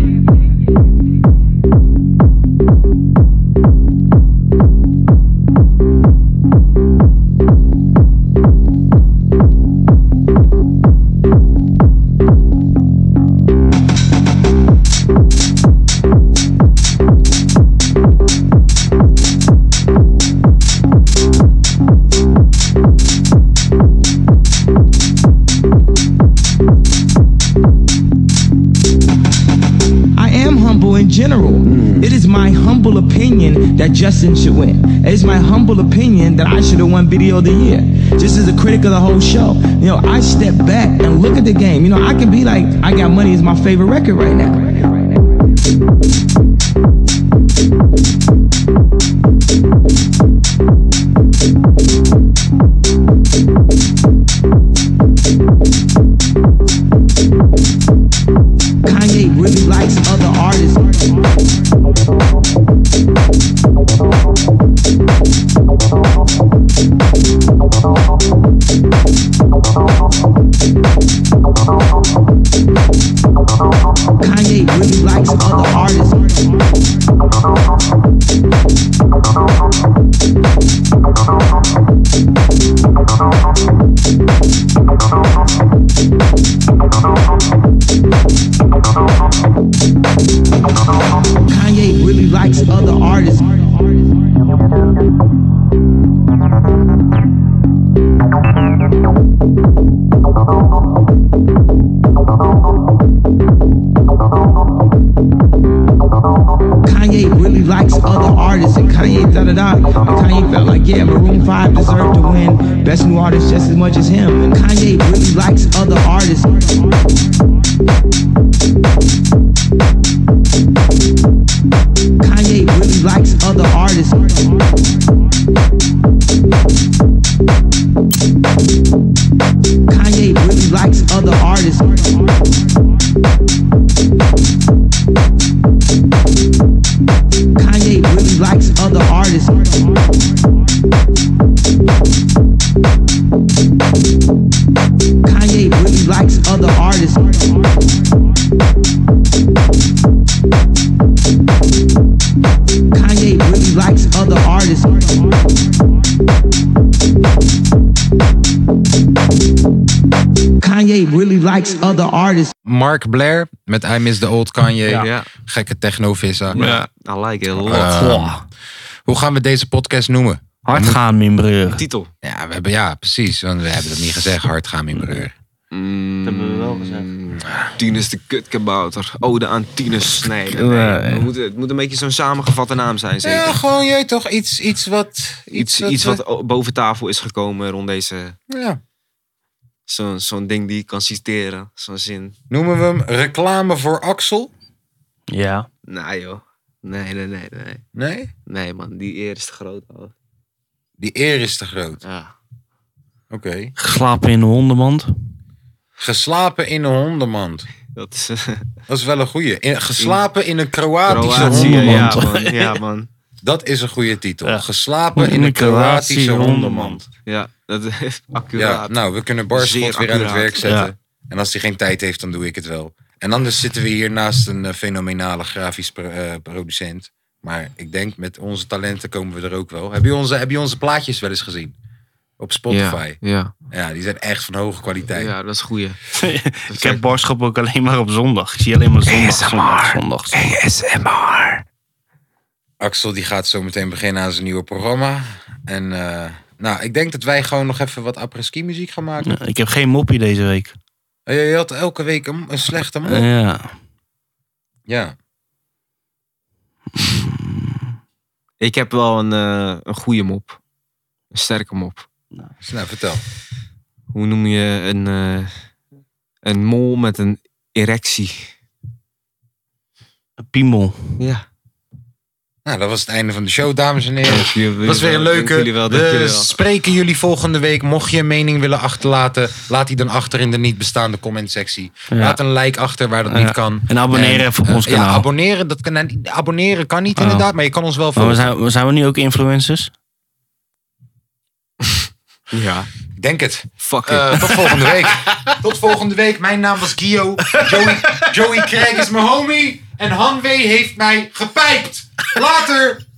I am humble in general. It is my humble opinion that Justin should win. It is my humble opinion that I should have won Video of the Year. Just as a critic of the whole show, you know, I step back and look at the game. You know, I can be like, I Got Money is my favorite record right now. Kanye really likes other artists. Kanye really likes other artists. Kanye really likes other artists. Kanye really likes other artists and Kanye da da da. And Kanye felt like, yeah, Maroon 5 deserved to win Best New Artist just as much as him. And Kanye really likes other artists. Kanye really likes other artists. Kanye really likes other artists. Kanye really likes other artists. Kanye really likes other artists. Kanye really likes other artists. Kanye really likes other artists.
Mark Blair met I Miss the Old Kanye. Gekke technovissa.
Ja, I like it a lot.
Oh,
Ehm, hoe gaan we deze podcast noemen?
Hard gaan, mijn broer.
Titel.
Ja, we hebben, ja precies. want we hebben dat niet gezegd. Hard gaan, mijn broer.
Dat hebben we wel gezegd. Tinus Mm. de kutkabouter. Ode aan Tinus snijden. Nee, het, moet, het moet een beetje zo'n samengevatte naam zijn. Zeker?
Ja, gewoon je toch iets, iets wat...
iets,
wat,
iets
eh,
wat o- boven tafel is gekomen rond deze.
Ja.
Zo'n zo'n ding die ik kan citeren. Zo'n zin.
Noemen we hem reclame voor Axel?
Ja.
Nee, joh. Nee, nee, nee, nee.
Nee?
Nee, man. Die eer is te groot. ouwe.
Die eer is te groot.
Ja.
Oké.
Slapen in de hondenmand.
Geslapen in een hondenmand.
Dat is, eh,
dat is wel een goeie. In- geslapen in een Kroatische
Kroatië,
hondenmand.
ja, man. Ja, man.
Dat is een goede titel. Geslapen in een Kroatische hondenmand.
Ja, dat is
Ja,
accuraat.
nou, we kunnen Barschot
Zeer
weer aan het
accuraat.
werk zetten.
Ja.
En als hij geen tijd heeft, dan doe ik het wel. En anders zitten we hier naast een eh, fenomenale grafisch pro- eh, producent. Maar ik denk, met onze talenten komen we er ook wel. Heb je onze, heb je onze plaatjes wel eens gezien? Op Spotify.
Ja, ja.
Ja, die zijn echt van hoge kwaliteit.
Ja, dat is goeie.
ik heb boodschap ook alleen maar op zondag. Ik zie alleen maar zondag. zondag, zondag, zondag.
Axel die gaat zo meteen beginnen aan zijn nieuwe programma. En eh, nou, ik denk dat wij gewoon nog even wat apres-ski muziek gaan maken.
Ja, Ik heb geen moppie deze week.
Je, je had elke week een, een slechte mop.
Ja.
Ja.
Ik heb wel een, eh, een goede mop. Een sterke mop.
Nou, vertel.
Hoe noem je een, eh, een mol met een erectie?
Piemel.
Ja.
Nou, dat was het einde van de show, dames en heren. Dat was weer
wel.
een leuke.
Dank jullie wel, dank
We
jullie wel.
spreken jullie volgende week. Mocht je een mening willen achterlaten, laat die dan achter in de niet bestaande commentsectie.
Ja.
Laat een like achter waar dat
Ja.
niet kan.
En abonneren even op
eh,
ons
ja,
kanaal.
abonneren, dat kan, nou, abonneren kan niet
Oh.
inderdaad, maar je kan ons wel
Maar we
volgen.
zijn, zijn we nu ook influencers?
Ja. Ik denk het. Fuck tot volgende week. tot volgende week. Mijn naam was Gio. Joey, Joey Craig is mijn homie. En Hanwee heeft mij gepijpt. Later.